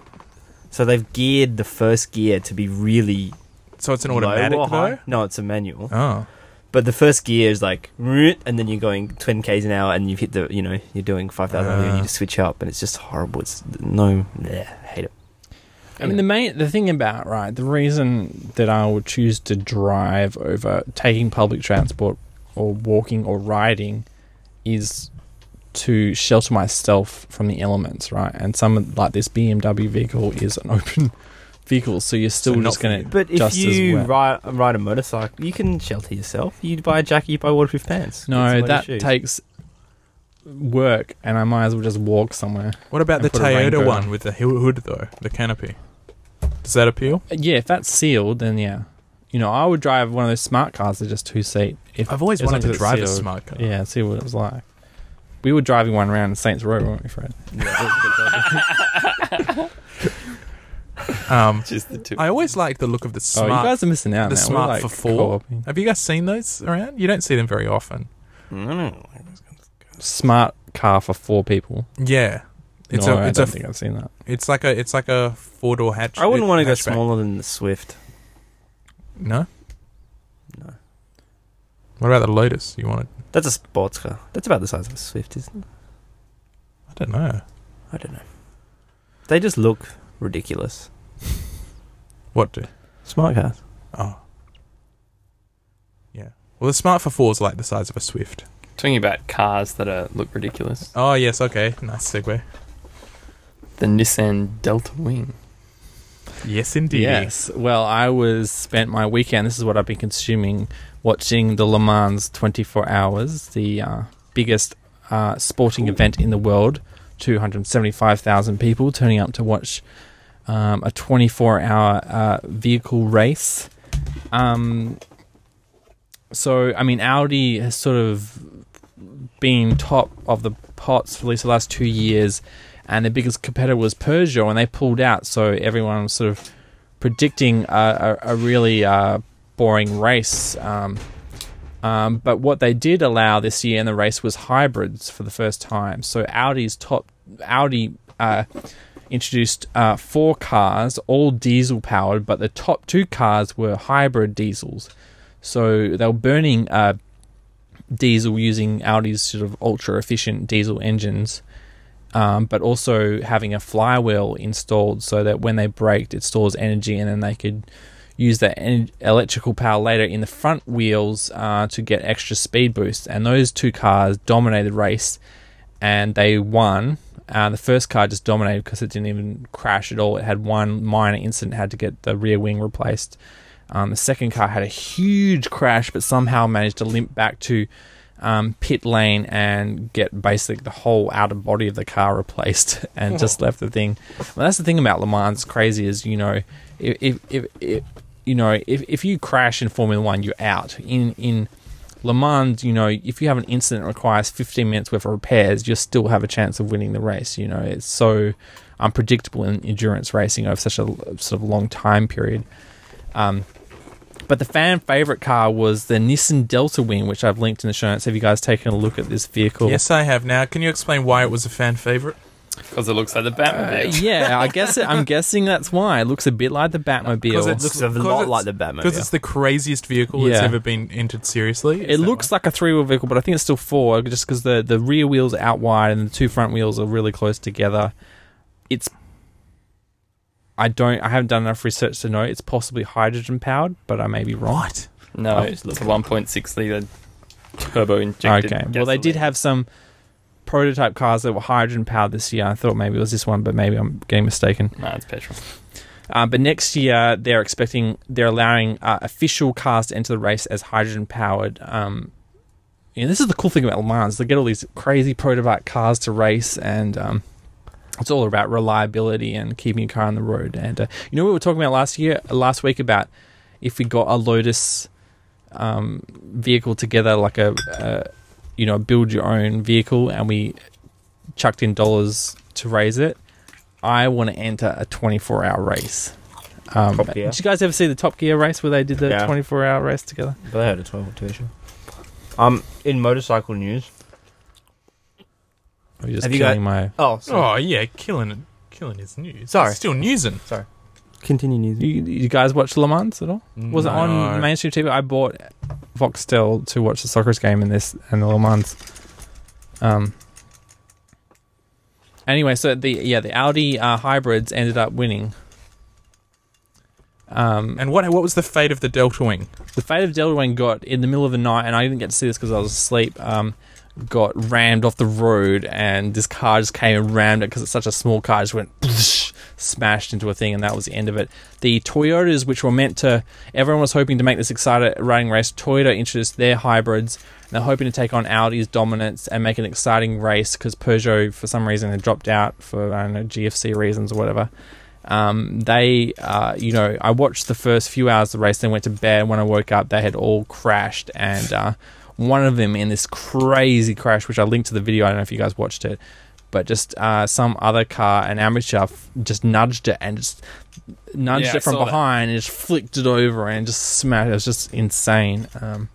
Speaker 4: So they've geared the first gear to be really
Speaker 2: So it's an
Speaker 4: low or
Speaker 2: automatic
Speaker 4: high.
Speaker 2: though.
Speaker 4: No, it's a manual,
Speaker 2: Oh,
Speaker 4: But the first gear is like, and then you're going 10 k's an hour, and you've hit the, you know, you're doing 5,000, uh, and
Speaker 2: Ah.
Speaker 4: you just switch up, and it's just horrible. It's no, yeah, hate it.
Speaker 1: I mean, the main the thing about right, the reason that I would choose to drive over taking public transport or walking or riding is to shelter myself from the elements, right? And some like this BMW vehicle is an open vehicle, so you're still
Speaker 2: So not
Speaker 1: just going
Speaker 2: for
Speaker 1: to.
Speaker 4: But if
Speaker 1: Just as
Speaker 4: you
Speaker 1: well.
Speaker 4: ride, ride a motorcycle, you can shelter yourself. You buy a jacket, you buy waterproof pants. It's a
Speaker 1: No,
Speaker 4: load of
Speaker 1: that
Speaker 4: shoes.
Speaker 1: takes work, and I might as well just walk somewhere.
Speaker 2: What about
Speaker 1: And
Speaker 2: the
Speaker 1: put a raincoat
Speaker 2: Toyota one
Speaker 1: on.
Speaker 2: with the hoo- hood though? The canopy. Does that appeal?
Speaker 1: Yeah, if that's sealed, then yeah, you know, I would drive one of those smart cars that are just two seat. If
Speaker 2: I've always
Speaker 1: as
Speaker 2: wanted
Speaker 1: long
Speaker 2: to
Speaker 1: as it's
Speaker 2: drive a
Speaker 1: sealed.
Speaker 2: smart car.
Speaker 1: Yeah, see what it was like. Uh, We were driving one around in Saints Row, weren't we, Fred?
Speaker 2: Um,
Speaker 3: Just the two.
Speaker 2: I always like the look of the
Speaker 1: oh,
Speaker 2: smart.
Speaker 1: you guys are missing out.
Speaker 2: the
Speaker 1: now. We're,
Speaker 2: smart
Speaker 1: like,
Speaker 2: for four?
Speaker 1: co-oping.
Speaker 2: Have you guys seen those around? You don't see them very often.
Speaker 4: No, no, no.
Speaker 1: Smart car for four people.
Speaker 2: Yeah, it's
Speaker 1: no,
Speaker 2: a it's
Speaker 1: I
Speaker 2: a
Speaker 1: don't think I've seen that.
Speaker 2: it's like a it's like a four door hatch.
Speaker 4: I wouldn't want to go
Speaker 2: hatchback.
Speaker 4: smaller than the Swift.
Speaker 2: No.
Speaker 4: No.
Speaker 2: What about the Lotus? You want it?
Speaker 4: That's a sports car. That's about the size of a Swift, isn't it?
Speaker 2: I don't know.
Speaker 4: I don't know. They just look ridiculous.
Speaker 2: What do?
Speaker 4: Smart cars.
Speaker 2: Oh. Yeah. Well, the Smart for Four is like the size of a Swift.
Speaker 3: Talking about cars that are look ridiculous.
Speaker 2: Oh yes, okay, nice segue.
Speaker 3: The Nissan Delta Wing.
Speaker 2: Yes, indeed.
Speaker 1: Yes. Well, I was spent my weekend. This is what I've been consuming, watching the Le Mans 24 Hours, the uh, biggest uh, sporting event in the world. 275,000 people turning up to watch um, a 24-hour uh, vehicle race. Um, so, I mean, Audi has sort of been top of the pots for at least the last two years, and the biggest competitor was Peugeot, and they pulled out. So everyone was sort of predicting a, a, a really uh, boring race. Um, um, but what they did allow this year in the race was hybrids for the first time. So Audi's top Audi uh, introduced uh, four cars, all diesel powered, but the top two cars were hybrid diesels. So they were burning uh, diesel using Audi's sort of ultra efficient diesel engines um, but also having a flywheel installed so that when they braked, it stores energy, and then they could use that en- electrical power later in the front wheels uh, to get extra speed boosts. And those two cars dominated the race, and they won. Uh, the first car just dominated because it didn't even crash at all. It had one minor incident, had to get the rear wing replaced. Um, the second car had a huge crash, but somehow managed to limp back to um, pit lane and get basically the whole outer body of the car replaced and just left the thing. Well, that's the thing about Le Mans. it's Crazy is you know if if, if, if you know if, if you crash in Formula One, you're out. In in Le Mans, you know if you have an incident that requires 15 minutes worth of repairs, you still have a chance of winning the race. You know it's so unpredictable in endurance racing over such a l- sort of long time period. Um, but the fan favorite car was the Nissan Delta Wing, which I've linked in the show notes. Have you guys taken a look at this vehicle?
Speaker 2: Yes, I have. Now, can you explain why it was a fan favorite?
Speaker 3: Because it looks like the
Speaker 1: Uh,
Speaker 3: Batmobile.
Speaker 1: yeah, I guess it, I'm guessing that's why it looks a bit like the Batmobile.
Speaker 2: Because
Speaker 1: It,
Speaker 2: it looks
Speaker 4: Looks a
Speaker 2: Because
Speaker 4: lot
Speaker 2: it's-
Speaker 4: like the Batman.
Speaker 2: Because it's the craziest vehicle that's
Speaker 1: Yeah.
Speaker 2: ever been entered seriously. Is that
Speaker 1: looks like a three wheel vehicle, but I think it's still four, just because the the rear wheels are out wide and the two front wheels are really close together. It's I don't I haven't done enough research to know it's possibly hydrogen powered, but I may be
Speaker 2: why?
Speaker 1: wrong.
Speaker 2: What?
Speaker 3: No,
Speaker 1: I've
Speaker 3: it's a 1.6 litre turbo injected.
Speaker 1: okay. Well, they did
Speaker 3: gasoline.
Speaker 1: have some prototype cars that were hydrogen powered this year. I thought maybe it was this one, but maybe I'm getting mistaken.
Speaker 3: No, it's petrol.
Speaker 1: Um, but next year, they're expecting they're allowing uh, official cars to enter the race as hydrogen powered. Um, and this is the cool thing about Le Mans; they get all these crazy prototype cars to race, and um, it's all about reliability and keeping a car on the road. And uh, you know, we were talking about last year, last week about if we got a Lotus um, vehicle together, like a, a you know, build your own vehicle, and we chucked in dollars to raise it. I want to enter a 24 hour race. Um,
Speaker 4: Top Gear.
Speaker 1: Did you guys ever see the Top Gear race where they did the
Speaker 4: Yeah.
Speaker 1: 24 hour race together?
Speaker 4: But they had a 12 volt version. Um, in motorcycle news.
Speaker 1: Or you just
Speaker 4: Have you
Speaker 1: killing my.
Speaker 4: Oh, sorry.
Speaker 2: Oh yeah, killing it, killing his news.
Speaker 4: Sorry.
Speaker 2: It's still newsing.
Speaker 4: Continue news.
Speaker 1: You, you guys watch Le Mans at all? Was it on mainstream TV? I bought Foxtel to watch the soccer game in this and the Le Mans. Um. Anyway, so the yeah the Audi uh, hybrids ended up winning. Um,
Speaker 2: And what what was the fate of the Delta Wing?
Speaker 1: the fate of Delaware got in the middle of the night, and I didn't get to see this because I was asleep. Um, got rammed off the road, and this car just came and rammed it because it's such a small car. Just went smashed into a thing, and that was the end of it. The Toyotas, which were meant to, everyone was hoping to make this exciting running race. Toyota introduced their hybrids, and they're hoping to take on Audi's dominance and make an exciting race because Peugeot, for some reason, had dropped out for I don't know GFC reasons or whatever. Um, they, uh, you know, I watched the first few hours of the race, then went to bed. When I woke up, they had all crashed, and uh, one of them in this crazy crash, which I linked to the video. I don't know if you guys watched it, but just uh, some other car, an amateur, f- just nudged it and just nudged
Speaker 3: Yeah, I
Speaker 1: it from
Speaker 3: saw that.
Speaker 1: behind and just flicked it over and just smashed. It was just insane. Um,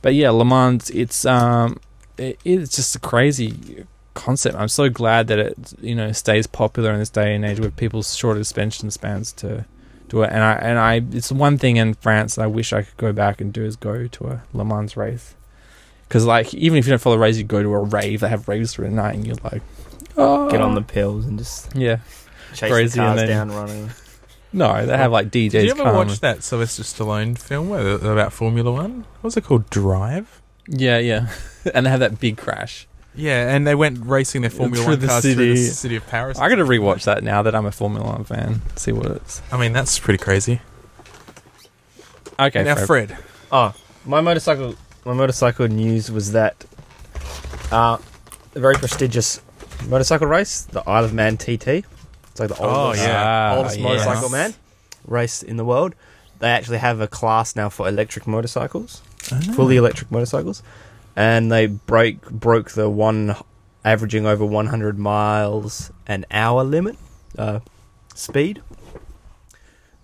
Speaker 1: but yeah, Le Mans, it's um, it, it's just a crazy concept. I'm so glad that it you know stays popular in this day and age with people's short attention spans to do it. And I and I it's one thing in France I wish I could go back and do is go to a Le Mans race because like even if you don't follow the race, you go to a rave. They have raves through the night, and you're like, oh,
Speaker 4: Get on the pills and just
Speaker 1: yeah.
Speaker 4: chase
Speaker 1: Crazy
Speaker 4: the
Speaker 1: and
Speaker 4: cars
Speaker 1: then-
Speaker 4: down running.
Speaker 1: No, they have like DJs.
Speaker 2: Did you ever
Speaker 1: come.
Speaker 2: watch that Sylvester Stallone film where, about Formula One? What was it called? Drive.
Speaker 1: Yeah, yeah, and they have that big crash.
Speaker 2: Yeah, and they went racing their Formula
Speaker 1: Through
Speaker 2: One
Speaker 1: the
Speaker 2: cars through the
Speaker 1: city.
Speaker 2: city of Paris.
Speaker 1: I got to rewatch that now that I'm a Formula One fan. See what it's
Speaker 2: I mean, that's pretty crazy.
Speaker 1: okay.
Speaker 2: now,
Speaker 1: Fred.
Speaker 2: Fred.
Speaker 4: Oh, my motorcycle. My motorcycle news was that uh, a very prestigious motorcycle race, the Isle of Man TT. It's like the oldest,
Speaker 2: Oh, yeah.
Speaker 1: Ah,
Speaker 4: oldest
Speaker 1: yes.
Speaker 4: motorcycle man race in the world. They actually have a class now for electric motorcycles, fully electric motorcycles, and they break broke the one averaging over 100 miles an hour limit uh, speed,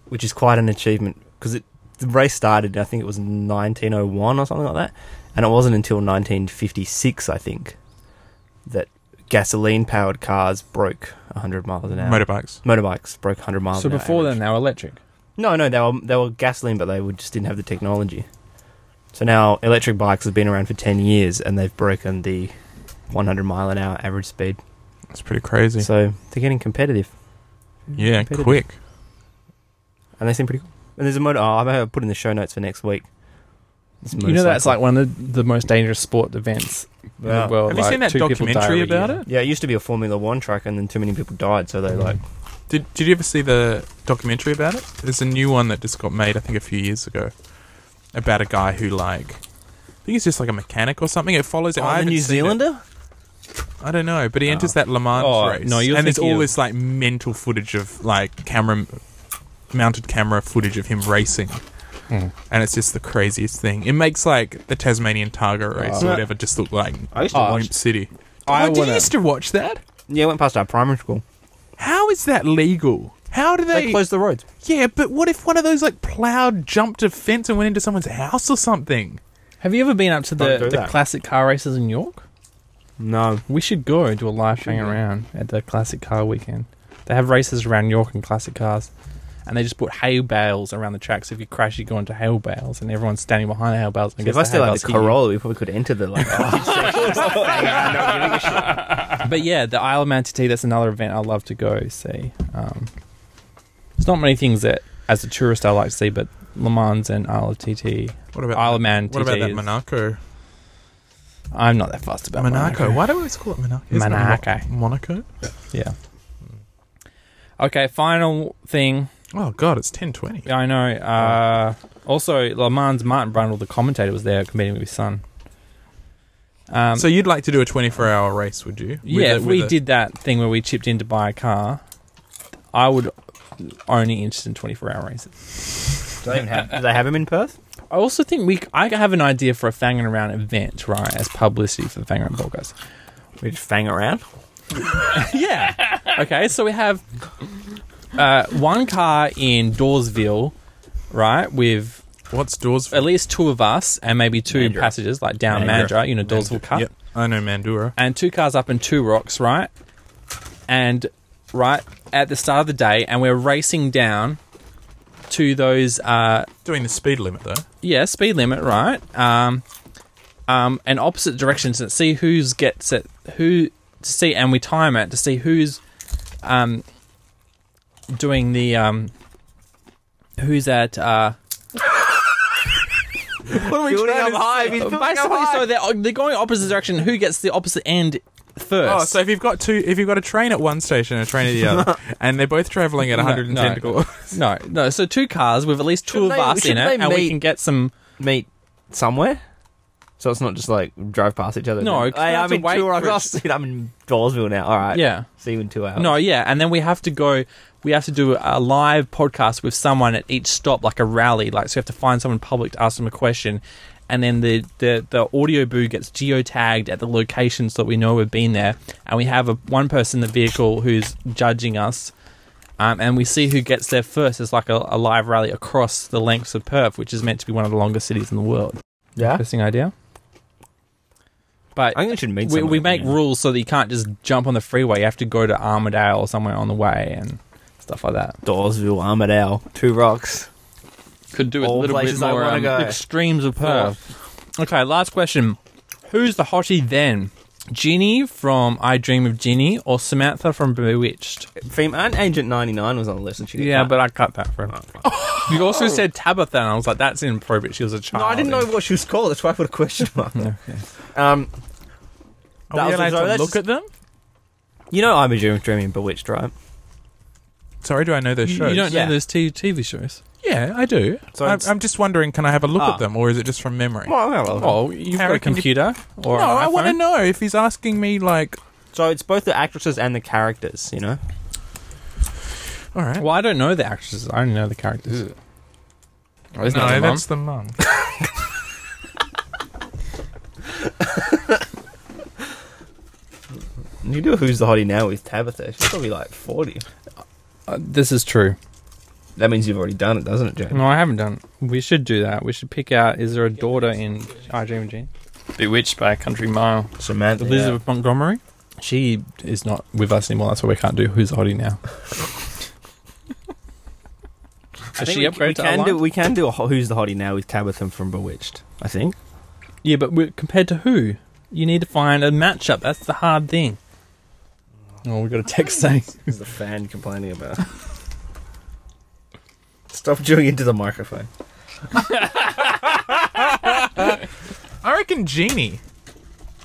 Speaker 4: which is quite an achievement because it the race started I think it was 1901 or something like that, and it wasn't until 1956 I think that gasoline powered cars broke 100 miles an hour.
Speaker 2: Motorbikes.
Speaker 4: Motorbikes broke 100 miles.
Speaker 1: So
Speaker 4: an hour
Speaker 1: before
Speaker 4: average.
Speaker 1: then, they were electric.
Speaker 4: No, no, they were they were gasoline, but they would, just didn't have the technology. So now electric bikes have been around for ten years, and they've broken the 100 mile an hour average speed.
Speaker 2: That's pretty crazy.
Speaker 4: So they're getting competitive,
Speaker 2: yeah,
Speaker 4: competitive.
Speaker 2: quick.
Speaker 4: and they seem pretty cool. And there's a motor. Oh, I'm gonna put in the show notes for next week. This
Speaker 1: You know that's
Speaker 4: motorcycle.
Speaker 1: like one of the, the most dangerous sport events in
Speaker 4: Yeah.
Speaker 1: the world.
Speaker 2: Have you
Speaker 1: like,
Speaker 2: seen that
Speaker 1: two people die
Speaker 2: documentary
Speaker 1: every
Speaker 2: about
Speaker 1: year.
Speaker 2: it?
Speaker 4: yeah, it used to be a Formula One track, and then too many people died, so they like
Speaker 2: Did Did you ever see the documentary about it? There's a new one that just got made, I think, a few years ago, about a guy who like, I think he's just like a mechanic or something. It follows. I
Speaker 4: oh, the
Speaker 2: haven't
Speaker 4: New
Speaker 2: seen it.
Speaker 4: Zealander.
Speaker 2: I don't know, but he enters
Speaker 1: Oh.
Speaker 2: that Le Mans
Speaker 1: Oh,
Speaker 2: race.
Speaker 1: no, you're
Speaker 2: and there's
Speaker 1: thinking
Speaker 2: all
Speaker 1: of-
Speaker 2: this like mental footage of like camera mounted camera footage of him racing.
Speaker 1: Hmm.
Speaker 2: And it's just the craziest thing. It makes like the Tasmanian Tiger race or
Speaker 1: Oh.
Speaker 2: whatever just look like
Speaker 5: I used to
Speaker 1: Oh,
Speaker 5: watch.
Speaker 2: Wimp City.
Speaker 1: I
Speaker 2: oh, did
Speaker 1: wanna-
Speaker 2: you used to watch that?
Speaker 4: Yeah, it went past our primary school.
Speaker 2: How is that legal? How do
Speaker 4: They,
Speaker 2: they?
Speaker 4: closed the roads.
Speaker 2: yeah, but what if one of those like plowed, jumped a fence and went into someone's house or something?
Speaker 1: Have you ever been up to the,
Speaker 4: Don't do
Speaker 1: the
Speaker 4: that.
Speaker 1: classic car races in York?
Speaker 4: No,
Speaker 1: We should go do a live hang around at the classic car weekend. They have races around York and classic cars, and they just put hail bales around the track. So if you crash, you go into hail bales, and everyone's standing behind the hail bales. And
Speaker 4: if
Speaker 1: gets
Speaker 4: I
Speaker 1: the
Speaker 4: still
Speaker 1: hail
Speaker 4: had
Speaker 1: bales
Speaker 4: the
Speaker 1: hit you.
Speaker 4: Corolla, we probably could enter the like. oh,
Speaker 1: but yeah, the Isle of Man TT, that's another event I love to go see. Um, there's not many things that, as a tourist, I like to see, but Le Mans and Isle of TT,
Speaker 2: What about
Speaker 1: Isle of Man TT.
Speaker 2: what about that
Speaker 1: is-
Speaker 2: Monaco?
Speaker 1: I'm not that fussed about
Speaker 2: Monaco.
Speaker 1: Monaco.
Speaker 2: Why do we always call it Monaco? Isn't it Mon-
Speaker 1: Monaco.
Speaker 2: Monaco.
Speaker 1: Yeah. Hmm. Okay, final thing.
Speaker 2: Oh God, it's ten twenty.
Speaker 1: I know. Uh, also, Le Mans Martin Brundle, the commentator, was there competing with his son. Um,
Speaker 2: so you'd like to do a 24-hour race, would you? With
Speaker 1: yeah,
Speaker 2: a-
Speaker 1: if
Speaker 2: with
Speaker 1: we
Speaker 2: a-
Speaker 1: did that thing where we chipped in to buy a car, I would only interested in 24 hour races.
Speaker 4: Do they, even have, do they have them in Perth?
Speaker 1: I also think we. I have an idea for a fanging around event, right? As publicity for the fanging around podcast.
Speaker 4: We just fang around.
Speaker 1: yeah. Okay, so we have uh, one car in Dawesville, right? With
Speaker 2: What's Dawes?
Speaker 1: at least two of us and maybe two
Speaker 4: Mandurah.
Speaker 1: passengers, like down
Speaker 4: Mandurah.
Speaker 1: Mandra, you know, Dawesville Cup,
Speaker 2: Yep, I know Mandura.
Speaker 1: and two cars up in Two Rocks, right? And right at the start of the day, and we're racing down to those uh,
Speaker 2: Doing the speed limit though.
Speaker 1: yeah speed limit right um, um, and opposite directions and see who's gets it who to see and we time it to see who's um, doing the um, who's at uh,
Speaker 2: What are we
Speaker 4: Building
Speaker 2: trying
Speaker 4: up
Speaker 2: to
Speaker 4: hype. He's building up
Speaker 1: basically so
Speaker 4: hype.
Speaker 1: they're, uh, they're going opposite direction who gets the opposite end first
Speaker 2: Oh, so if you've got two, if you've got a train at one station and a train at the other, and they're both traveling at
Speaker 1: No,
Speaker 2: 110
Speaker 1: no.
Speaker 2: degrees,
Speaker 1: No, no. So two cars with at least two
Speaker 4: Shouldn't
Speaker 1: of
Speaker 4: they-
Speaker 1: us in
Speaker 4: shouldn't
Speaker 1: it,
Speaker 4: they
Speaker 1: and we
Speaker 4: meet-
Speaker 1: can get some.
Speaker 4: meet somewhere. So it's not just like drive past each other.
Speaker 1: No,
Speaker 4: then,
Speaker 1: 'cause we
Speaker 4: hey,
Speaker 1: have
Speaker 4: I'm
Speaker 1: to
Speaker 4: in
Speaker 1: wait
Speaker 4: two hours.
Speaker 1: for it.
Speaker 4: I've seen- I'm in Dawesville now. All right,
Speaker 1: Yeah.
Speaker 4: See you in two hours.
Speaker 1: No, yeah, and then we have to go. We have to do a live podcast with someone at each stop, like a rally. Like, so we have to find someone public to ask them a question, and then the the, the audio boo gets geotagged at the locations that we know we've been there, and we have a one person in the vehicle who's judging us, um, and we see who gets there first. It's like a, a live rally across the lengths of Perth, which is meant to be one of the longest cities in the world.
Speaker 4: yeah.
Speaker 1: Interesting idea. But
Speaker 4: I think it should meet.
Speaker 1: we, we
Speaker 4: someone.
Speaker 1: make rules so that you can't just jump on the freeway. You have to go to Armadale or somewhere on the way and stuff like that.
Speaker 4: Dawesville, Armadale, Two Rocks.
Speaker 1: Could do
Speaker 4: with a All little bit places I more, wanna um, go.
Speaker 1: extremes of Perth. Okay, last question: Who's the hottie then? Ginny from I Dream of Ginny or Samantha from Bewitched?
Speaker 4: Fem- and Agent 99 was on the list. And she Oh, didn't
Speaker 1: Yeah,
Speaker 4: know.
Speaker 1: but I cut that for You also said Tabitha, and I was like, that's inappropriate. She was a child.
Speaker 4: No, I didn't know what she was called. That's why I put a question mark. Um,
Speaker 2: are
Speaker 4: That
Speaker 2: we
Speaker 4: was-
Speaker 2: allowed
Speaker 4: so
Speaker 2: to look
Speaker 4: that's just-
Speaker 2: at them?
Speaker 4: you know, I'm a dream, dreaming bewitched, right?
Speaker 2: Sorry, do I know those
Speaker 1: You,
Speaker 2: shows?
Speaker 1: you don't
Speaker 4: Yeah.
Speaker 1: know those t- TV shows.
Speaker 2: Yeah, I do.
Speaker 4: So
Speaker 2: I'm,
Speaker 4: it's-
Speaker 2: I'm just wondering, can I have a look
Speaker 4: Ah.
Speaker 2: at them, or is it just from memory?
Speaker 4: Well, well, well.
Speaker 1: Oh, you've
Speaker 2: Harry,
Speaker 1: got a
Speaker 2: can you-
Speaker 1: computer or
Speaker 2: no,
Speaker 1: an
Speaker 2: I want to
Speaker 1: iPhone?
Speaker 2: know if he's asking me like,
Speaker 4: So it's both the actresses and the characters. You know,
Speaker 2: all right,
Speaker 1: Uh, Well, I don't know the actresses. I only know the characters.
Speaker 3: Oh, there's
Speaker 2: no,
Speaker 3: another mum.
Speaker 2: that's the mum.
Speaker 4: you do Who's the Hottie now with Tabitha. She's probably like 40.
Speaker 1: Uh, this is true.
Speaker 4: That means you've already done it, doesn't it, Jack?
Speaker 1: No, I haven't done. We should do that. We should pick out. Is there a daughter in I Dream of Jean?
Speaker 3: Bewitched by a Country Mile.
Speaker 4: Samantha.
Speaker 1: Elizabeth Montgomery. She is not with us anymore. That's why we can't do Who's the Hottie now.
Speaker 4: I
Speaker 1: Does
Speaker 4: think
Speaker 1: she
Speaker 4: we,
Speaker 1: upgrade
Speaker 4: we
Speaker 1: to
Speaker 4: can
Speaker 1: Outline?
Speaker 4: do we can do a ho- Who's the Hottie now with Tabitha from Bewitched. I think.
Speaker 1: Yeah, but we're, compared to who? You need to find a matchup. That's the hard thing. Oh, we got a text saying.
Speaker 4: Is the fan complaining about? Stop chewing into the microphone.
Speaker 2: I reckon Genie.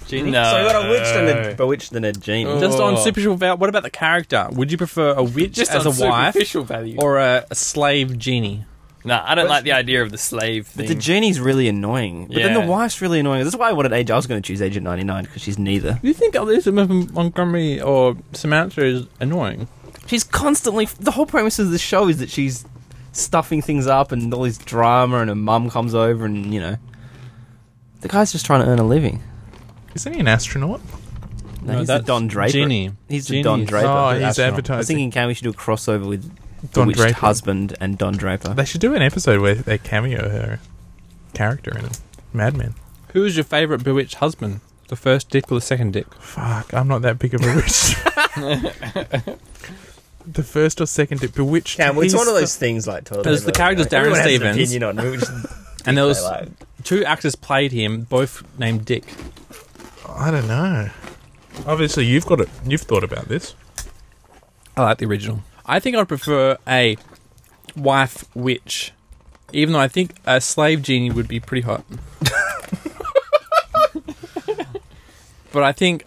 Speaker 3: Genie?
Speaker 4: So we
Speaker 3: No.
Speaker 4: got a witch and a bewitched and a genie.
Speaker 3: Oh.
Speaker 1: Just on superficial value, what about the character? Would you prefer a witch
Speaker 3: Just
Speaker 1: as
Speaker 3: on
Speaker 1: a wife
Speaker 3: superficial value.
Speaker 1: or a, a slave genie?
Speaker 3: no, I don't
Speaker 4: But-
Speaker 3: like the idea of the slave thing.
Speaker 4: But the genie's really annoying. But then
Speaker 3: Yeah.
Speaker 4: the wife's really annoying. That's why I wanted Agent. I was going to choose Agent 99 because she's neither.
Speaker 1: Do you think Elizabeth Montgomery or Samantha is annoying?
Speaker 4: She's constantly. The whole premise of the show is that she's stuffing things up and all this drama, and her mum comes over, and you know. The guy's just trying to earn a living.
Speaker 2: Isn't he an astronaut?
Speaker 4: No, he's the Don Draper.
Speaker 1: Genie.
Speaker 4: He's the
Speaker 1: Genie
Speaker 4: Don
Speaker 1: is-
Speaker 4: Draper.
Speaker 2: oh, he's
Speaker 1: astronaut.
Speaker 4: I was
Speaker 2: advertising.
Speaker 4: thinking, can we should do a crossover with
Speaker 2: Don
Speaker 4: Don Bewitched
Speaker 2: Draper.
Speaker 4: Husband and Don Draper?
Speaker 2: They should do an episode where they cameo her character in it. Mad Men.
Speaker 1: Who is your favourite bewitched husband? The first dick or the second dick?
Speaker 2: Fuck, I'm not that big of a witch. the first or second dip bewitched. he's
Speaker 4: things like totally.
Speaker 1: There's the characters Darren Stevens.
Speaker 4: on
Speaker 1: And there was two actors played him, both named Dick.
Speaker 2: the- I don't know. Obviously, you've got it. You've thought about this.
Speaker 1: I like the original. I think I'd prefer a wife witch, even though I think a slave genie would be pretty hot. but I think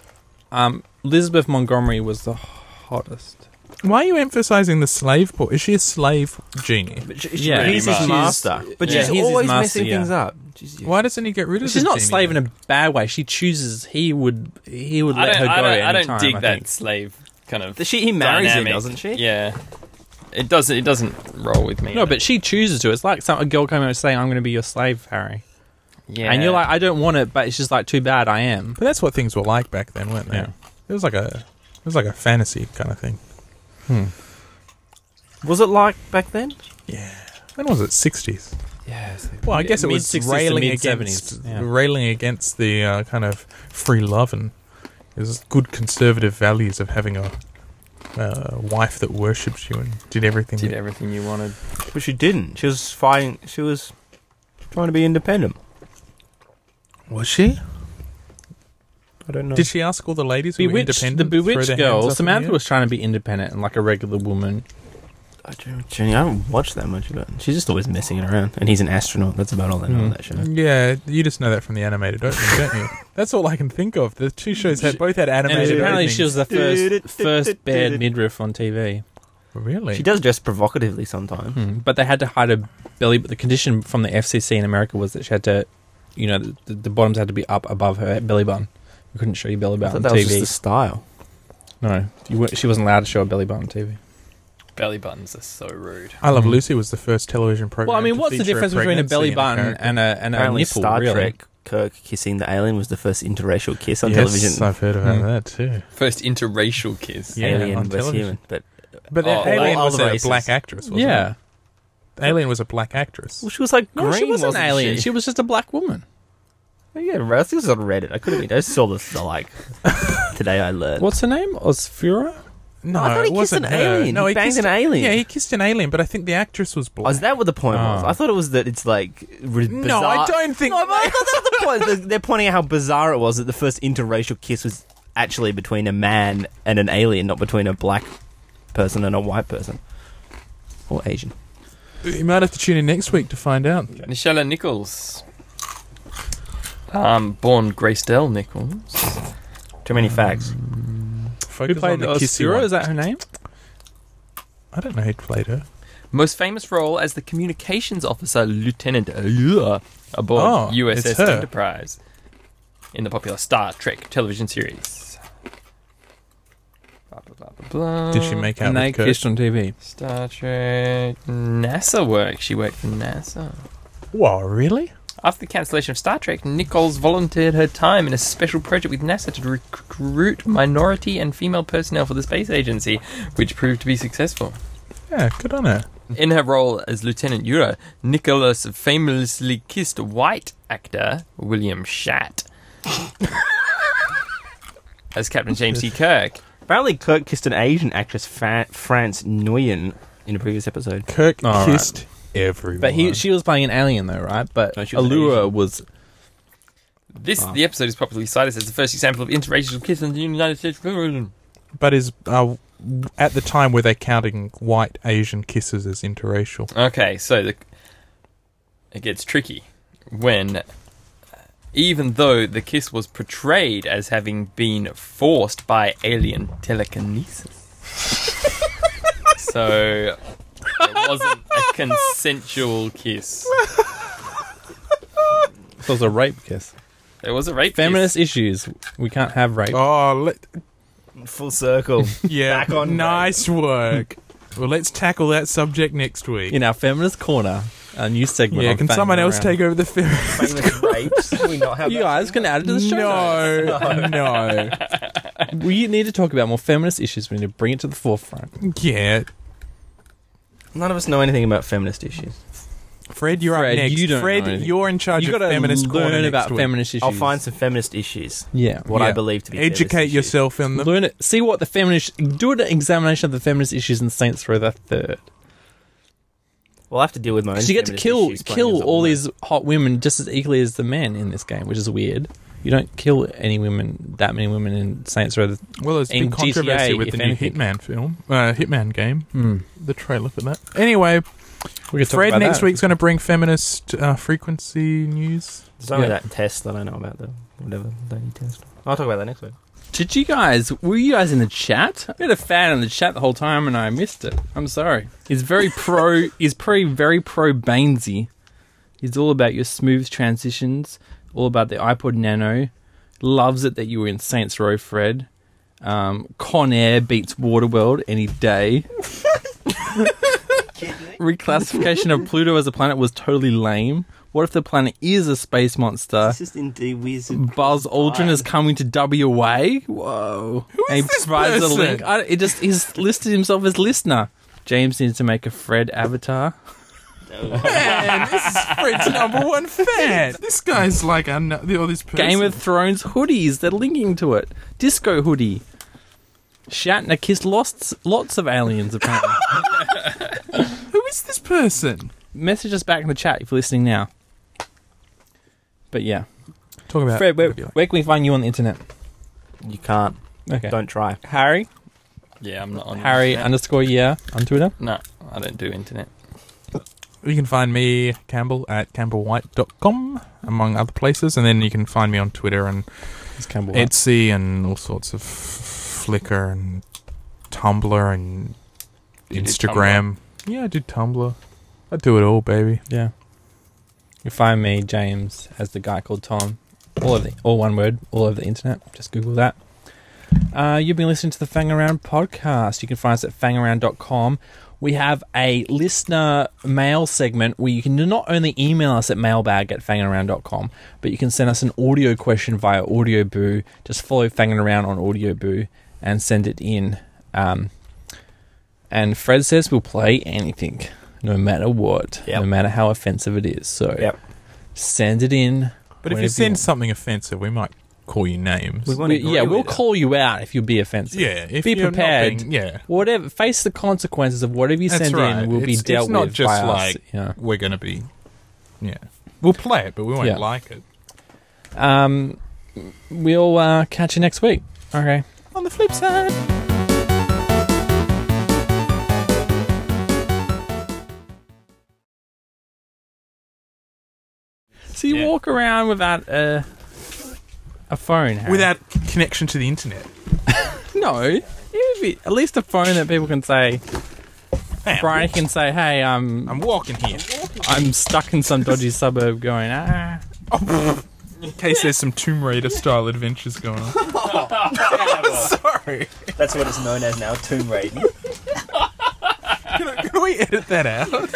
Speaker 1: um, Elizabeth Montgomery was the hottest.
Speaker 2: Why are you emphasizing the slave port? Is she a slave genie?
Speaker 4: But
Speaker 1: Yeah.
Speaker 4: he's his
Speaker 1: She's-
Speaker 4: master. But
Speaker 1: yeah,
Speaker 4: she's
Speaker 1: he's his
Speaker 4: always
Speaker 1: master,
Speaker 4: messing
Speaker 1: yeah.
Speaker 4: things up. She's,
Speaker 2: Why doesn't he get rid of?
Speaker 1: She's
Speaker 2: the
Speaker 1: not
Speaker 2: genie
Speaker 1: slave in
Speaker 2: then?
Speaker 1: a bad way. She chooses. He would. He would
Speaker 3: I
Speaker 1: let
Speaker 3: don't,
Speaker 1: her go.
Speaker 3: I don't,
Speaker 1: at
Speaker 3: I
Speaker 1: any
Speaker 3: don't
Speaker 1: time,
Speaker 3: dig
Speaker 1: I
Speaker 3: that
Speaker 1: think.
Speaker 3: slave kind of.
Speaker 4: The- she he marries
Speaker 3: dynamic.
Speaker 4: her, doesn't she?
Speaker 3: Yeah. It doesn't. It doesn't roll with me.
Speaker 1: No, but she chooses to. It's like some a girl coming over and saying, "I'm going to be your slave, Harry,"
Speaker 3: yeah.
Speaker 1: and you're like, "I don't want it," but it's just like, "Too bad, I am."
Speaker 2: But that's what things were like back then, weren't they?
Speaker 1: Yeah.
Speaker 2: It was like a, it was like a fantasy kind of thing.
Speaker 4: Was it like back then?
Speaker 2: Yeah. When was it? Sixties.
Speaker 1: Yeah.
Speaker 2: Well, I guess it was
Speaker 1: Mid-sixties to
Speaker 2: railing
Speaker 1: mid-seventies,
Speaker 2: against
Speaker 1: yeah.
Speaker 2: railing against the uh, kind of free love and it was good conservative values of having a uh, wife that worshipped you and did everything.
Speaker 3: Did
Speaker 2: that-
Speaker 3: everything you wanted.
Speaker 4: But she didn't. She was fighting. She was trying to be independent.
Speaker 2: was she?
Speaker 4: I don't know.
Speaker 2: Did she ask all the ladies who were
Speaker 1: Bewitched, the
Speaker 2: independent? to throw
Speaker 1: Bewitched
Speaker 2: their hands up in
Speaker 1: girl.
Speaker 2: the
Speaker 1: Samantha
Speaker 2: air?
Speaker 1: was trying to be independent and like a regular woman.
Speaker 4: I don't, Jenny, I don't watch that much about. She's just always messing around, and he's an astronaut. That's about all I know
Speaker 2: Mm.
Speaker 1: Hmm.
Speaker 4: of that show.
Speaker 2: Yeah, you just know that from the animated opening, don't you? That's all I can think of. The two shows had both had
Speaker 1: And
Speaker 2: animated.
Speaker 1: apparently,
Speaker 2: openings.
Speaker 1: she was the first first bad midriff on TV.
Speaker 2: really.
Speaker 4: She does dress provocatively sometimes.
Speaker 1: Hmm. But they had to hide her belly. But the condition from the FCC in America was that she had to, you know, the, the bottoms had to be up above her belly button. You couldn't show your belly
Speaker 4: I
Speaker 1: button
Speaker 4: thought
Speaker 1: on
Speaker 4: that was just the
Speaker 1: TV.
Speaker 4: style.
Speaker 1: No, you weren't, she wasn't allowed to show a belly button on TV.
Speaker 3: Belly buttons are so rude.
Speaker 2: I Love
Speaker 1: Mhm.
Speaker 2: Lucy was the first television program.
Speaker 1: Well, I mean,
Speaker 2: to
Speaker 1: what's the
Speaker 2: feature
Speaker 1: difference between a
Speaker 2: pregnancy
Speaker 1: belly
Speaker 2: and
Speaker 1: button
Speaker 2: character?
Speaker 1: and a and a
Speaker 4: Apparently,
Speaker 1: nipple?
Speaker 4: Star
Speaker 1: really?
Speaker 4: Trek, Kirk kissing the alien was the first interracial kiss on
Speaker 2: yes,
Speaker 4: television.
Speaker 2: I've heard about
Speaker 1: Hmm.
Speaker 2: that too.
Speaker 3: First interracial kiss.
Speaker 2: Yeah,
Speaker 4: alien
Speaker 2: on
Speaker 4: versus
Speaker 2: television.
Speaker 4: human, but
Speaker 2: But
Speaker 3: Oh,
Speaker 2: Alien
Speaker 4: all
Speaker 2: was
Speaker 4: the
Speaker 2: a
Speaker 4: races.
Speaker 2: black actress. Wasn't
Speaker 1: Yeah.
Speaker 2: it? Alien was a black actress.
Speaker 4: well, she was like
Speaker 1: No,
Speaker 4: green.
Speaker 1: she was an
Speaker 4: wasn't
Speaker 1: alien. She?
Speaker 4: She?
Speaker 1: was just a black woman.
Speaker 4: Yeah, right. This was on Reddit. I could have been. I saw this uh, like today. I learned.
Speaker 1: What's her name? Osfura?
Speaker 2: No,
Speaker 4: I thought he
Speaker 2: it
Speaker 4: kissed
Speaker 2: wasn't
Speaker 4: an
Speaker 2: her.
Speaker 4: alien.
Speaker 2: No,
Speaker 4: he,
Speaker 2: he
Speaker 4: banged
Speaker 2: kissed
Speaker 4: an alien.
Speaker 2: Yeah, he kissed an alien, but I think the actress was black.
Speaker 4: Oh, is that what the point was?
Speaker 1: Ah.
Speaker 4: I thought it was that it's like r- bizarre.
Speaker 2: no, I don't think.
Speaker 4: No, but I thought that was the point. They're- They're pointing out how bizarre it was that the first interracial kiss was actually between a man and an alien, not between a black person and a white person or Asian.
Speaker 2: you might have to tune in next week to find out.
Speaker 3: Nichelle Nichols. Um, born Grace Dell Nichols.
Speaker 4: Too many facts.
Speaker 2: Focus
Speaker 1: Who played
Speaker 2: on the kissy
Speaker 1: Osfura?
Speaker 2: one.
Speaker 1: Is that her name?
Speaker 2: I don't know who played her.
Speaker 3: Most famous role as the communications officer, Lieutenant Allure, aboard
Speaker 2: Oh, it's
Speaker 3: USS
Speaker 2: her.
Speaker 3: Enterprise in the popular Star Trek television series. Blah, blah, blah, blah, blah.
Speaker 2: Did she make out
Speaker 1: And they
Speaker 2: with Kirk?
Speaker 1: kissed on TV.
Speaker 3: Star Trek NASA work? She worked for NASA.
Speaker 2: Wow, really?
Speaker 3: After the cancellation of Star Trek, Nichols volunteered her time in a special project with NASA to rec- recruit minority and female personnel for the space agency, which proved to be successful.
Speaker 2: Yeah, good on her.
Speaker 3: In her role as Lieutenant Ura, Nichols famously kissed white actor William Shat. as Captain James C. Kirk.
Speaker 4: Apparently, Kirk kissed an Asian actress, Fa- France Nguyen, in a previous episode.
Speaker 2: Kirk
Speaker 1: All right.
Speaker 2: kissed everyone.
Speaker 1: But he, she was playing an alien though, right? But
Speaker 4: No, she was
Speaker 1: Allura was
Speaker 3: This
Speaker 1: Wow.
Speaker 3: the episode is popularly cited as the first example of interracial kiss in the United States.
Speaker 2: But is uh, at the time were they counting white Asian kisses as interracial?
Speaker 3: Okay, so the, it gets tricky when, even though the kiss was portrayed as having been forced by alien telekinesis, so it wasn't a consensual kiss.
Speaker 1: it was a rape kiss.
Speaker 3: It was a rape.
Speaker 1: Feminist
Speaker 3: kiss.
Speaker 1: issues. We can't have rape.
Speaker 2: Oh, let,
Speaker 4: Full circle.
Speaker 2: yeah.
Speaker 4: Back on
Speaker 2: nice work. well, let's tackle that subject next week.
Speaker 1: In our feminist corner, a new segment.
Speaker 2: yeah,
Speaker 1: on
Speaker 2: can
Speaker 1: Fang
Speaker 2: someone else
Speaker 1: Around.
Speaker 2: take over the film?
Speaker 4: Famous rapes. Can we not have
Speaker 1: You guys can add it to the show.
Speaker 2: no, no.
Speaker 1: notes. We need to talk about more feminist issues. We need to bring it to the forefront.
Speaker 2: Yeah,
Speaker 4: None of us know anything about feminist issues.
Speaker 2: Fred, you're
Speaker 1: Fred,
Speaker 2: up next.
Speaker 1: you don't
Speaker 2: Fred,
Speaker 1: know anything.
Speaker 2: you're in charge
Speaker 1: you
Speaker 2: of
Speaker 1: got to
Speaker 2: feminist corner
Speaker 1: learn
Speaker 2: next
Speaker 1: about
Speaker 2: week.
Speaker 1: feminist issues.
Speaker 4: I'll find some feminist issues.
Speaker 1: Yeah.
Speaker 4: What
Speaker 2: Yeah.
Speaker 4: I believe to be feminist
Speaker 2: Educate
Speaker 4: issues.
Speaker 2: yourself in them.
Speaker 1: Learn it. See what the feminist. Do an examination of the feminist issues in Saints Row the Third.
Speaker 4: Well, I have to deal with my own.
Speaker 1: Because you get to
Speaker 4: feminist
Speaker 1: kill
Speaker 4: issues playing as
Speaker 1: kill
Speaker 4: a
Speaker 1: all
Speaker 4: woman.
Speaker 1: these hot women just as equally as the men in this game, which is weird. You don't kill any women, that many women in Saints Row. The,
Speaker 2: Well, there's
Speaker 1: In
Speaker 2: big controversy
Speaker 1: GTA,
Speaker 2: with
Speaker 1: if
Speaker 2: the new
Speaker 1: anything.
Speaker 2: Hitman film, uh, Hitman game.
Speaker 4: Hmm.
Speaker 1: mm.
Speaker 2: The trailer for that. Anyway,
Speaker 1: We could talk
Speaker 2: Fred
Speaker 1: about
Speaker 2: next
Speaker 1: that.
Speaker 2: week's going to bring feminist uh, frequency news.
Speaker 4: There's only
Speaker 1: Yeah.
Speaker 4: that test that I know about, though. Whatever that you test. I'll talk about that next week.
Speaker 1: Did you guys? Were you guys in the chat? I had a fan in the chat the whole time, and I missed it. I'm sorry. He's very pro. he's pretty very pro Bainesy. He's all about your smooth transitions, all about the iPod Nano. Loves it that you were in Saints Row, Fred. Um, Con Air beats Waterworld any day. Reclassification of Pluto as a planet was totally lame. What if the planet is a space monster?
Speaker 4: is indeed weird.
Speaker 1: Buzz Aldrin is coming to WA. Whoa! Who is
Speaker 2: this
Speaker 1: a
Speaker 2: person?
Speaker 1: link. I, it just he's listed himself as listener. James needs to make a Fred avatar.
Speaker 2: Man, this is Fred's number one fan. This guy's like, un- all this person.
Speaker 1: Game of Thrones hoodies. They're linking to it. Disco hoodie. Shatner kissed lots lots of aliens. Apparently,
Speaker 2: Who is this person?
Speaker 1: message us back in the chat if you're listening now. But yeah,
Speaker 2: Talk about
Speaker 1: Fred, where,
Speaker 2: what it'd be like.
Speaker 1: where can we find you on the internet?
Speaker 4: You can't.
Speaker 1: Okay,
Speaker 4: Don't try.
Speaker 1: Harry
Speaker 3: Yeah, I'm not on
Speaker 1: Harry
Speaker 3: the internet.
Speaker 1: underscore yeah on Twitter.
Speaker 3: No, I don't do internet.
Speaker 2: You can find me, Campbell, at campbellwhite.com, among other places. And then you can find me on Twitter and
Speaker 1: It's Campbell.
Speaker 2: Etsy and all sorts of Flickr and Tumblr and
Speaker 3: You did
Speaker 2: Instagram. Yeah, I do Tumblr. I do it all, baby.
Speaker 1: Yeah. You find me, James, as the guy called Tom. All of the, all one word, all over the internet. Just Google that. Uh, you've been listening to the Fang Around podcast. You can find us at fangaround.com. We have a listener mail segment where you can not only email us at mailbag at fangaround.com, but you can send us an audio question via Audio Boo. Just follow Fanging Around on Audio Boo and send it in. Um, and Fred says we'll play anything, no matter what,
Speaker 4: Yep.
Speaker 1: no matter how offensive it is. So
Speaker 4: Yep.
Speaker 1: send it in.
Speaker 2: But if
Speaker 1: whenever
Speaker 2: you send
Speaker 1: want.
Speaker 2: something offensive, we might call you names.
Speaker 4: We won't
Speaker 1: We-
Speaker 4: ignore
Speaker 1: yeah,
Speaker 4: you
Speaker 1: we'll
Speaker 4: either.
Speaker 1: call you out if you be offensive.
Speaker 2: yeah, if
Speaker 1: be
Speaker 2: you're not
Speaker 1: prepared.
Speaker 2: being- yeah,
Speaker 1: Whatever, face the consequences of whatever you
Speaker 2: That's
Speaker 1: send
Speaker 2: right.
Speaker 1: in will be
Speaker 2: It's-
Speaker 1: dealt
Speaker 2: it's not
Speaker 1: with
Speaker 2: just
Speaker 1: by us.
Speaker 2: like-
Speaker 1: Yeah.
Speaker 2: we're going to be. Yeah. We'll play it, but we won't
Speaker 1: Yeah.
Speaker 2: like it.
Speaker 1: Um, we'll uh, catch you next week. Okay.
Speaker 2: On the flip side.
Speaker 1: So you
Speaker 3: Yeah.
Speaker 1: walk around without a a phone, Harry.
Speaker 2: Without connection to the internet.
Speaker 1: no, it would be at least a phone that people can say.
Speaker 2: Hey,
Speaker 1: Brian can say, "Hey, I'm
Speaker 2: I'm walking here.
Speaker 1: I'm stuck in some dodgy suburb." Going, ah,
Speaker 2: In case there's some Tomb Raider style adventures going on. Sorry.
Speaker 5: That's what it's known as now, Tomb Raiding.
Speaker 2: Can we edit that out?